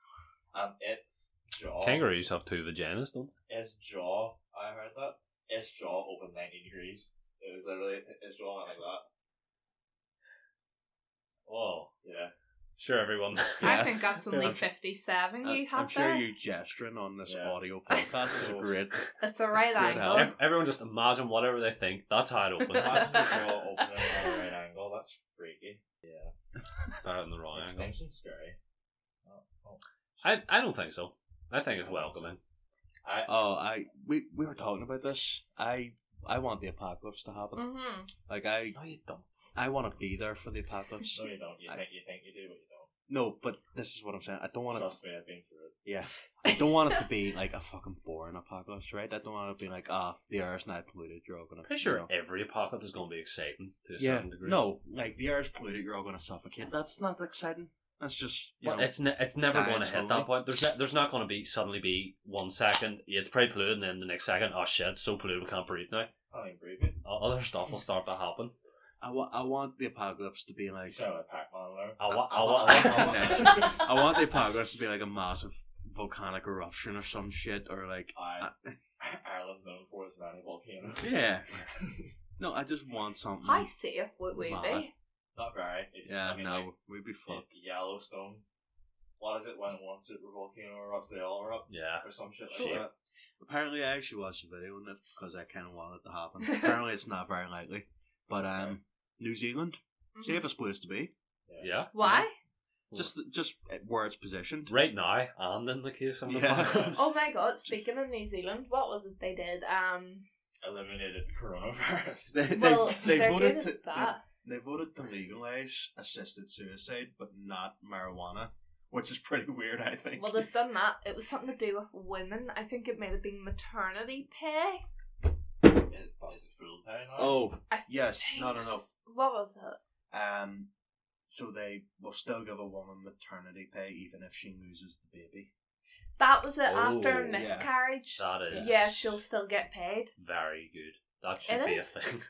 Speaker 4: and its jaw
Speaker 1: Kangaroos have two vaginas, don't
Speaker 4: its jaw i heard that its jaw opened 90 degrees it was literally its jaw went like that
Speaker 1: Oh,
Speaker 4: yeah
Speaker 1: sure,
Speaker 4: [LAUGHS]
Speaker 1: everyone.
Speaker 2: Yeah.
Speaker 3: I
Speaker 1: [LAUGHS]
Speaker 3: think that's only
Speaker 2: I'm-
Speaker 3: fifty-seven.
Speaker 2: I-
Speaker 3: you have
Speaker 2: I'm sure
Speaker 3: there.
Speaker 2: you gesturing on this
Speaker 1: [LAUGHS]
Speaker 4: Yeah.
Speaker 2: audio podcast is a great.
Speaker 3: It's a right
Speaker 2: Good
Speaker 3: angle.
Speaker 2: health.
Speaker 1: Ev- everyone just imagine whatever they think. That's
Speaker 3: [LAUGHS]
Speaker 1: how it opens.
Speaker 4: imagine
Speaker 1: Better
Speaker 4: the jaw opening at a right angle that's freaky
Speaker 1: [LAUGHS] than the wrong angle.
Speaker 4: Extinction's scary. Oh, oh.
Speaker 1: I, I don't think so. I think it's welcoming.
Speaker 4: I,
Speaker 2: Oh, I we we were talking about this. I I want the apocalypse to
Speaker 1: [LAUGHS]
Speaker 2: happen.
Speaker 3: Mm-hmm.
Speaker 2: Like I
Speaker 1: No, you don't. Oh,
Speaker 2: I want to be there for the apocalypse.
Speaker 4: no, you don't. You
Speaker 2: I-
Speaker 4: think you think you do, but you don't.
Speaker 2: No, but this is what I'm saying. I don't want it.
Speaker 4: Trust me, I've been through it.
Speaker 1: [LAUGHS]
Speaker 2: Yeah, I don't want it to be like a fucking boring apocalypse, right? I don't want it to be like ah, the air's now polluted. You're all gonna.
Speaker 1: Pretty
Speaker 2: you
Speaker 1: sure
Speaker 2: know.
Speaker 1: every apocalypse is going to be exciting to a
Speaker 2: Yeah.
Speaker 1: certain degree.
Speaker 2: No, like the air's polluted. You're all gonna suffocate. That's not exciting. That's just you
Speaker 1: Well,
Speaker 2: know.
Speaker 1: it's ne- it's never
Speaker 2: die
Speaker 1: going to hit
Speaker 2: slowly.
Speaker 1: that point. There's ne- there's not going to be suddenly be one second yeah, it's pretty polluted, and then the next second, oh shit, it's so polluted we can't breathe now.
Speaker 4: I don't even breathe it.
Speaker 1: O- Other stuff will start to happen.
Speaker 2: I want I want the apocalypse to be like
Speaker 4: You sound like Pac-Man there.
Speaker 1: I wa- I
Speaker 2: I-
Speaker 1: wa-
Speaker 2: I- I- [LAUGHS]
Speaker 1: Oh,
Speaker 4: I-
Speaker 2: I want the apocalypse to be like a massive volcanic eruption or some shit or like
Speaker 4: I, Ireland known for its many volcanoes.
Speaker 2: yeah. No, I just want something.
Speaker 3: How safe would we
Speaker 2: Mama.
Speaker 3: be?
Speaker 4: [LAUGHS] Not very. It,
Speaker 2: Yeah,
Speaker 4: I mean,
Speaker 2: no,
Speaker 4: like,
Speaker 2: we'd be
Speaker 4: it,
Speaker 2: fucked.
Speaker 4: Yellowstone. What is it when one super volcano erupts, they all erupt,
Speaker 1: Yeah.
Speaker 4: or some shit like
Speaker 1: Sure.
Speaker 4: that?
Speaker 2: uh, Apparently, I actually watched the video on it because I kind of wanted it to
Speaker 3: [LAUGHS]
Speaker 2: happen. Apparently, it's not very likely, but um, New Zealand
Speaker 3: Mhm.
Speaker 2: safest place to be.
Speaker 1: Yeah.
Speaker 3: Why?
Speaker 2: Just just uh, where it's positioned. [LAUGHS]
Speaker 1: Right now, and in the case of an
Speaker 2: Yeah.
Speaker 1: apocalypse.
Speaker 3: Oh my god, speaking of New Zealand, what was it they did? Um
Speaker 4: Eliminated
Speaker 1: [LAUGHS]
Speaker 4: coronavirus.
Speaker 2: They, they,
Speaker 3: well,
Speaker 2: they
Speaker 3: they're
Speaker 2: voted
Speaker 3: good
Speaker 2: to
Speaker 3: at that.
Speaker 2: They, they voted to legalize assisted suicide, but not marijuana, which is pretty weird. I think.
Speaker 3: Well, they've done that. It was something to do with women. I think it might have been maternity pay.
Speaker 4: Is it full time?
Speaker 2: oh
Speaker 3: I
Speaker 2: Yes,
Speaker 3: think
Speaker 2: no, no, no.
Speaker 3: s- What was it?
Speaker 2: Um, so they will still give a woman maternity pay even if she loses the baby.
Speaker 3: That was it
Speaker 1: Oh,
Speaker 3: after a
Speaker 1: yeah.
Speaker 3: miscarriage.
Speaker 1: That
Speaker 3: Yeah.
Speaker 1: is.
Speaker 3: she'll still get paid.
Speaker 1: Very good. That should
Speaker 3: It
Speaker 1: be
Speaker 3: is. Uh,
Speaker 1: a
Speaker 3: [LAUGHS]
Speaker 1: thing.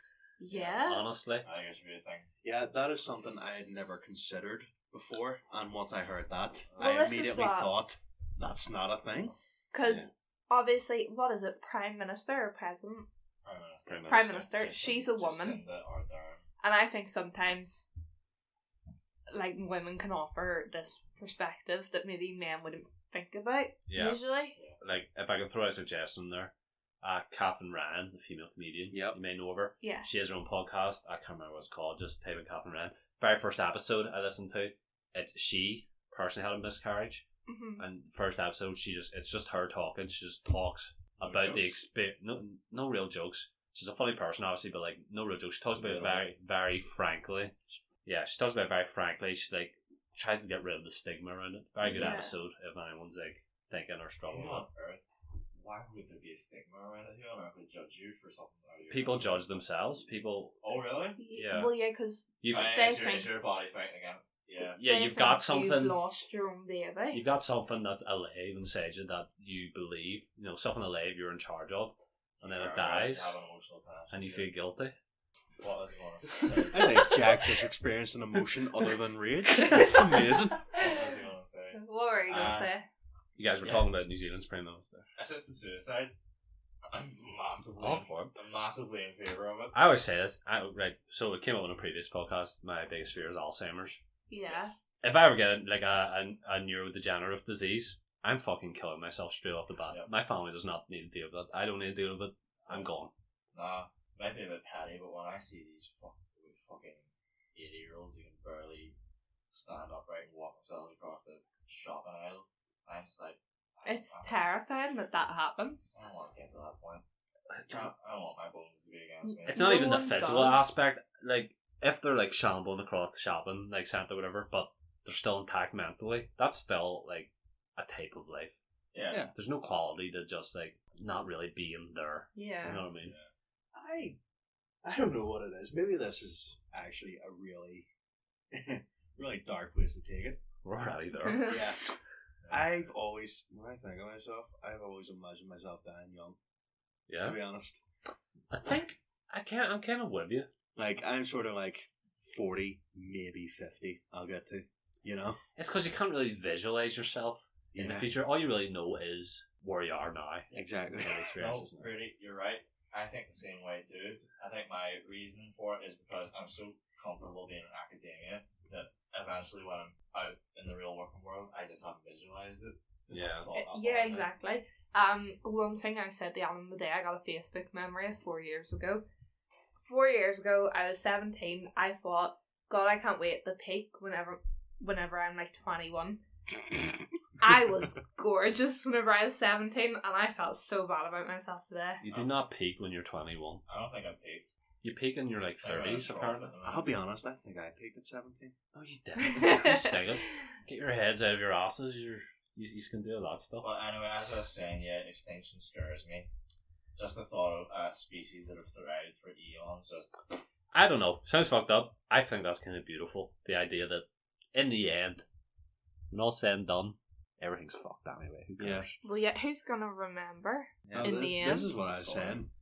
Speaker 3: Yeah.
Speaker 1: Honestly.
Speaker 4: I think it should be a thing.
Speaker 2: Yeah, that is something I had never considered before, and once I heard that,
Speaker 3: Well,
Speaker 2: I
Speaker 3: this is
Speaker 2: immediately
Speaker 3: what-
Speaker 2: thought that's not a thing.
Speaker 3: Because
Speaker 2: Yeah.
Speaker 3: obviously, what is it? Prime Minister or President?
Speaker 4: Prime Minister.
Speaker 3: Prime Minister, she's a woman.
Speaker 4: Jacinda Ardern.
Speaker 3: And I think sometimes, like, women can offer this perspective that maybe men wouldn't think about
Speaker 1: Yeah.
Speaker 3: usually.
Speaker 1: Like, if I can throw a suggestion there, uh, Catherine Ryan, the female comedian,
Speaker 2: Yep.
Speaker 1: you may know of her.
Speaker 3: Yeah.
Speaker 1: She has her own podcast. I can't remember what it's called. Just type in Catherine Ryan. Very first episode I listened to, it's she personally had a miscarriage.
Speaker 3: hmm
Speaker 1: And first episode, she just it's just her talking. She just talks
Speaker 4: No
Speaker 1: about the
Speaker 4: jokes.
Speaker 1: experience. No, no real jokes. She's a funny person, obviously, but like no real jokes. She talks about it
Speaker 4: Really?
Speaker 1: very, very frankly. Yeah, she talks about it very frankly. She like tries to get rid of the stigma around it. Very good
Speaker 3: Yeah.
Speaker 1: episode if anyone's like thinking or struggling.
Speaker 4: What on earth why would there be a stigma around it? Who on earth would judge you for something? That you're
Speaker 1: People
Speaker 4: not-
Speaker 1: judge themselves. People,
Speaker 4: Oh really?
Speaker 1: Yeah.
Speaker 3: Well, yeah, because
Speaker 1: you've
Speaker 4: Uh,
Speaker 3: They
Speaker 4: it's, your, it's
Speaker 3: think-
Speaker 4: your body fighting against. Yeah.
Speaker 1: yeah, you've got
Speaker 3: You've
Speaker 1: something.
Speaker 3: lost your own baby.
Speaker 1: You've got something that's alive inside you that you believe, you know, something alive you're in charge of, and then
Speaker 4: Or,
Speaker 1: it
Speaker 4: uh,
Speaker 1: dies,
Speaker 4: Have an emotional connection
Speaker 1: and you
Speaker 4: to
Speaker 1: feel
Speaker 4: it.
Speaker 1: [LAUGHS] guilty.
Speaker 4: What
Speaker 1: [LAUGHS]
Speaker 4: is going to say?
Speaker 2: I think Jack has experienced an emotion other than rage. It's amazing.
Speaker 3: [LAUGHS]
Speaker 4: What was he going to say?
Speaker 3: What were you gonna
Speaker 4: Uh,
Speaker 3: say?
Speaker 1: [LAUGHS] You guys were
Speaker 4: Yeah.
Speaker 1: talking about New Zealand's prime minister.
Speaker 4: Assisted suicide. I'm massively,
Speaker 1: All for it.
Speaker 4: I'm massively in favor of it.
Speaker 1: I always say this. I right. So it came up in a previous podcast. My biggest fear is Alzheimer's.
Speaker 3: Yeah.
Speaker 4: Yes.
Speaker 1: If I ever get like a, a a neurodegenerative disease, I'm fucking killing myself straight off the bat.
Speaker 4: Yep.
Speaker 1: My family does not need to deal with that. I don't need to deal with it. I'm gone.
Speaker 4: Nah, might be a bit petty, but when I see these fuck, fucking eighty year olds who can barely stand upright and walk themselves across the shopping aisle, I'm just like, I-
Speaker 3: It's
Speaker 4: I-
Speaker 3: terrifying that that happens.
Speaker 4: I
Speaker 1: Uh,
Speaker 4: don't want to get to that point. I don't, I don't want my bones to be against me.
Speaker 1: It's not
Speaker 3: No
Speaker 1: even the
Speaker 3: one
Speaker 1: physical
Speaker 3: does.
Speaker 1: aspect. Like if they're like shambling across the shopping, like Santa, whatever, but they're still intact mentally. That's still like a type of life.
Speaker 4: yeah.
Speaker 2: Yeah.
Speaker 1: There's no quality to just like not really being there. You
Speaker 3: Yeah.
Speaker 1: know what I mean?
Speaker 2: I I don't know what it is. Maybe this is actually a really [LAUGHS] really dark place to take it.
Speaker 1: We're already
Speaker 3: [LAUGHS]
Speaker 1: there.
Speaker 2: Yeah. I've always when I think of myself, I've always imagined myself dying young.
Speaker 1: Yeah.
Speaker 2: To be honest.
Speaker 1: I think I can't. I'm kind of with you.
Speaker 2: Like I'm sort of like forty, maybe fifty I'll get to. You know?
Speaker 1: It's because you can't really visualize yourself in the
Speaker 2: Yeah.
Speaker 1: future. All you really know is where you are now.
Speaker 2: Exactly.
Speaker 3: [LAUGHS] Oh,
Speaker 1: Yeah, it's
Speaker 4: No,
Speaker 1: experiences.
Speaker 4: really, you're right. I think the same way, dude. I think my reasoning for it is because I'm so comfortable being in academia that eventually when I'm out in the real working world, I just haven't visualized it. Just
Speaker 1: Yeah.
Speaker 4: haven't thought
Speaker 3: Uh,
Speaker 4: that
Speaker 3: yeah,
Speaker 4: long about it.
Speaker 3: exactly. Um, one thing I said to Alan the day I got a Facebook memory of four years ago. Four years ago, I was seventeen. I thought, God, I can't wait the peak whenever, whenever I'm like twenty one. I was gorgeous whenever I was seventeen, and I felt so bad about myself today.
Speaker 1: You do not peak when you're 21.
Speaker 4: I don't think I peaked.
Speaker 1: You peak in your like
Speaker 4: I think I'm
Speaker 1: 30s,
Speaker 4: trough
Speaker 1: apparently.
Speaker 4: at the
Speaker 2: I'll
Speaker 4: moment.
Speaker 2: be honest, I think I peaked at seventeen.
Speaker 1: Oh, you didn't.
Speaker 3: [LAUGHS]
Speaker 1: you sting it. Get your heads out of your asses. You're, you, you can do a lot of stuff.
Speaker 4: Well, anyway, as I was saying, yeah, extinction scares me. Just the thought of uh, species that have thrived for eons, just
Speaker 1: I don't know. Sounds fucked up. I think that's kind of beautiful. The idea that in the end, when all's said and done, everything's fucked anyway. Who
Speaker 2: Yeah.
Speaker 1: cares?
Speaker 3: Well, yeah, who's gonna remember?
Speaker 4: Yeah.
Speaker 3: In
Speaker 2: this,
Speaker 3: the
Speaker 2: this
Speaker 3: end.
Speaker 2: is what I was
Speaker 4: Sorry.
Speaker 2: saying. [LAUGHS]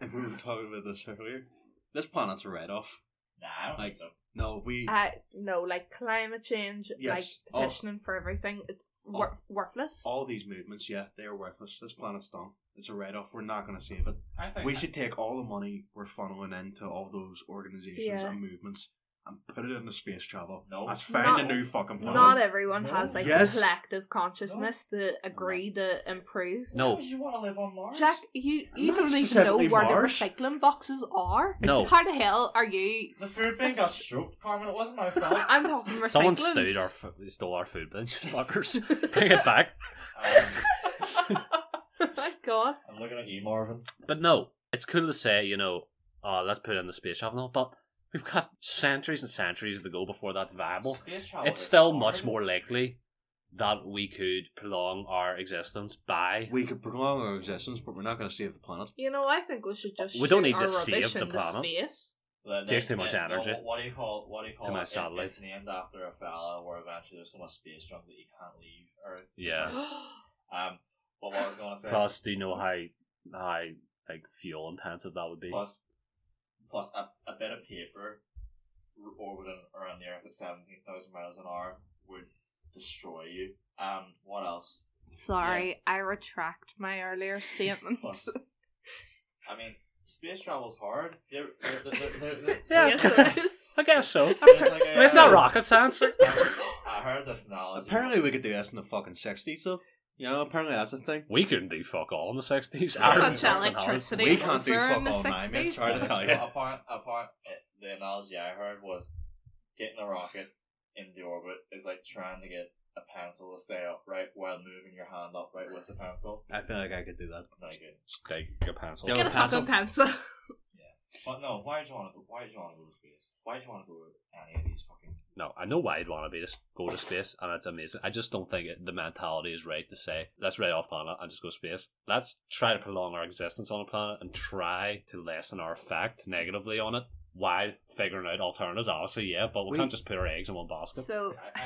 Speaker 2: And we were talking about this earlier. This planet's a write off.
Speaker 4: nah, I don't
Speaker 2: Like-
Speaker 4: think so.
Speaker 2: No, we
Speaker 3: I no, like climate change,
Speaker 2: Yes.
Speaker 3: like petitioning for everything. It's wor- worthless.
Speaker 2: all these movements, yeah, they are worthless. This planet's done. It's a write off. We're not going to save it.
Speaker 4: I think
Speaker 2: We should take all the money we're funneling into all those organizations
Speaker 3: Yeah.
Speaker 2: and movements and put it into space travel.
Speaker 4: No.
Speaker 2: Let's find
Speaker 3: Not-
Speaker 2: a new fucking planet.
Speaker 3: Not everyone
Speaker 4: No.
Speaker 3: has like
Speaker 2: Yes.
Speaker 3: a collective consciousness to agree to improve.
Speaker 1: No.
Speaker 4: Why would you want to live on Mars?
Speaker 3: Jack, you you
Speaker 2: Not
Speaker 3: don't even know
Speaker 2: specifically
Speaker 3: where
Speaker 2: Mars.
Speaker 3: the recycling boxes are. [LAUGHS]
Speaker 1: No.
Speaker 3: How the hell are you?
Speaker 4: The food bin got stroked, Carmen. It wasn't my fault.
Speaker 3: [LAUGHS] I'm
Speaker 1: [LAUGHS]
Speaker 3: talking recycling.
Speaker 1: Someone stole our, fu- stole our food bin, fuckers. [LAUGHS]
Speaker 3: [LAUGHS]
Speaker 1: Bring it back.
Speaker 4: Um,
Speaker 2: [LAUGHS]
Speaker 3: Oh My God.
Speaker 4: I'm looking at you, Marvin.
Speaker 1: But no, it's cool to say, you know, oh, let's put it in the space travel, and all, but we've got centuries and centuries to go before that's viable.
Speaker 4: Space travel
Speaker 1: It's
Speaker 4: is
Speaker 1: still
Speaker 4: hard.
Speaker 1: much more likely that we could prolong our existence by.
Speaker 2: We could prolong our existence, but we're not going to save the planet.
Speaker 3: You know, I think we should just.
Speaker 1: We don't
Speaker 3: shoot
Speaker 1: need to
Speaker 3: our
Speaker 1: save
Speaker 3: rubbish
Speaker 1: the
Speaker 3: into
Speaker 1: planet.
Speaker 3: Space.
Speaker 4: But
Speaker 1: Takes
Speaker 4: then-
Speaker 1: too much
Speaker 4: then-
Speaker 1: energy.
Speaker 4: What, what do you call? What do you call?
Speaker 1: Too much
Speaker 4: it? It's-
Speaker 1: satellites.
Speaker 4: It's, named after a fella where eventually there's so much space junk that you can't leave Earth.
Speaker 1: Yeah.
Speaker 4: Um. But what I was gonna say.
Speaker 1: Plus, do you know how how like fuel intensive that would be?
Speaker 4: plus, plus a, a bit of paper r- orbiting around the Earth at seventeen thousand miles an hour would destroy you. Um. What else?
Speaker 3: [GASPS] Sorry, I retract
Speaker 2: [LAUGHS]
Speaker 3: my earlier statement.
Speaker 4: Plus, I mean, space travel's hard. They're, they're, they're, they're, they're,
Speaker 1: [LAUGHS] Yeah.
Speaker 3: [LAUGHS] yes, it is.
Speaker 1: I guess so. I
Speaker 4: there's like a- um,
Speaker 1: mean, it's not rocket science. right? [LAUGHS]
Speaker 4: I heard this analogy.
Speaker 2: Apparently, we could do this in the fucking 60s, though. You know, apparently that's a thing.
Speaker 1: We couldn't do fuck all in the sixties.
Speaker 2: How
Speaker 3: much electricity
Speaker 2: We can't
Speaker 3: was
Speaker 2: do
Speaker 3: there
Speaker 2: fuck
Speaker 3: in the
Speaker 2: all now, mate.
Speaker 3: 60s?
Speaker 2: Sorry to tell you.
Speaker 4: Well, Apart, apart, eh, the analogy I heard was getting a rocket into orbit is like trying to get a pencil to stay upright while moving your hand upright with the pencil.
Speaker 2: I feel like I could do that.
Speaker 4: No good.
Speaker 1: Like a pencil.
Speaker 2: Yeah,
Speaker 3: Get a
Speaker 2: Pencil.
Speaker 3: fucking pencil.
Speaker 4: But no, why do you want to? Why do you want to go to space? Why do you want to go to any of these fucking?
Speaker 1: No, I know why I'd want to be just go to space, and it's amazing. I just don't think it, the mentality is right to say let's write off planet and just go to space. Let's try to prolong our existence on a planet and try to lessen our effect negatively on it while figuring out alternatives. Obviously, yeah, but we,
Speaker 2: We-
Speaker 1: can't just put our eggs in one basket.
Speaker 3: So
Speaker 4: I, I,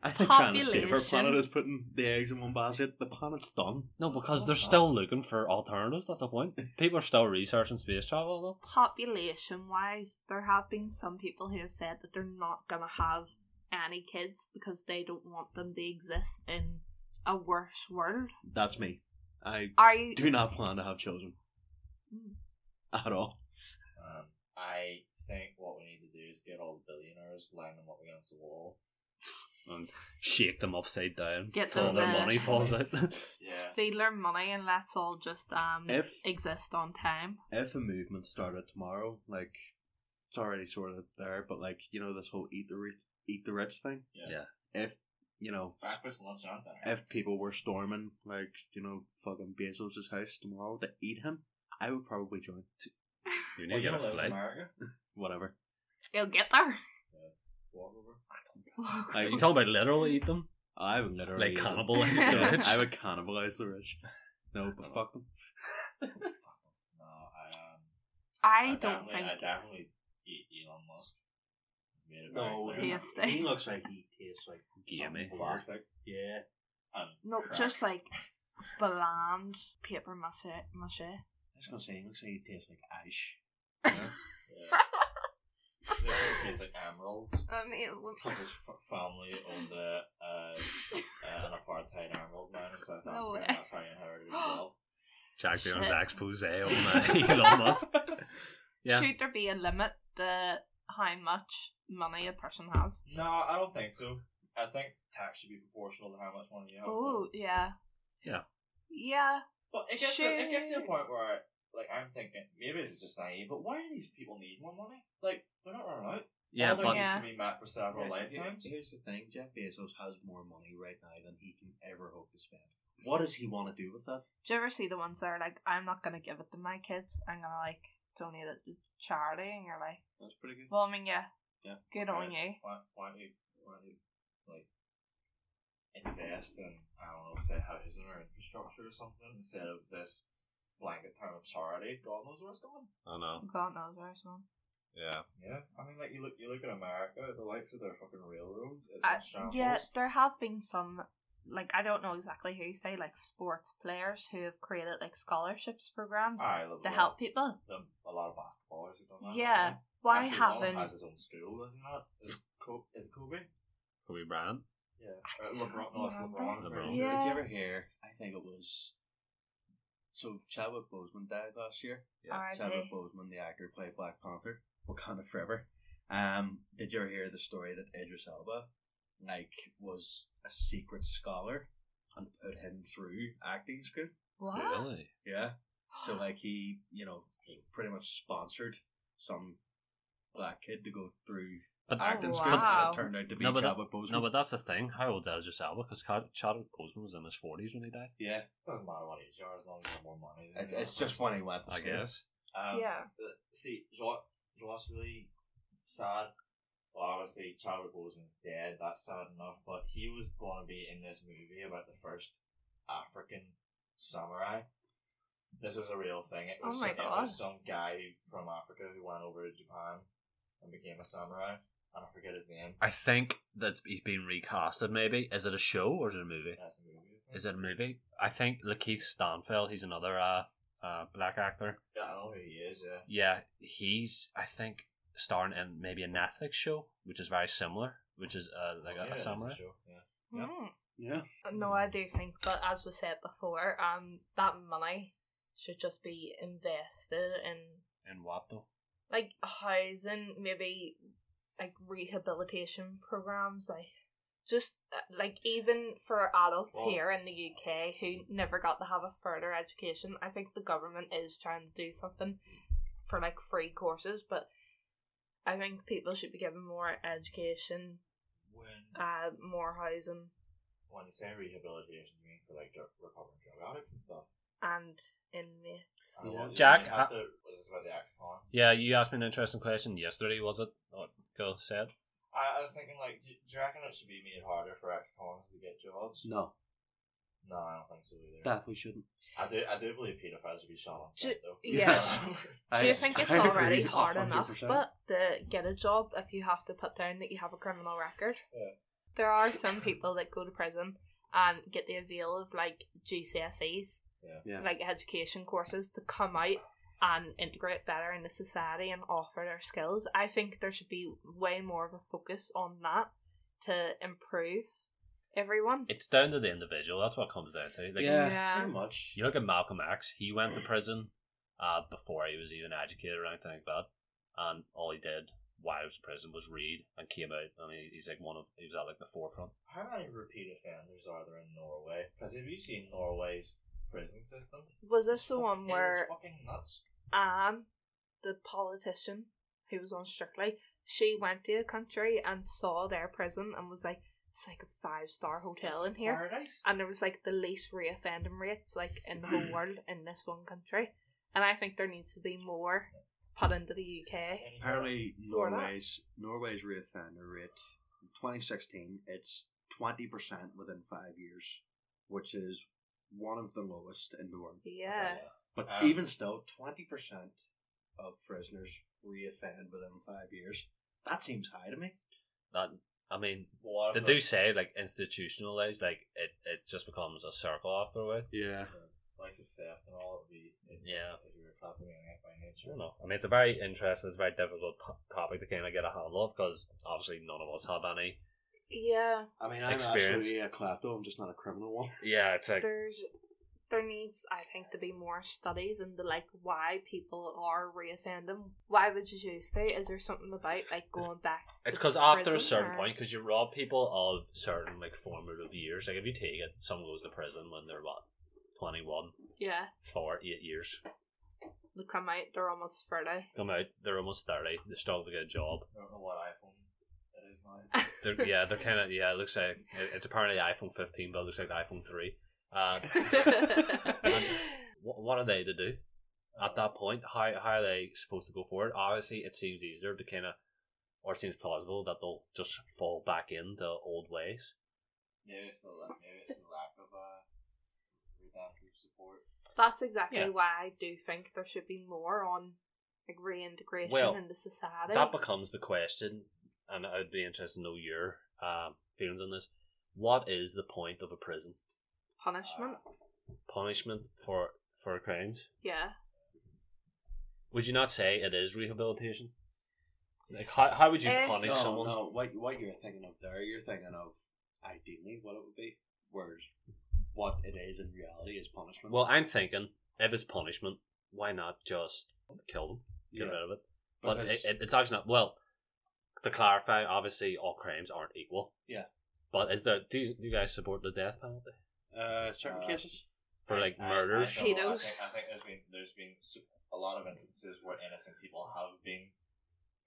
Speaker 2: I think trying to save our
Speaker 3: Population.
Speaker 2: planet is putting the eggs in one basket. The planet's done.
Speaker 1: no, because
Speaker 4: What's
Speaker 1: they're
Speaker 4: that?
Speaker 1: still looking for alternatives. That's the point. People are still researching space travel, though.
Speaker 3: population wise, there have been some people who have said that they're not gonna have any kids because they don't want them to exist in a worse world.
Speaker 2: That's me. I
Speaker 3: Are you
Speaker 2: do not plan to have children
Speaker 3: Mm.
Speaker 2: at all.
Speaker 4: um, I think what we need to do is get all the billionaires, line them up against the wall.
Speaker 1: And shake them upside down.
Speaker 3: Get
Speaker 1: till
Speaker 3: them uh,
Speaker 1: their
Speaker 3: there.
Speaker 1: money
Speaker 3: [LAUGHS]
Speaker 1: falls out. [LAUGHS]
Speaker 4: Yeah.
Speaker 3: steal their money and let's all just um
Speaker 2: If-
Speaker 3: exist on time?
Speaker 2: If a movement started tomorrow, like it's already sort of there, but like you know this whole eat the rich, eat the rich thing.
Speaker 1: Yeah.
Speaker 2: If you know
Speaker 4: Breakfast, lunch, and dinner.
Speaker 2: if people were storming like you know fucking Bezos' house tomorrow to eat him, I would probably join.
Speaker 1: you need to get a flight.
Speaker 4: America.
Speaker 2: Whatever.
Speaker 3: You'll get there.
Speaker 4: [LAUGHS] Walk over.
Speaker 1: Are you talking about literally eat them?
Speaker 2: I would literally
Speaker 1: Like
Speaker 2: eat them.
Speaker 1: cannibal
Speaker 2: [LAUGHS]
Speaker 1: in storage?
Speaker 2: I would cannibalize the rich. No, but fuck them.
Speaker 4: No, I um.
Speaker 3: [LAUGHS] I don't
Speaker 4: definitely-
Speaker 3: think
Speaker 4: I definitely eat Elon Musk. Made it
Speaker 2: No,
Speaker 4: very clear.
Speaker 3: Yes. Tasty. he
Speaker 2: looks like he tastes [LAUGHS] like
Speaker 1: Gimme.
Speaker 2: plastic. Yeah.
Speaker 3: [LAUGHS]
Speaker 4: Um,
Speaker 3: no,
Speaker 4: crap.
Speaker 3: just like bland paper mache mache.
Speaker 2: I was gonna say he looks like he tastes like ash.
Speaker 4: Yeah. They say it tastes like emeralds.
Speaker 3: Amazing.
Speaker 4: [LAUGHS] Because his f- family owned a, uh, uh, an apartheid emerald mine in South
Speaker 3: No
Speaker 4: Africa,
Speaker 3: way.
Speaker 4: and that's how he inherited his wealth.
Speaker 3: [GASPS]
Speaker 1: Jack
Speaker 3: Shit.
Speaker 1: Bjorn's expose
Speaker 3: [LAUGHS]
Speaker 1: on uh, [LAUGHS] Elon Musk. Yeah.
Speaker 3: Should there be a limit to how much money a person has?
Speaker 4: No, I don't think so. I think tax should be proportional to how much money you have.
Speaker 3: Oh yeah.
Speaker 1: Yeah.
Speaker 3: Yeah.
Speaker 4: But it gets, to, it gets to a
Speaker 3: Should-
Speaker 4: point where, like, I'm thinking, maybe this is just naive, but why do these people need more money? Like, they're not running out.
Speaker 1: Yeah,
Speaker 4: All their
Speaker 1: but
Speaker 4: needs
Speaker 3: Yeah.
Speaker 4: can be met for several lifetimes.
Speaker 2: Here's the thing: Jeff Bezos has more money right now than he can ever hope to spend. What does he want to do with that?
Speaker 3: Do you ever see the ones that are like, I'm not gonna give it to my kids. I'm gonna like donate it to charity, and you're like,
Speaker 2: That's pretty good.
Speaker 3: well, I mean, yeah,
Speaker 4: Yeah.
Speaker 3: good on you.
Speaker 4: Why, why do you, why do you, like, invest in, I don't know, say housing or infrastructure or something instead of this blanket term of charity? God knows where it's going.
Speaker 1: I know.
Speaker 3: God knows where it's going.
Speaker 1: Yeah.
Speaker 4: Yeah, I mean, like, you look you look at America, the likes of their fucking railroads, it's
Speaker 3: Uh,
Speaker 4: in shambles.
Speaker 3: yeah, there have been some, like I don't know exactly who you say, like sports players who have created like scholarships programs
Speaker 4: I love
Speaker 3: to help people.
Speaker 4: Them, a lot of basketballers have done that.
Speaker 3: Yeah, why
Speaker 4: Actually, one of them
Speaker 3: haven't?
Speaker 4: has his own school, isn't that? Is, Co- is it Kobe?
Speaker 1: Kobe Bryant.
Speaker 4: Yeah. Uh, LeBron, no, it's
Speaker 3: remember.
Speaker 4: LeBron. I'm pretty
Speaker 1: LeBron.
Speaker 4: sure.
Speaker 3: Yeah.
Speaker 2: Did you ever hear? I think it was. So Chadwick Boseman died last year.
Speaker 1: Yeah.
Speaker 3: R.I.P.
Speaker 2: Chadwick Boseman, the actor, who played Black Panther, Wakanda Forever. Um, did you ever hear the story that Idris Elba, like, was a secret scholar and put him through acting school?
Speaker 3: What?
Speaker 1: Really?
Speaker 2: Yeah.
Speaker 3: [GASPS]
Speaker 2: So like he, you know, pretty much sponsored some black kid to go through
Speaker 1: But
Speaker 2: acting
Speaker 3: Oh,
Speaker 2: school,
Speaker 3: wow.
Speaker 2: and it turned out to be
Speaker 1: No, but that-
Speaker 2: Chadwick Boseman.
Speaker 1: no, but that's the thing. How old is Idris Elba? Because Chadwick Boseman was in his forties when he died.
Speaker 2: yeah,
Speaker 4: Doesn't matter what age you are, as long as you have more money. than
Speaker 2: it's,
Speaker 4: the
Speaker 2: it's
Speaker 4: other
Speaker 2: just
Speaker 4: person.
Speaker 2: when he went to
Speaker 1: I
Speaker 2: school.
Speaker 1: guess.
Speaker 4: Um,
Speaker 3: Yeah.
Speaker 4: uh, See, Josh, Josh really sad. Well, obviously, Chadwick Boseman's dead. That's sad enough. But he was going to be in this movie about the first African samurai. This was a real thing. It was,
Speaker 3: Oh my
Speaker 4: some,
Speaker 3: God.
Speaker 4: It was some guy from Africa who went over to Japan and became a samurai. And I forget his name.
Speaker 1: I think that he's been recasted. Maybe is it a show or is it a movie?
Speaker 4: That's a movie. I think.
Speaker 1: Is it a movie? I think Lakeith Stanfield. He's another uh, uh black actor.
Speaker 4: Yeah, I know who he is. Yeah.
Speaker 1: Yeah, he's I think starring in maybe a Netflix show, which is very similar, which is uh, like
Speaker 4: Oh, Yeah,
Speaker 1: a, a
Speaker 4: that's
Speaker 1: samurai.
Speaker 4: show, Yeah.
Speaker 1: Yeah.
Speaker 3: Hmm.
Speaker 2: Yeah.
Speaker 3: No, I do think, but as we said before, um, that money should just be invested in
Speaker 1: In what though?
Speaker 3: like housing, maybe like rehabilitation programs, like just uh, like even for adults
Speaker 4: Well-
Speaker 3: here in the UK who never got to have a further education. I think the government is trying to do something for like free courses, but I think people should be given more education,
Speaker 4: When
Speaker 3: uh, more housing.
Speaker 4: when you say rehabilitation, you mean for like drug, recovering drug addicts and stuff?
Speaker 3: and inmates.
Speaker 4: And what-
Speaker 1: Jack,
Speaker 4: you had
Speaker 1: I-
Speaker 4: the- was this about the XCOM?
Speaker 1: Yeah, you asked me an interesting question yesterday, was it? Oh, go said.
Speaker 4: I, I was thinking, like, do, do you reckon it should be made harder for ex-cons to get jobs?
Speaker 2: No,
Speaker 4: No, I don't think so either.
Speaker 2: definitely shouldn't.
Speaker 4: I do, I do believe pedophiles should be shot on
Speaker 3: Ju-
Speaker 4: set, though. [LAUGHS]
Speaker 3: yeah. Do you
Speaker 2: I-
Speaker 3: think
Speaker 2: [LAUGHS]
Speaker 3: it's
Speaker 2: I agree
Speaker 3: already hard
Speaker 2: 100%.
Speaker 3: enough, but to get a job if you have to put down that you have a criminal record?
Speaker 4: Yeah.
Speaker 3: There
Speaker 4: [LAUGHS]
Speaker 3: are some people that go to prison and get the avail of like GCSEs,
Speaker 4: Yeah.
Speaker 2: Yeah.
Speaker 3: like education courses to come out and integrate better into society and offer their skills. I think there should be way more of a focus on that to improve everyone.
Speaker 1: It's down to the individual. That's what it comes down to. Like,
Speaker 2: Yeah.
Speaker 3: yeah.
Speaker 2: pretty much.
Speaker 1: You look at Malcolm X. He went to prison uh, before he was even educated or anything like that, and all he did while he was in prison was read and came out, and he, he's like one of he was at like the forefront.
Speaker 4: How many repeat offenders are there in Norway? Because have you seen Norway's prison system?
Speaker 3: Was this the
Speaker 4: It
Speaker 3: one
Speaker 4: is
Speaker 3: where
Speaker 4: fucking nuts.
Speaker 3: Anne, the politician who was on Strictly, she went to a country and saw their prison and was like, it's like a five star hotel in
Speaker 4: It's
Speaker 3: here.
Speaker 4: Paradise.
Speaker 3: And there was like the least reoffending rates like in
Speaker 1: [CLEARS THROAT]
Speaker 3: the whole world in this one country. And I think there needs to be more put into the UK.
Speaker 4: And you know,
Speaker 2: Apparently,
Speaker 3: For that.
Speaker 2: Norway's Norway's reoffender rate in 2016 it's 20 percent within five years, which is one of the lowest in the world.
Speaker 3: Yeah.
Speaker 2: But
Speaker 4: Um,
Speaker 2: even still, 20 percent of prisoners reoffend within five years. That seems high to me.
Speaker 1: That I mean,
Speaker 4: Well,
Speaker 1: they
Speaker 4: I'm
Speaker 1: do
Speaker 4: not-
Speaker 1: say like institutionalized, like it, it just becomes a circle after a while.
Speaker 2: Yeah.
Speaker 4: likes of theft and all of the if-
Speaker 1: Yeah.
Speaker 4: if you're a kleptomaniac by
Speaker 1: I
Speaker 4: nature.
Speaker 1: don't know. I mean, it's a very interesting, it's a very difficult to- topic to kind of get a handle of because obviously none of us have any.
Speaker 3: Yeah.
Speaker 2: I mean, I'm
Speaker 1: Experience.
Speaker 2: absolutely a klepto. I'm just not a criminal one.
Speaker 1: Yeah, it's like
Speaker 3: There's there needs I think to be more studies into like why people are reoffending. Why would you choose to? Is there something about like going back?
Speaker 1: It's
Speaker 3: to
Speaker 1: because after a
Speaker 3: prison
Speaker 1: certain
Speaker 3: or-
Speaker 1: point, because you rob people of certain like formative years. Like if you take it, someone goes to prison when they're what, 21
Speaker 3: Yeah.
Speaker 1: for eight years.
Speaker 3: They come out, they're almost thirty.
Speaker 1: Come out, they're almost thirty. They struggle to get a job.
Speaker 4: I don't know what iPhone it is now.
Speaker 1: They're, yeah, [LAUGHS] they're kind of yeah. It looks like it- it's apparently iPhone 15, but it looks like the iPhone 3. Uh, what, what are they to do at that point? How how are they supposed to go forward? Obviously, it seems easier to kind of, or it seems plausible that they'll just fall back into old ways.
Speaker 4: Maybe it's the la- maybe it's the lack of uh, rebound group support.
Speaker 3: [LAUGHS] That's exactly
Speaker 1: Yeah.
Speaker 3: why I do think there should be more on like reintegration
Speaker 1: Well,
Speaker 3: into society.
Speaker 1: that becomes the question, and I'd be interested to know your um, feelings on this. What is the point of a prison
Speaker 3: punishment.
Speaker 1: Uh, punishment for for crimes?
Speaker 3: yeah.
Speaker 1: Would you not say it is rehabilitation? Like how, how would you
Speaker 3: Eh.
Speaker 1: punish
Speaker 2: No,
Speaker 1: someone?
Speaker 2: Oh, no. What what you're thinking of there? You're thinking of ideally what it would be, whereas what it is in reality is punishment.
Speaker 1: Well, I'm thinking if it's punishment, why not just kill them, get rid of it? But it,
Speaker 2: Because-
Speaker 1: it, it's actually not. Well, to clarify, obviously all crimes aren't equal.
Speaker 2: Yeah.
Speaker 1: But is there? Do you, do you guys support the death penalty
Speaker 2: uh, certain
Speaker 4: Uh,
Speaker 2: cases.
Speaker 1: for like
Speaker 4: I- I-
Speaker 1: murders?
Speaker 4: I, don't know. I,
Speaker 3: Pedos.
Speaker 4: think, I think there's been there's been s- a lot of instances where innocent people have been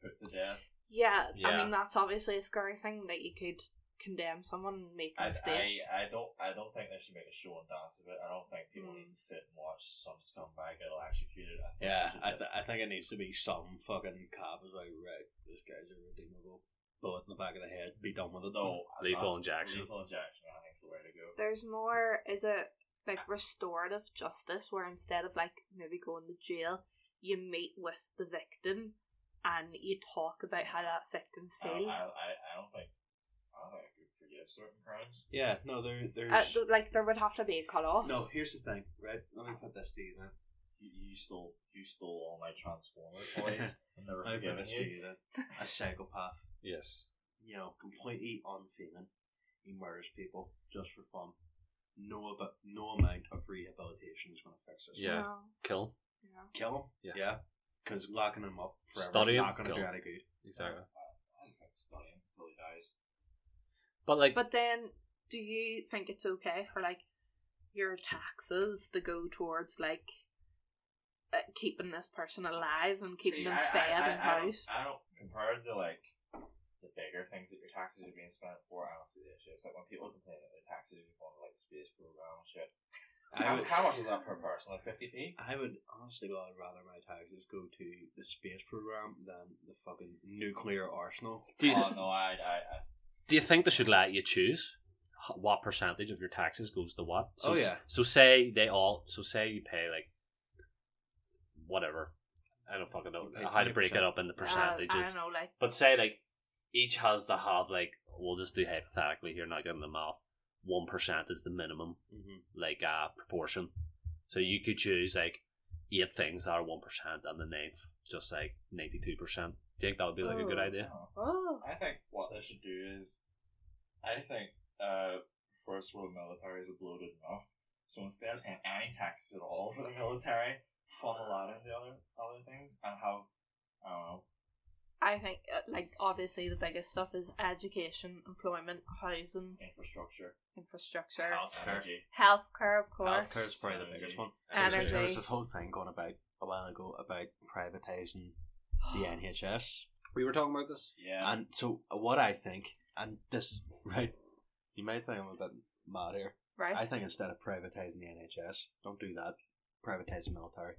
Speaker 4: put to death.
Speaker 3: yeah. I
Speaker 1: Yeah.
Speaker 3: mean that's obviously a scary thing that you could condemn someone and make a
Speaker 4: I,
Speaker 3: mistake.
Speaker 4: I, I don't I don't think they should make a show and dance of it. I don't think people
Speaker 3: Mm.
Speaker 4: need to sit and watch some scumbag get executed. I think
Speaker 2: Yeah,
Speaker 4: they should
Speaker 2: I,
Speaker 4: just-
Speaker 2: th- I think it needs to be some fucking cop is like, right, this guy's irredeemable. Bullet in the back of the head, be done with it. Oh.
Speaker 4: no I'm
Speaker 1: Lethal
Speaker 4: not-
Speaker 1: injection.
Speaker 4: Lethal injection. I think is the way to go.
Speaker 3: There's more is it like restorative justice where instead of like maybe going to jail, you meet with the victim and you talk about how that victim
Speaker 1: Oh,
Speaker 4: I, don't-
Speaker 3: feels.
Speaker 4: I, I, I don't think I don't think I could forgive certain crimes.
Speaker 2: Yeah, no, there, there's.
Speaker 3: Uh, th- like there would have to be a cut off.
Speaker 2: no, here's the thing, right? Let me put this to you then.
Speaker 4: You, you stole you stole all my Transformer toys.
Speaker 1: [LAUGHS]
Speaker 4: and never
Speaker 2: Let me put
Speaker 4: forgiven
Speaker 2: this to
Speaker 4: you.
Speaker 2: you then. A psychopath,
Speaker 1: Yes.
Speaker 2: you know, completely unfeeling. He murders people just for fun. No, but no amount of rehabilitation is going to fix this.
Speaker 1: Yeah.
Speaker 3: No.
Speaker 1: Kill 'em.
Speaker 3: Yeah.
Speaker 2: Kill him?
Speaker 1: Yeah.
Speaker 2: Because locking him up forever
Speaker 1: Study
Speaker 2: is
Speaker 1: 'em,
Speaker 2: not going to
Speaker 1: kill
Speaker 2: do
Speaker 1: 'em.
Speaker 2: any good.
Speaker 1: Exactly.
Speaker 4: I just think studying until he dies.
Speaker 1: But like,
Speaker 3: But then, do you think it's okay for like your taxes to go towards like uh, keeping this person alive and keeping
Speaker 4: See,
Speaker 3: them
Speaker 4: I-
Speaker 3: fed
Speaker 4: I, I,
Speaker 3: and
Speaker 4: I, don't,
Speaker 3: housed?
Speaker 4: I don't compared to like the bigger things that your taxes are being spent for. I don't see the issue. It's like when people complain that their taxes are going to like the space program and shit.
Speaker 2: I
Speaker 4: How,
Speaker 2: would,
Speaker 4: how much is that per person? Like fifty p?
Speaker 2: I would honestly God rather my taxes go to the space program than the fucking nuclear arsenal.
Speaker 1: Do you,
Speaker 4: Oh no, I, I, I
Speaker 1: do you think they should let you choose h- what percentage of your taxes goes to what? So
Speaker 2: Oh,
Speaker 1: s-
Speaker 2: yeah.
Speaker 1: So say they all. So say you pay like whatever. I don't fucking know
Speaker 2: You pay
Speaker 1: how to break it
Speaker 2: 20%.
Speaker 1: up into
Speaker 3: Uh, I
Speaker 1: percentages.
Speaker 3: don't know, like
Speaker 1: But say like each has to have like we'll just do hypothetically here, not getting the math. One percent is the minimum
Speaker 2: Mm-hmm.
Speaker 1: like uh proportion. So you could choose like eight things that are one percent and the ninth just like ninety two percent. Do you think that would be like a good
Speaker 3: Oh.
Speaker 4: don't
Speaker 1: idea?
Speaker 4: know.
Speaker 3: oh
Speaker 4: I think what they should do is, I think uh, first world military is a bloated enough. So instead of paying any taxes at all for the military, funnel that into other other things and have, I don't know,
Speaker 3: I think uh, like obviously the biggest stuff is education, employment, housing,
Speaker 4: infrastructure,
Speaker 3: infrastructure,
Speaker 4: health,
Speaker 2: Healthcare.
Speaker 4: energy.
Speaker 3: healthcare, of course.
Speaker 2: Healthcare is probably the
Speaker 4: Energy.
Speaker 2: biggest one.
Speaker 3: Energy.
Speaker 2: There was- There was this whole thing going about a while ago about privatizing the NHS,
Speaker 1: We were talking about this.
Speaker 4: Yeah.
Speaker 2: and so uh, what I think, and this [LAUGHS] is right, you might think I'm a bit mad here.
Speaker 3: [GASPS] Right.
Speaker 2: I think instead of privatizing the NHS, don't do that. Privatize the military.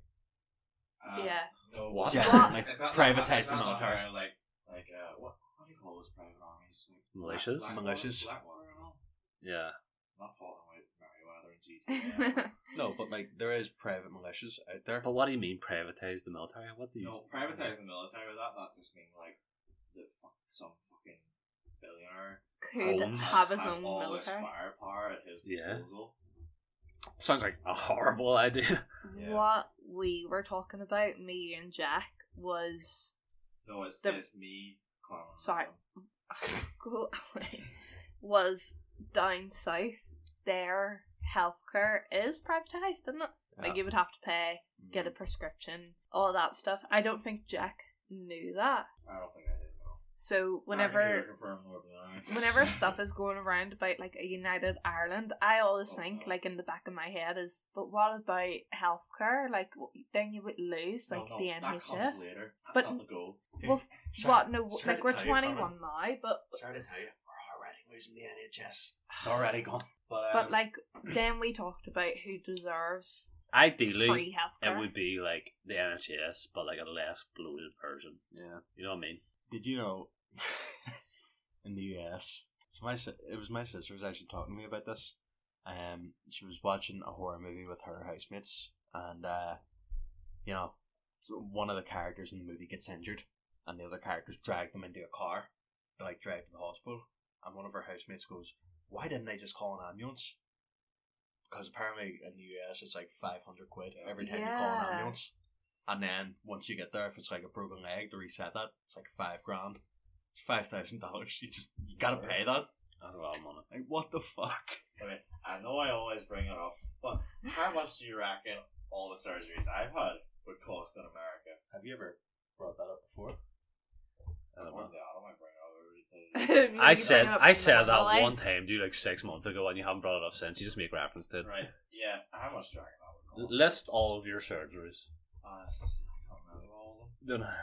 Speaker 4: Uh,
Speaker 3: yeah.
Speaker 4: No,
Speaker 1: What?
Speaker 2: Yeah,
Speaker 3: What?
Speaker 2: like
Speaker 4: Is that not-
Speaker 2: privatize
Speaker 4: is that
Speaker 2: the
Speaker 4: not
Speaker 2: military.
Speaker 4: how, Like, like uh, what, what do you call those private armies? Like,
Speaker 1: Militias?
Speaker 4: Black-
Speaker 2: Militias.
Speaker 4: Blackwater and all?
Speaker 1: Yeah.
Speaker 4: Not Fallen White, Merryweather and
Speaker 3: [LAUGHS]
Speaker 4: GTA.
Speaker 2: No, but like there is private militias out there.
Speaker 1: But what do you mean privatize the military? What do you
Speaker 4: No, privatize the military with that, that just means like the fuck some fucking billionaire
Speaker 3: Could
Speaker 1: owns-
Speaker 3: have his
Speaker 4: has
Speaker 3: own
Speaker 4: all
Speaker 3: military.
Speaker 4: this firepower at his
Speaker 1: Yeah.
Speaker 4: disposal.
Speaker 1: Sounds like a horrible [LAUGHS] idea.
Speaker 4: Yeah.
Speaker 3: What we were talking about, me and Jack, was
Speaker 4: No, it's,
Speaker 3: The-
Speaker 4: it's me. Carmen,
Speaker 3: Sorry. go away, [LAUGHS] was down south. Their healthcare is privatized, isn't it?
Speaker 2: Uh,
Speaker 3: Like you would have to pay, get a
Speaker 4: Mm-hmm.
Speaker 3: prescription, all that stuff. I don't think Jack knew that.
Speaker 4: I don't think I did. No.
Speaker 3: So
Speaker 4: I can
Speaker 3: whenever
Speaker 4: neither confirm nor deny.
Speaker 3: whenever stuff is going around about like a united Ireland, I always
Speaker 4: Oh,
Speaker 3: think
Speaker 4: no.
Speaker 3: like in the back of my head is, but what about healthcare? Like w- then you would lose
Speaker 4: No,
Speaker 3: like
Speaker 4: no,
Speaker 3: the
Speaker 4: that comes
Speaker 3: NHS.
Speaker 4: later. That's
Speaker 3: But-
Speaker 4: not the goal.
Speaker 3: Well, f- what? No, w-
Speaker 2: sorry
Speaker 3: like
Speaker 2: to
Speaker 3: we're
Speaker 2: tell you, Carmen.
Speaker 3: twenty one now, but
Speaker 2: Sorry to tell you, we're already losing the NHS. It's already gone. But, um,
Speaker 3: but like then we talked about who deserves
Speaker 1: Ideally
Speaker 3: free healthcare.
Speaker 1: it would be like the NHS but like a less bloated version.
Speaker 2: yeah.
Speaker 1: You know what I mean?
Speaker 2: Did you know [LAUGHS] in the US? So my si- it was my sister was actually talking to me about this. Um, she was watching a horror movie with her housemates, and uh, you know, so one of the characters in the movie gets injured, and the other characters drag them into a car, they, like drag to the hospital, and one of her housemates goes, "Why didn't they just call an ambulance?" Because apparently in the US it's like five hundred quid every time you call
Speaker 3: Yeah.
Speaker 2: an ambulance. And then once you get there, if it's like a broken leg, to reset that, it's like five grand. It's five thousand dollars. [LAUGHS] You just you gotta pay that.
Speaker 1: That's a lot of money.
Speaker 2: Like what the fuck?
Speaker 4: Okay, I know I always bring it up, but
Speaker 3: [LAUGHS]
Speaker 4: how much do you reckon all the surgeries I've had would cost in America?
Speaker 2: Have you ever brought that up before?
Speaker 1: I don't know.
Speaker 4: Yeah, I don't mind bringing it up every day.
Speaker 3: [LAUGHS] Maybe
Speaker 1: I
Speaker 3: bring
Speaker 1: said
Speaker 3: it up
Speaker 1: I
Speaker 3: in the
Speaker 1: said that
Speaker 3: middle of
Speaker 1: one
Speaker 3: life.
Speaker 1: time, dude, like six months ago, and you haven't brought it up since. You just make reference to it.
Speaker 4: Right. Yeah. How much do you reckon that would cost?
Speaker 1: List all of your surgeries.
Speaker 4: Uh, s- I can't remember all of them.
Speaker 1: Don't [SIGHS]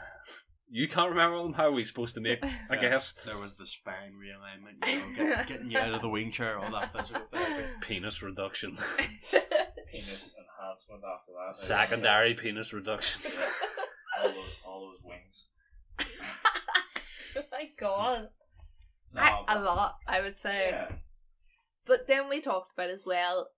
Speaker 1: You can't remember all them. How are we supposed to
Speaker 3: [LAUGHS]
Speaker 1: make? I
Speaker 2: Yeah.
Speaker 1: guess
Speaker 2: There was the spine realignment, you know,
Speaker 3: [LAUGHS]
Speaker 2: get, getting you out of the wing chair, all that physical therapy.
Speaker 1: penis reduction,
Speaker 3: [LAUGHS]
Speaker 4: Penis enhancement after that.
Speaker 1: secondary penis reduction.
Speaker 4: All those, all those wings.
Speaker 3: Oh [LAUGHS] my god.
Speaker 4: No,
Speaker 3: I-
Speaker 4: but-
Speaker 3: a lot, I would say.
Speaker 4: Yeah.
Speaker 3: But then we talked about as well,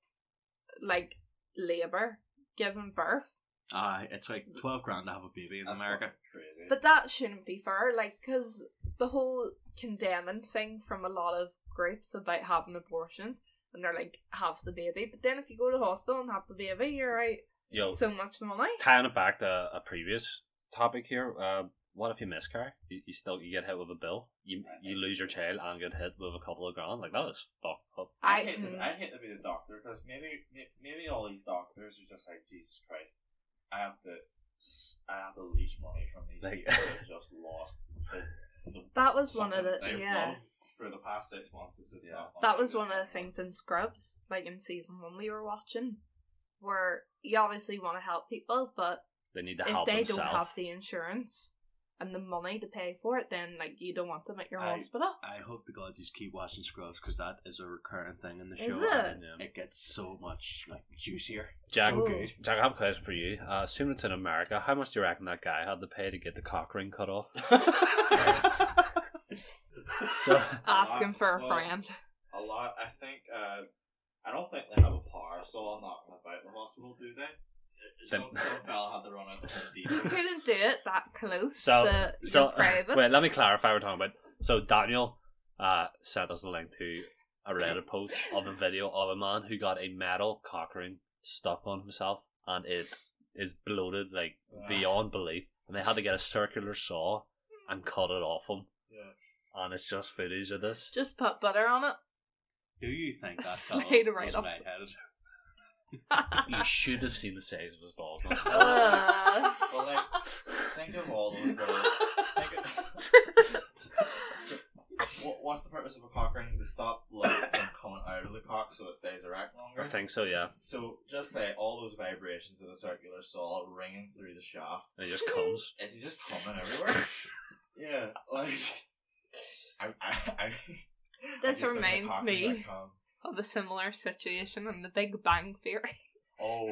Speaker 3: like labour, giving birth.
Speaker 2: Ah, it's like twelve grand to have a baby in
Speaker 4: That's
Speaker 2: America.
Speaker 4: fucking Crazy.
Speaker 3: But that shouldn't be fair, like, because the whole condemning thing from a lot of groups about having abortions, and they're like, have the baby. But then if you go to hospital and have the baby, you're out
Speaker 1: Yo,
Speaker 3: so much money.
Speaker 1: tying it back to a previous topic here. Uh, what if you miscarry? You, you still you get hit with a bill. You you lose your child and get hit with a couple of grand. Like that is fucked up.
Speaker 4: I
Speaker 3: I,
Speaker 4: hate, to,
Speaker 3: mm,
Speaker 4: I hate to be the doctor because maybe may- maybe all these doctors are just like Jesus Christ. I have to s- I have to leech money from these
Speaker 1: Like- [LAUGHS]
Speaker 4: people who've just lost. The, the,
Speaker 3: that was one of
Speaker 4: something
Speaker 3: the,
Speaker 4: they've
Speaker 3: yeah.
Speaker 4: done for the past six months. It's just
Speaker 1: Yeah.
Speaker 4: not
Speaker 3: That
Speaker 4: money,
Speaker 3: was
Speaker 4: it's
Speaker 3: one of
Speaker 4: not
Speaker 3: the things in Scrubs, like in season one we were watching, where you obviously want to help people, but
Speaker 1: They need to
Speaker 3: if
Speaker 1: help
Speaker 3: they
Speaker 1: themselves.
Speaker 3: don't have the insurance, and the money to pay for it, then like you don't want them at your
Speaker 2: Aye.
Speaker 3: hospital.
Speaker 2: I hope the God just keep watching Scrubs because that is a recurring thing in the
Speaker 3: Is
Speaker 2: show.
Speaker 3: it?
Speaker 2: and um,
Speaker 1: Yeah.
Speaker 2: It gets so much like juicier. It's
Speaker 1: Jack-
Speaker 2: so good.
Speaker 1: Jack, I have a question for you. Uh, assuming it's in America, how much do you reckon that guy had to pay to get the cock ring cut off?
Speaker 3: [LAUGHS]
Speaker 1: So
Speaker 3: Ask him for a
Speaker 4: Well,
Speaker 3: friend. [LAUGHS]
Speaker 4: A lot. I think. Uh, I don't think they have a power saw knocking about the hospital, do they? Some,
Speaker 1: Them-
Speaker 4: some fella had to run out the Home
Speaker 1: [LAUGHS]
Speaker 3: You
Speaker 4: Depot.
Speaker 3: couldn't do it that close.
Speaker 1: So,
Speaker 3: the,
Speaker 1: so
Speaker 3: the privates.
Speaker 1: wait, let me clarify what we're talking about. So Daniel uh, sent us a link to a Reddit post of a video of a man who got a metal cock ring stuck on himself, and it is bloated like
Speaker 4: Uh,
Speaker 1: beyond belief. And they had to get a circular saw and cut it off him.
Speaker 4: Yeah.
Speaker 1: And it's just footage of this.
Speaker 3: [LAUGHS] Just put butter
Speaker 1: [LAUGHS]
Speaker 3: on it.
Speaker 2: Do you think
Speaker 3: [LAUGHS]
Speaker 2: that fella
Speaker 3: Slide right
Speaker 2: was
Speaker 3: up.
Speaker 2: lightheaded? [LAUGHS]
Speaker 1: you should have seen the size of his balls. man.
Speaker 3: Ugh.
Speaker 4: Well, like, think of all those little. Think
Speaker 3: [LAUGHS]
Speaker 4: of, what, what's the purpose of a cock ring to stop blood from coming out of the cock so it stays erect longer?
Speaker 1: I think so, yeah.
Speaker 4: So just say all those vibrations of the circular saw ringing through the shaft.
Speaker 1: And it just comes.
Speaker 4: Is he just coming
Speaker 1: [LAUGHS]
Speaker 4: everywhere? yeah, like I, I, I, I
Speaker 3: This
Speaker 4: just think of
Speaker 3: reminds
Speaker 4: cock
Speaker 3: me.
Speaker 4: ring com.
Speaker 3: of a similar situation in the Big Bang Theory. [LAUGHS]
Speaker 4: Oh,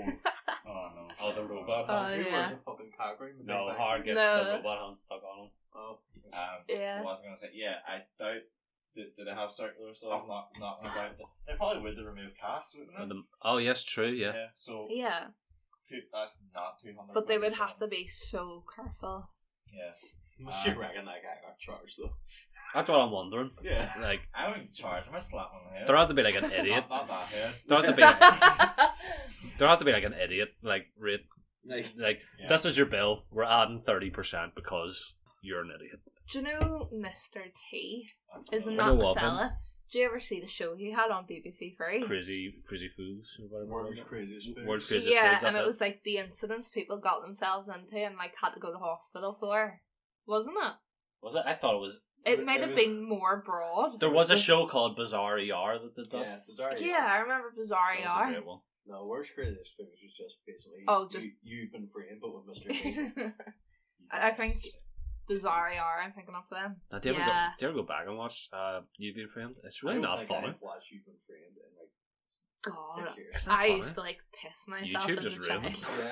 Speaker 4: oh no!
Speaker 1: Oh, the robot.
Speaker 3: Oh,
Speaker 2: Who
Speaker 3: yeah.
Speaker 2: wears a fucking cock ring? [LAUGHS]
Speaker 3: gets the No.
Speaker 1: robot hand stuck on him.
Speaker 2: Oh,
Speaker 4: Um,
Speaker 3: Yeah.
Speaker 4: What I was gonna say, yeah, I doubt. Did, did they have circular saw? Not, not about. They probably would to remove casts, wouldn't they?
Speaker 1: And the, oh, yes, true, yeah.
Speaker 4: So
Speaker 3: Yeah,
Speaker 4: two, that's not two hundred.
Speaker 3: but they would have to be so careful.
Speaker 4: Yeah.
Speaker 2: you reckon that guy got charged though?
Speaker 1: That's what I'm wondering.
Speaker 4: Yeah.
Speaker 1: Like,
Speaker 4: I wouldn't charge him. I slap him on the head.
Speaker 1: there has to be like an idiot.
Speaker 4: Not, not that head.
Speaker 1: There
Speaker 4: [LAUGHS]
Speaker 1: has to be there has to be like an idiot like rate
Speaker 2: [LAUGHS] Like,
Speaker 1: [LAUGHS] like
Speaker 4: Yeah.
Speaker 1: this is your bill. We're adding thirty percent because you're an idiot.
Speaker 3: [LAUGHS] Do you know Mr. T? Isn't
Speaker 1: I
Speaker 3: that
Speaker 1: know
Speaker 3: the
Speaker 1: of him.
Speaker 3: fella? Do you ever see the show he had on BBC Three?
Speaker 1: Crazy, crazy fools or whatever. it
Speaker 2: world's
Speaker 1: was.
Speaker 2: craziest food.
Speaker 1: World's craziest
Speaker 3: yeah,
Speaker 1: fools,
Speaker 3: and
Speaker 1: that's
Speaker 3: it
Speaker 1: it.
Speaker 3: was like the incidents people got themselves into and like had to go to hospital for, wasn't it?
Speaker 1: Was it? I thought it was.
Speaker 3: It
Speaker 2: It-
Speaker 3: might
Speaker 2: it
Speaker 3: have
Speaker 2: was-
Speaker 3: been more broad.
Speaker 1: There was a show called Bizarre ER that did that.
Speaker 2: Yeah, bizarre.
Speaker 3: Yeah, I remember Bizarre
Speaker 1: That was a
Speaker 3: ER.
Speaker 1: great one.
Speaker 2: No, worst greatest food was just basically.
Speaker 3: Oh, just-
Speaker 2: you, you've been framed, but with Mister.
Speaker 3: [LAUGHS]
Speaker 2: T.
Speaker 3: I I think Bizarre ER. I'm thinking of them.
Speaker 1: Now, do you ever
Speaker 3: Yeah.
Speaker 1: go? Do you ever go back and watch? Uh, You've been framed. It's
Speaker 2: I
Speaker 1: really
Speaker 2: don't
Speaker 1: not
Speaker 2: think
Speaker 1: funny.
Speaker 2: I've watched you've been framed in like
Speaker 3: God,
Speaker 2: six years.
Speaker 1: It's not
Speaker 3: I
Speaker 1: funny.
Speaker 3: used to like piss myself
Speaker 1: YouTube
Speaker 3: as
Speaker 1: just
Speaker 3: a
Speaker 1: ruined
Speaker 3: child.
Speaker 1: it.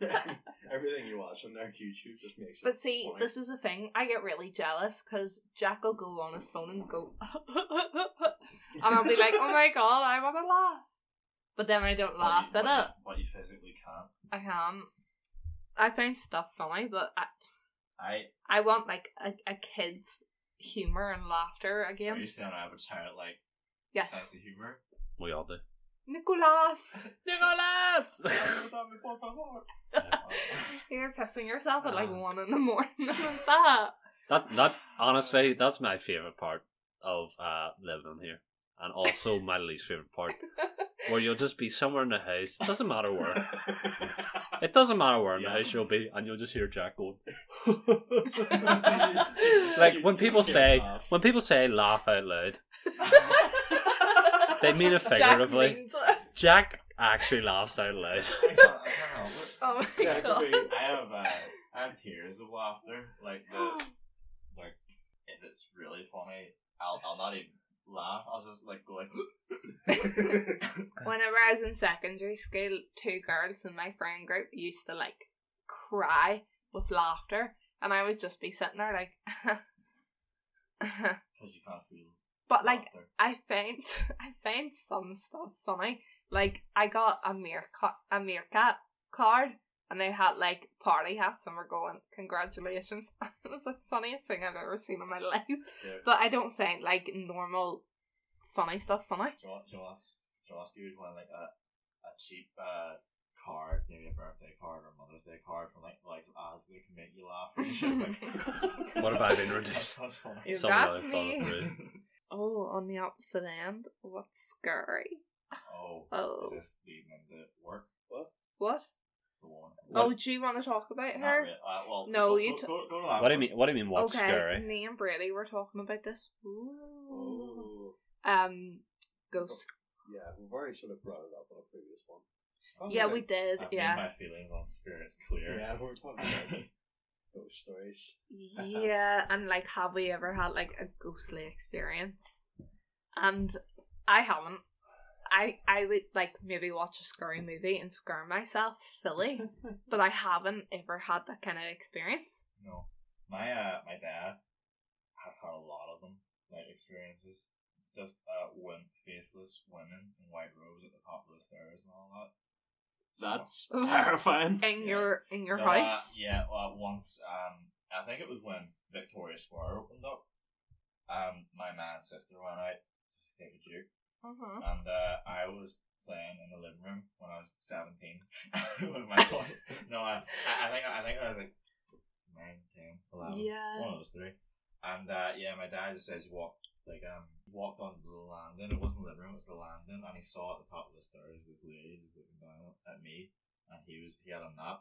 Speaker 2: Yeah. [LAUGHS] Everything you watch on there, YouTube just makes it.
Speaker 3: But see,
Speaker 2: funny.
Speaker 3: this is the thing. I get really jealous because Jack will go on his phone and go, [LAUGHS] and I'll
Speaker 2: [LAUGHS]
Speaker 3: be like, "Oh my god, I want to laugh," but then I don't laugh at
Speaker 4: but you,
Speaker 3: it.
Speaker 4: But you physically can't.
Speaker 3: I can't. I find stuff funny, but I,
Speaker 4: I.
Speaker 3: I want like a, a kid's humor and laughter
Speaker 4: Are you
Speaker 3: again.
Speaker 4: saying I have a child like sense
Speaker 3: Yes, [LAUGHS]
Speaker 4: of humor?
Speaker 1: We all do.
Speaker 4: [LAUGHS]
Speaker 3: Nicolas,
Speaker 1: [LAUGHS] Nicholas.
Speaker 3: [LAUGHS]
Speaker 4: Oh.
Speaker 3: you're pissing yourself at like
Speaker 4: Uh-huh.
Speaker 1: Uh.
Speaker 3: one in the morning. [LAUGHS] like that.
Speaker 1: That that honestly, that's my favorite part of uh living here, and also my least favorite part, where you'll just be somewhere in the house. It doesn't matter where. It doesn't matter where in
Speaker 2: Yeah.
Speaker 1: the house you'll be, and you'll just hear Jack going.
Speaker 2: like
Speaker 3: oh.
Speaker 1: Like when people say
Speaker 2: [LAUGHS]
Speaker 3: [LAUGHS]
Speaker 1: when people say laugh out loud,
Speaker 2: Oh,
Speaker 1: they mean it
Speaker 3: [LAUGHS] Jack
Speaker 1: figuratively. Jack,
Speaker 3: means-
Speaker 1: actually laughs out loud. [LAUGHS]
Speaker 4: I can't, I can't
Speaker 3: [LAUGHS]
Speaker 4: help it.
Speaker 3: [LAUGHS] oh my
Speaker 2: Jack
Speaker 3: god.
Speaker 2: would be-
Speaker 4: I have uh, I have tears of laughter. Like
Speaker 3: [GASPS]
Speaker 4: [LAUGHS] the like if it's really funny, I'll I'll not even laugh. I'll just like go like [GASPS] [LAUGHS]
Speaker 3: Whenever I was in secondary school, two girls in my friend group used to like cry with laughter, and I would just be sitting there like, [LAUGHS]
Speaker 4: because you can't feel.
Speaker 3: but like
Speaker 4: laughter.
Speaker 3: I find [LAUGHS] I find some stuff funny. Like I got a meerkat a meerkat card, and they had like party hats, and were going congratulations. [LAUGHS] it was the funniest thing I've ever seen in my [LAUGHS] life.
Speaker 4: Yeah.
Speaker 3: But I don't find like normal funny stuff funny.
Speaker 4: Do you want, do you want, us- do you want us to give one like a, a cheap uh, card, maybe a birthday card or a Mother's Day card from like like as they can make you laugh. It's
Speaker 3: [LAUGHS]
Speaker 4: just like,
Speaker 1: What about
Speaker 4: [LAUGHS]
Speaker 1: being reduced?
Speaker 4: That's, that's funny. [LAUGHS]
Speaker 3: You
Speaker 1: Something
Speaker 3: got
Speaker 1: really funny
Speaker 3: me.
Speaker 1: for me.
Speaker 3: Oh, on the opposite end, what's scary?
Speaker 4: oh,
Speaker 3: Oh,
Speaker 4: is this leading into work? What?
Speaker 3: what?
Speaker 4: The woman.
Speaker 3: Oh, do you want to talk about
Speaker 4: Not
Speaker 3: her?
Speaker 4: really. Uh, well,
Speaker 3: No,
Speaker 4: go,
Speaker 3: you
Speaker 4: Go,
Speaker 3: t-
Speaker 4: go, go to that
Speaker 1: What do you
Speaker 4: one.
Speaker 1: mean? What do you mean? What's
Speaker 3: okay,
Speaker 1: scary?
Speaker 3: me and Brady were talking about this. Ooh.
Speaker 2: Oh,
Speaker 3: Um, ghosts.
Speaker 2: yeah, we've already sort of brought it up on a previous one.
Speaker 4: Oh,
Speaker 3: Yeah, we did.
Speaker 4: I've made
Speaker 3: yeah.
Speaker 4: my feelings on spirits
Speaker 3: [LAUGHS]
Speaker 4: clear.
Speaker 2: Yeah, we're talking about it. ghost stories.
Speaker 3: Yeah, and like, have we ever had like a ghostly experience? And I haven't. I I would like maybe watch a scary movie and scare myself
Speaker 4: [LAUGHS]
Speaker 3: silly, but I haven't ever had that kind of experience.
Speaker 4: No, my uh, my dad has had a lot of them, like experiences. Just uh, when faceless women in white robes at the top of the stairs and all that. So-
Speaker 2: That's
Speaker 3: Ooh.
Speaker 2: terrifying.
Speaker 3: In
Speaker 4: Yeah.
Speaker 3: your in your
Speaker 4: No, uh,
Speaker 3: house,
Speaker 4: yeah, well, once um, I think it was when Victoria Square opened up. Um, my man's sister went out to take a juke.
Speaker 3: hmm
Speaker 4: and uh, I was playing in the living room when I was seventeen. [LAUGHS] One of my toys. No, I, I I think I think I was like 19, 11,
Speaker 3: Yeah.
Speaker 4: one of those three. And uh, yeah, my dad just says he walked like um walked onto the landing. It wasn't the living room; it was the landing, and he saw at the top of the stairs this lady just looking down at me, and he was he had a nap,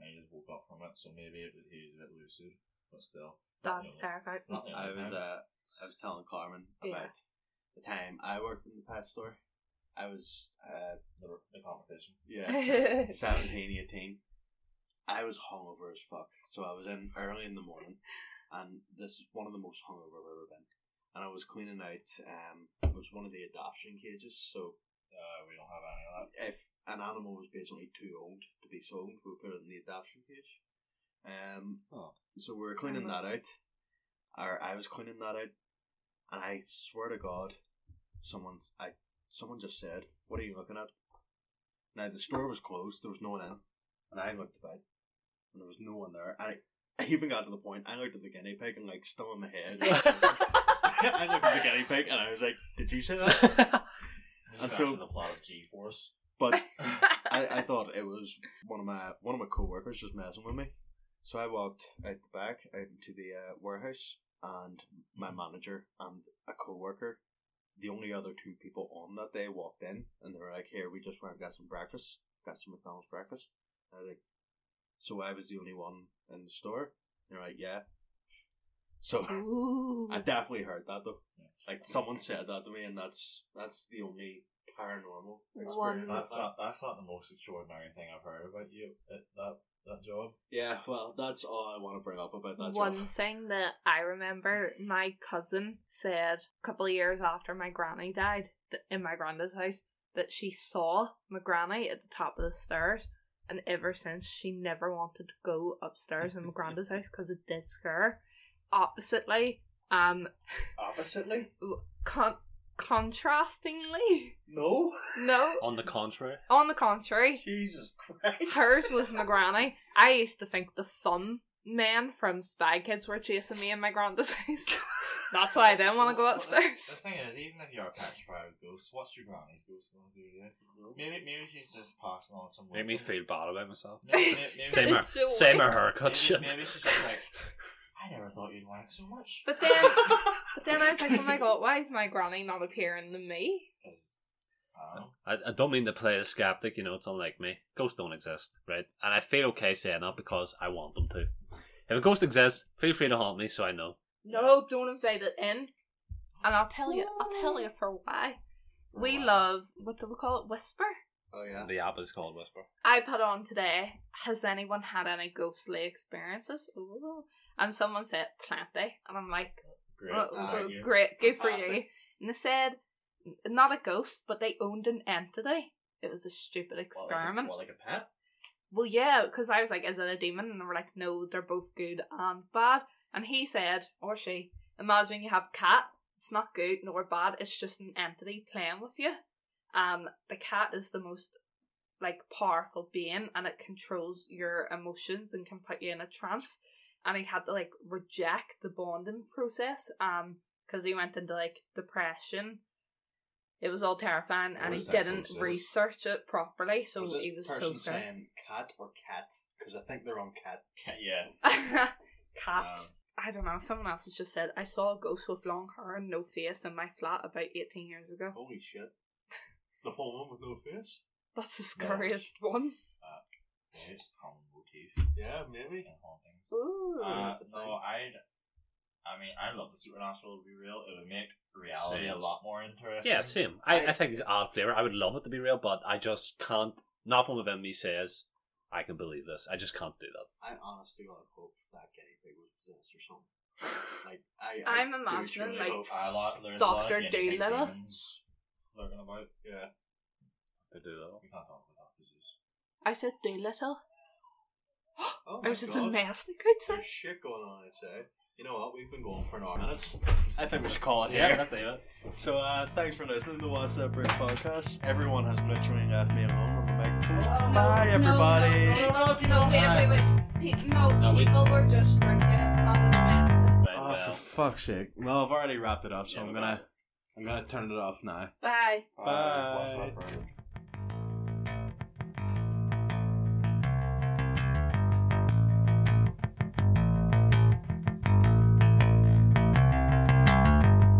Speaker 4: and he just woke up from it. So maybe it was, he was a bit lucid, but still. it's not the
Speaker 3: that's
Speaker 4: only-
Speaker 3: terrifying.
Speaker 4: It's not the
Speaker 2: I
Speaker 4: only
Speaker 2: was
Speaker 4: time.
Speaker 2: uh, I was telling Carmen about
Speaker 3: Yeah.
Speaker 2: the time I worked in the pet store. I was uh,
Speaker 4: the, the competition. [LAUGHS]
Speaker 2: [LAUGHS] yeah.
Speaker 3: [LAUGHS] yeah,
Speaker 2: 17, 18, I was hungover as fuck. So I was in early in the morning, and this is one of the most hungover I've ever been. And I was cleaning out, um, it was one of the adoption cages. So
Speaker 4: Uh, we don't have any of that.
Speaker 2: if an animal was basically too old to be sold, we would put it in the adoption cage. Um,
Speaker 1: Oh.
Speaker 2: so we were cleaning
Speaker 3: Mhm.
Speaker 2: that out, or I was cleaning that out, and I swear to God, someone's I someone just said, "What are you looking at?" Now the store was closed; there was no one in, and I looked about, and there was no one there. And I, [LAUGHS] I even got to the point I looked at the guinea pig and like still in my
Speaker 3: [LAUGHS]
Speaker 2: head. [LAUGHS] I looked at the guinea pig and I was like, "Did you say that?"
Speaker 4: This
Speaker 2: And
Speaker 4: is
Speaker 2: so-
Speaker 4: actually the plot of G Force.
Speaker 2: But
Speaker 3: [LAUGHS]
Speaker 2: I, I thought it was one of my one of my coworkers just messing with me. So I walked out the back out into the uh, warehouse, and my manager and a coworker, the only other two people on that day, walked in, and they were like, "Here, we just went and got some breakfast, got some McDonald's breakfast." And I was like, "So I was the only one in the store." And they're like, "Yeah." So [LAUGHS]
Speaker 3: Ooh.
Speaker 2: I definitely heard that though. Like someone said that to me, and that's that's the only paranormal experience.
Speaker 3: One-
Speaker 4: That's not that's not the most extraordinary thing I've heard about you at that that job.
Speaker 2: Yeah, well, that's all I want to bring up about that
Speaker 3: One
Speaker 2: job.
Speaker 3: thing that I remember, my cousin said a couple of years after my granny died that in my granda's house that she saw my granny at the top of the stairs, and ever since she never wanted to go upstairs in my granda's house because it did scare her. Oppositely, um,
Speaker 2: Oppositely?
Speaker 3: con- contrastingly, [LAUGHS]
Speaker 2: No.
Speaker 3: no,
Speaker 1: On the contrary,
Speaker 3: on the contrary,
Speaker 2: Jesus Christ. [LAUGHS]
Speaker 3: Hers was my granny. I used to think the thumb men from Spy Kids were chasing me in my granda's house. That's why I didn't want to go
Speaker 4: Well, the- The
Speaker 3: upstairs.
Speaker 4: thing is, even if you're petrified of ghosts, what's your granny's ghost gonna do to you? Maybe maybe she's just passing on some.
Speaker 1: made me
Speaker 4: wisdom.
Speaker 1: feel bad about myself.
Speaker 4: [LAUGHS]
Speaker 2: [LAUGHS]
Speaker 4: Maybe, maybe, maybe,
Speaker 1: Same,
Speaker 4: maybe,
Speaker 1: her, same her [LAUGHS] haircut. shit.
Speaker 4: maybe she's just like, I never thought you'd wank so much.
Speaker 3: But then, but then I was like, oh my god, why is my granny not appearing to me?
Speaker 4: I don't know.
Speaker 1: I, I don't mean to play the skeptic, you know, it's unlike me. Ghosts don't exist, right? And I feel okay saying that because I want them to. If a ghost exists, feel free to haunt me so I know.
Speaker 3: No, don't invite it in. And I'll tell you, I'll tell you for why. We love what do we call it? Whisper.
Speaker 2: Oh yeah.
Speaker 1: The app is called Whisper.
Speaker 3: I put on today. Has anyone had any ghostly experiences? Ooh. And someone said plenty, and I'm like,
Speaker 4: Great.
Speaker 3: Uh,
Speaker 2: uh,
Speaker 3: well,
Speaker 4: thank you.
Speaker 3: great, good for you.
Speaker 2: Fantastic.
Speaker 3: And they said, n- not a ghost, but they owned an entity. It was a stupid
Speaker 4: What, like a-
Speaker 3: experiment.
Speaker 4: What, like a pet?
Speaker 3: Well, yeah, because I was like, is it a demon? And they were like, no, they're both good and bad. And he said, or she, imagine you have a cat. It's not good nor bad. It's just an entity playing with you. Um, the cat is the most like powerful being, and it controls your emotions and can put you in a trance. And he had to like reject the bonding process. Um, because he went into like depression. It was all terrifying,
Speaker 4: What
Speaker 3: and he
Speaker 4: is that
Speaker 3: didn't
Speaker 4: process?
Speaker 3: research it properly, so
Speaker 2: was this
Speaker 3: he was so
Speaker 2: person
Speaker 3: scared.
Speaker 2: saying cat or cat? Because I think they're on cat.
Speaker 4: Cat- Yeah.
Speaker 3: [LAUGHS] cat.
Speaker 4: Um,
Speaker 3: I don't know. Someone else has just said I saw a ghost with long hair and no face in my flat about eighteen years ago.
Speaker 2: Holy shit. [LAUGHS] The whole one with no face?
Speaker 3: That's the scariest one.
Speaker 4: maybe it's a common motif
Speaker 2: Yeah, maybe.
Speaker 4: in hauntings.
Speaker 3: Ooh.
Speaker 4: Uh,
Speaker 2: That's a
Speaker 4: no, I'd. I mean, I love the supernatural. To be real, it would make reality a
Speaker 1: Same.
Speaker 4: lot more interesting.
Speaker 1: Yeah, same. I, I think it's odd flavour. I would love it to be real, but I just can't. Nothing within me says I can believe this. I just can't do that.
Speaker 2: I honestly gotta hope that guinea pig was possessed or something. Like I, I
Speaker 3: I'm
Speaker 2: do
Speaker 3: imagining,
Speaker 2: truly
Speaker 3: like,
Speaker 2: hope-
Speaker 4: I lot, there's a lot
Speaker 3: Dr.
Speaker 4: of guinea pig
Speaker 3: Doolittle.
Speaker 4: demons lurking about. Yeah,
Speaker 1: [LAUGHS] To do that.
Speaker 4: we can't talk about disease.
Speaker 3: I said Doolittle.
Speaker 2: Oh
Speaker 3: I
Speaker 2: my
Speaker 3: was a
Speaker 2: God.
Speaker 3: domestic outside.
Speaker 2: There's shit going on outside. You know what? We've been going for an hour minutes. I think we should call it here.
Speaker 1: Yeah, that's [LAUGHS] it.
Speaker 2: So uh, thanks for listening to What's That Brick podcast. Everyone has literally left me alone on the microphone. Bye, everybody.
Speaker 3: Oh, No, wait, wait, wait. Pe- No,
Speaker 1: No, wait.
Speaker 3: people were just drinking. It's not domestic.
Speaker 1: Right,
Speaker 2: Oh,
Speaker 1: well.
Speaker 2: for fuck's sake! Well, I've already wrapped it up, so
Speaker 1: Yeah,
Speaker 2: I'm
Speaker 1: no
Speaker 2: gonna I'm gonna turn it off now.
Speaker 3: Bye.
Speaker 2: Bye.
Speaker 4: What's up, bro?